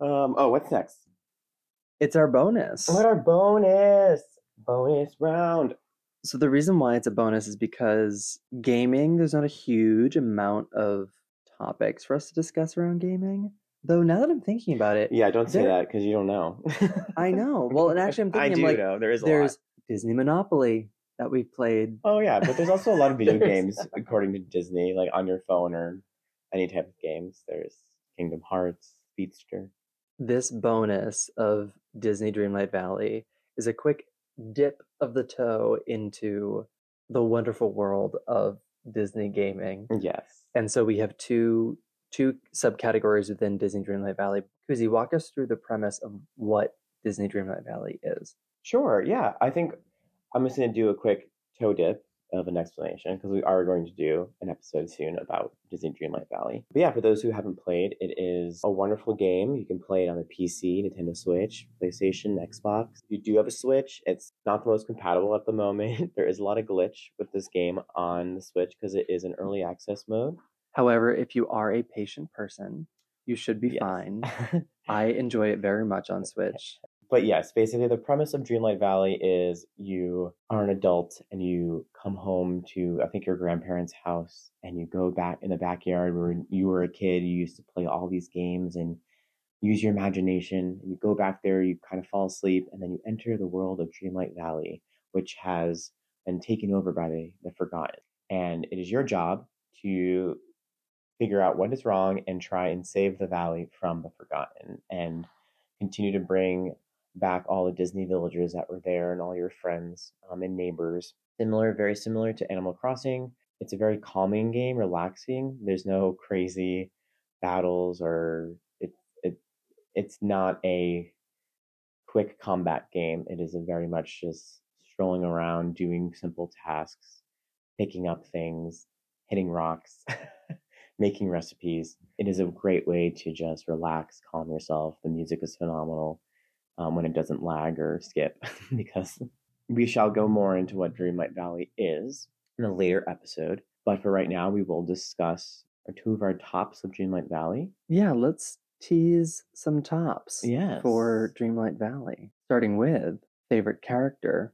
[SPEAKER 2] Um. Oh, what's next?
[SPEAKER 1] it's our bonus.
[SPEAKER 2] What our bonus bonus round?
[SPEAKER 1] So the reason why it's a bonus is because gaming, there's not a huge amount of topics for us to discuss around gaming. Though now that I'm thinking about it,
[SPEAKER 2] Yeah, don't say
[SPEAKER 1] There-
[SPEAKER 2] that because you don't know.
[SPEAKER 1] I know. Well, and actually, I'm
[SPEAKER 2] I
[SPEAKER 1] thinking I'm
[SPEAKER 2] do
[SPEAKER 1] like,
[SPEAKER 2] know there is a
[SPEAKER 1] there's
[SPEAKER 2] lot.
[SPEAKER 1] Disney Monopoly that we played.
[SPEAKER 2] Oh yeah, but there's also a lot of video
[SPEAKER 1] There's-
[SPEAKER 2] games according to Disney, like on your phone or any type of games. There's Kingdom Hearts, Speedster.
[SPEAKER 1] this bonus of Disney Dreamlight Valley is a quick dip of the toe into the wonderful world of Disney gaming.
[SPEAKER 2] Yes.
[SPEAKER 1] And so we have two two subcategories within Disney Dreamlight Valley. Kuzi, walk us through the premise of what Disney Dreamlight Valley is.
[SPEAKER 2] Sure. Yeah. I think I'm just going to do a quick toe dip of an explanation because we are going to do an episode soon about Disney Dreamlight Valley. But yeah, for those who haven't played, it is a wonderful game. You can play it on the PC, Nintendo Switch, PlayStation, Xbox. If you do have a Switch, it's not the most compatible at the moment. there is a lot of glitch with this game on the Switch because it is in early access mode.
[SPEAKER 1] However, if you are a patient person, you should be
[SPEAKER 2] Yes.
[SPEAKER 1] fine. I enjoy it very much on Switch.
[SPEAKER 2] but yes, basically the premise of Dreamlight Valley is you are an adult and you come home to I think your grandparents' house and you go back in the backyard where you were a kid, you used to play all these games and use your imagination and you go back there, you kind of fall asleep, and then you enter the world of Dreamlight Valley, which has been taken over by the, the forgotten. And it is your job to figure out what is wrong and try and save the valley from the forgotten and continue to bring back all the Disney villagers that were there and all your friends um, and neighbors. Similar, very similar to Animal Crossing. It's a very calming game, relaxing. There's no crazy battles or it, it it's not a quick combat game. It is a very much just strolling around, doing simple tasks, picking up things, hitting rocks, making recipes. It is a great way to just relax, calm yourself. The music is phenomenal um, when it doesn't lag or skip, because we shall go more into what Dreamlight Valley is in a later episode. But for right now, we will discuss our two of our tops of Dreamlight Valley.
[SPEAKER 1] Yeah, let's tease some tops
[SPEAKER 2] Yes.
[SPEAKER 1] for Dreamlight Valley, starting with favorite character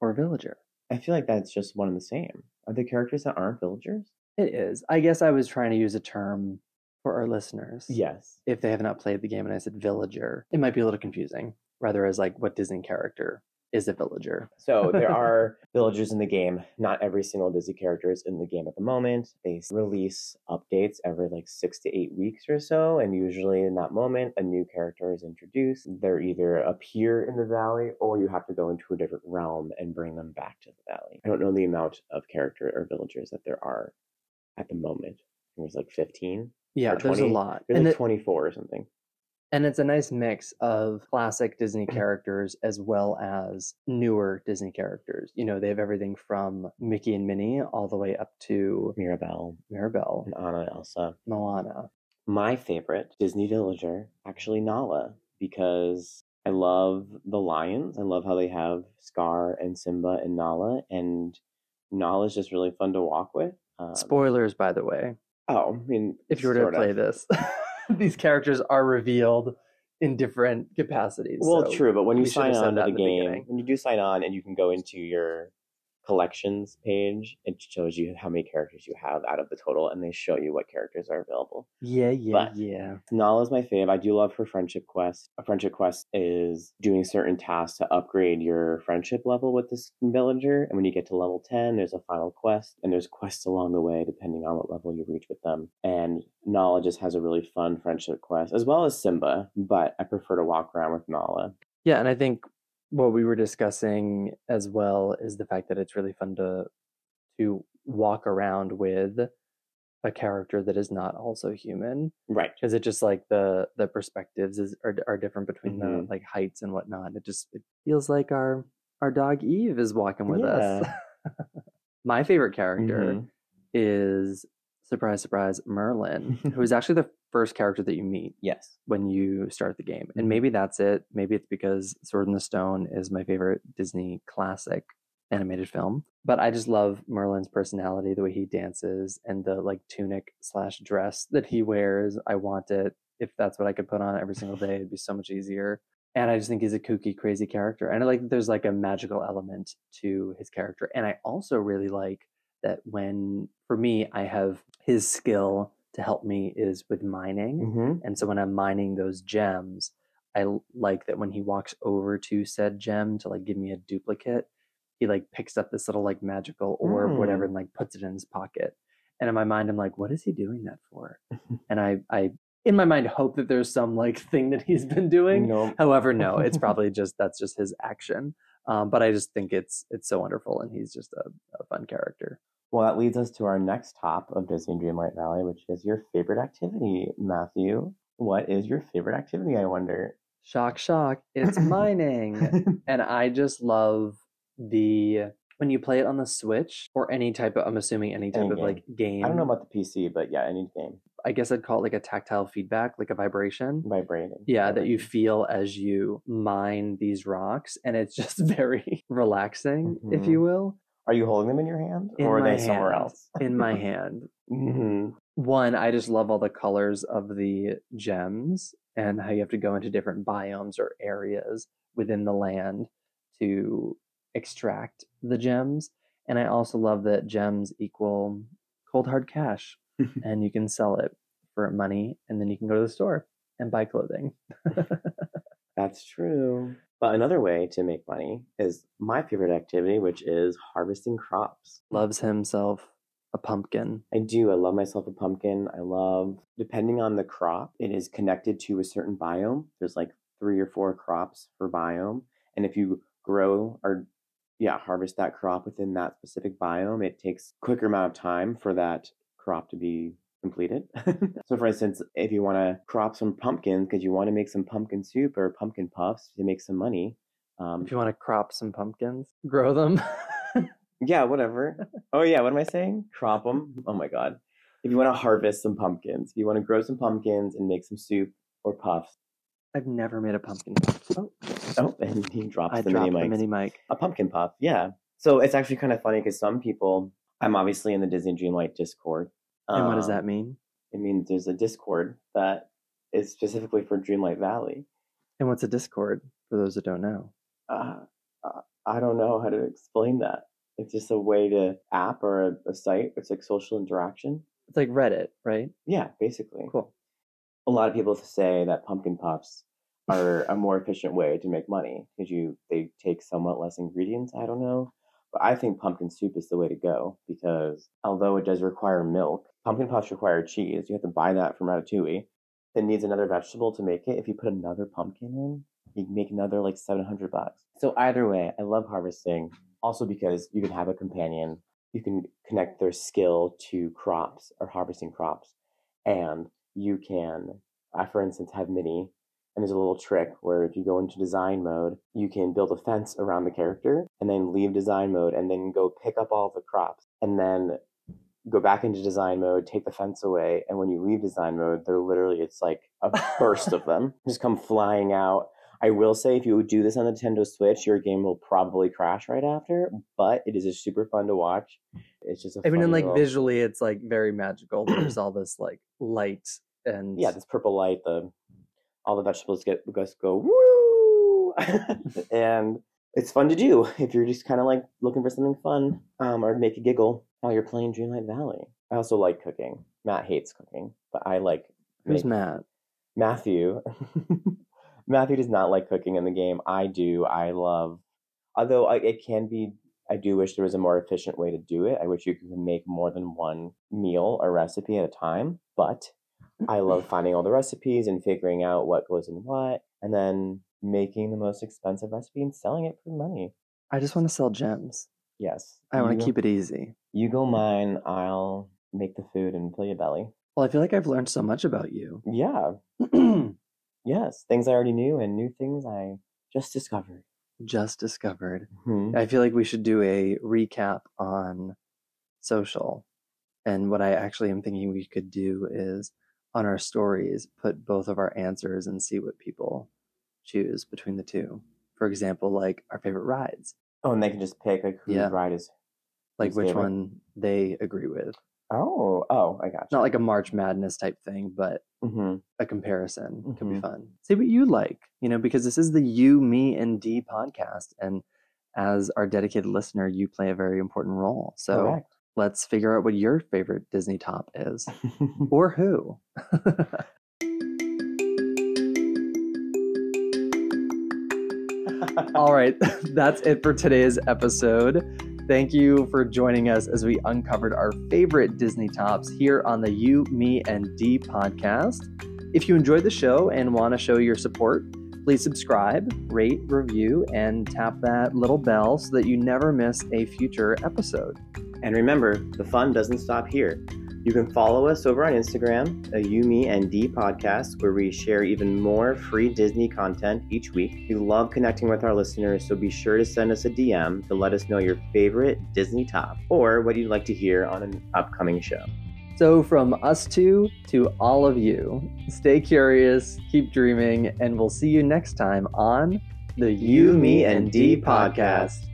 [SPEAKER 1] or villager.
[SPEAKER 2] I feel like that's just one and the same. Are there characters that aren't villagers?
[SPEAKER 1] It is. I guess I was trying to use a term for our listeners.
[SPEAKER 2] Yes.
[SPEAKER 1] If they have not played the game and I said villager, it might be a little confusing, rather as like what Disney character is a villager.
[SPEAKER 2] So there are villagers in the game. Not every single Disney character is in the game at the moment. They s- release updates every like six to eight weeks or so, and usually in that moment, a new character is introduced. They're either appear in the valley, or you have to go into a different realm and bring them back to the valley. I don't know the amount of character or villagers that there are at the moment. There's like fifteen.
[SPEAKER 1] Yeah,
[SPEAKER 2] Or
[SPEAKER 1] there's a
[SPEAKER 2] 20
[SPEAKER 1] lot.
[SPEAKER 2] There's
[SPEAKER 1] And
[SPEAKER 2] like
[SPEAKER 1] it-
[SPEAKER 2] twenty-four or something.
[SPEAKER 1] And it's a nice mix of classic Disney
[SPEAKER 2] Mm.
[SPEAKER 1] characters as well as newer Disney characters. You know, they have everything from Mickey and Minnie all the way up to
[SPEAKER 2] Mirabelle
[SPEAKER 1] Mirabelle,
[SPEAKER 2] and Anna, Elsa.
[SPEAKER 1] Moana.
[SPEAKER 2] my favorite Disney villager, actually Nala, because I love the lions. I love how they have Scar and Simba and Nala, and Nala is just really fun to walk with. Um,
[SPEAKER 1] Spoilers, by the way,
[SPEAKER 2] Oh, I mean,
[SPEAKER 1] if you were to
[SPEAKER 2] sort
[SPEAKER 1] play
[SPEAKER 2] of.
[SPEAKER 1] this, these characters are revealed in different capacities.
[SPEAKER 2] Well,
[SPEAKER 1] so-
[SPEAKER 2] true, but when you
[SPEAKER 1] we should have
[SPEAKER 2] sign
[SPEAKER 1] said
[SPEAKER 2] on to
[SPEAKER 1] that
[SPEAKER 2] the
[SPEAKER 1] in the
[SPEAKER 2] game,
[SPEAKER 1] beginning.
[SPEAKER 2] when you do sign on and you can go into your collections page, it shows you how many characters you have out of the total, and they show you what characters are available.
[SPEAKER 1] Yeah, yeah,
[SPEAKER 2] But-
[SPEAKER 1] yeah.
[SPEAKER 2] Nala's my fave. I do love her friendship quest. A friendship quest is doing certain tasks to upgrade your friendship level with this villager. And when you get to level 10, there's a final quest, and there's quests along the way depending on what level you reach with them. And Nala just has a really fun friendship quest, as well as Simba, but I prefer to walk around with Nala.
[SPEAKER 1] Yeah, and I think what we were discussing as well is the fact that it's really fun to to walk around with a character that is not also human
[SPEAKER 2] Right.
[SPEAKER 1] because it just like the the perspectives is are, are different between the
[SPEAKER 2] Mhm.
[SPEAKER 1] like heights and whatnot. It just it feels like our our dog Eve is walking with us. My favorite character
[SPEAKER 2] Mhm.
[SPEAKER 1] is surprise surprise Merlin, who is actually the first character that you meet
[SPEAKER 2] Yes.
[SPEAKER 1] when you start the game. And
[SPEAKER 2] Mhm.
[SPEAKER 1] maybe that's it. Maybe it's because Sword in the Stone is my favorite Disney classic animated film. But I just love Merlin's personality, the way he dances and the like tunic slash dress that he wears. I want it. If that's what I could put on every single day, it'd be so much easier. And I just think he's a kooky, crazy character. And I like that there's like a magical element to his character. And I also really like that when, for me, I have his skill to help me is with mining.
[SPEAKER 2] hmm
[SPEAKER 1] And so when I'm mining those gems, I l- like that when he walks over to said gem to like give me a duplicate, he like picks up this little like magical orb, whatever,
[SPEAKER 2] Mm.
[SPEAKER 1] and like puts it in his pocket. And in my mind, I'm like, what is he doing that for? and I I in my mind hope that there's some like thing that he's been doing.
[SPEAKER 2] No,
[SPEAKER 1] However, no, it's probably just that's just his action. Um, but I just think it's it's so wonderful, and he's just a, a fun character.
[SPEAKER 2] Well, that leads us to our next top of Disney Dreamlight Valley, which is your favorite activity, Matthew. What is your favorite activity? I wonder.
[SPEAKER 1] Shock, shock! It's mining, and I just love the when you play it on the Switch or any type of I'm assuming any type
[SPEAKER 2] Any
[SPEAKER 1] of
[SPEAKER 2] game.
[SPEAKER 1] like game.
[SPEAKER 2] I don't know about the PC, but yeah, any game
[SPEAKER 1] I guess I'd call it like a tactile feedback, like a vibration.
[SPEAKER 2] vibrating.
[SPEAKER 1] Yeah, that you feel as you mine these rocks, and it's just very relaxing, if
[SPEAKER 2] Mhm.
[SPEAKER 1] you will,
[SPEAKER 2] Are you holding them in your hand,
[SPEAKER 1] In
[SPEAKER 2] or are
[SPEAKER 1] my
[SPEAKER 2] they
[SPEAKER 1] hand.
[SPEAKER 2] somewhere
[SPEAKER 1] Mm-hmm.
[SPEAKER 2] else?
[SPEAKER 1] in my hand.
[SPEAKER 2] hmm
[SPEAKER 1] one i just love all the colors of the gems and how you have to go into different biomes or areas within the land to extract the gems and i also love that gems equal cold hard cash and you can sell it for money and then you can go to the store and buy clothing
[SPEAKER 2] That's true. But another way to make money is my favorite activity, which is harvesting crops.
[SPEAKER 1] loves himself a pumpkin
[SPEAKER 2] I do. I love myself a pumpkin. I love, depending on the crop, it is connected to a certain biome. There's like three or four crops per biome. And if you grow or, yeah, harvest that crop within that specific biome, it takes quicker amount of time for that crop to be completed. so, for instance, if you want to crop some pumpkins because you want to make some pumpkin soup or pumpkin puffs to make some money, um,
[SPEAKER 1] if you want to crop some pumpkins grow them
[SPEAKER 2] yeah, whatever. Oh yeah, what am I saying? Crop them. Oh my god. If you want to harvest some pumpkins, if you want to grow some pumpkins and make some soup or puffs.
[SPEAKER 1] i've never made a pumpkin oh
[SPEAKER 2] Oh, and he drops
[SPEAKER 1] i
[SPEAKER 2] the mini
[SPEAKER 1] dropped the
[SPEAKER 2] mics.
[SPEAKER 1] mini mic
[SPEAKER 2] a pumpkin puff. Yeah. So it's actually kind of funny because some people. I'm obviously in the Disney Dreamlight Discord.
[SPEAKER 1] and what does
[SPEAKER 2] Um,
[SPEAKER 1] that mean
[SPEAKER 2] It means there's a Discord that is specifically for Dreamlight Valley.
[SPEAKER 1] And what's a Discord for those that don't know?
[SPEAKER 2] uh, uh, I don't know how to explain that. It's just a way to app or a, a site. It's like social interaction.
[SPEAKER 1] It's like Reddit, right?
[SPEAKER 2] Yeah, basically.
[SPEAKER 1] Cool.
[SPEAKER 2] a lot of people say that pumpkin puffs are a more efficient way to make money because you they take somewhat less ingredients. I don't know, but I think pumpkin soup is the way to go because although it does require milk, pumpkin puffs require cheese. You have to buy that from Ratatouille. It needs another vegetable to make it. If you put another pumpkin in, you can make another like seven hundred bucks. So either way, I love harvesting. Also because you can have a companion. You can connect their skill to crops or harvesting crops, and you can, I for instance, have Minnie, and there's a little trick where if you go into design mode, you can build a fence around the character and then leave design mode and then go pick up all the crops and then go back into design mode, take the fence away, and when you leave design mode, they're literally it's like a burst of them just come flying out. I will say if you do this on the Nintendo Switch, your game will probably crash right after, but it is just super fun to watch. It's just a
[SPEAKER 1] Even in
[SPEAKER 2] funny
[SPEAKER 1] like
[SPEAKER 2] little-
[SPEAKER 1] visually, it's like very magical. There's all this like light and
[SPEAKER 2] yeah, this purple light, the all the vegetables get just go woo, and it's fun to do if you're just kind of like looking for something fun um, or make a giggle while you're playing Dreamlight Valley. I also like cooking. Matt hates cooking, but I like
[SPEAKER 1] who's
[SPEAKER 2] make-
[SPEAKER 1] Matt?
[SPEAKER 2] Matthew. Matthew does not like cooking in the game. I do. I love. Although I, it can be, I do wish there was a more efficient way to do it. I wish you could make more than one meal or recipe at a time. But I love finding all the recipes and figuring out what goes in what, and then making the most expensive recipe and selling it for money.
[SPEAKER 1] I just want to sell gems.
[SPEAKER 2] Yes,
[SPEAKER 1] I want
[SPEAKER 2] you-
[SPEAKER 1] to keep it easy.
[SPEAKER 2] You go mine. I'll make the food and fill your belly.
[SPEAKER 1] Well, I feel like I've learned so much about you.
[SPEAKER 2] Yeah. Yes. Things I already knew and new things I just discovered.
[SPEAKER 1] just discovered.
[SPEAKER 2] Mhm.
[SPEAKER 1] I feel like we should do a recap on social. And what I actually am thinking we could do is on our stories, put both of our answers and see what people choose between the two. For example, like our favorite rides,
[SPEAKER 2] Oh, and they can just pick like whose
[SPEAKER 1] Yeah.
[SPEAKER 2] ride is.
[SPEAKER 1] like
[SPEAKER 2] Whose
[SPEAKER 1] which
[SPEAKER 2] favorite?
[SPEAKER 1] one they agree with.
[SPEAKER 2] Oh, oh, I got
[SPEAKER 1] Not like a March Madness type thing, but
[SPEAKER 2] you. hmm
[SPEAKER 1] a comparison could be
[SPEAKER 2] Mhm.
[SPEAKER 1] fun. See what you like, you know, because this is the you, me, and D podcast. And as our dedicated listener, you play a very important role. So
[SPEAKER 2] Correct.
[SPEAKER 1] let's figure out what your favorite Disney top is or who. All right, that's it for today's episode. Thank you for joining us as we uncovered our favorite Disney tops here on the You, Me, and D podcast. If you enjoyed the show and want to show your support, please subscribe, rate, review, and tap that little bell so that you never miss a future episode.
[SPEAKER 2] And remember, the fun doesn't stop here. You can follow us over on Instagram, a You, Me, and D podcast, where we share even more free Disney content each week. We love connecting with our listeners, so be sure to send us a DM to let us know your favorite Disney top or what you'd like to hear on an upcoming show.
[SPEAKER 1] So, from us two to all of you, stay curious, keep dreaming, and we'll see you next time on
[SPEAKER 2] The You, Me, and D podcast.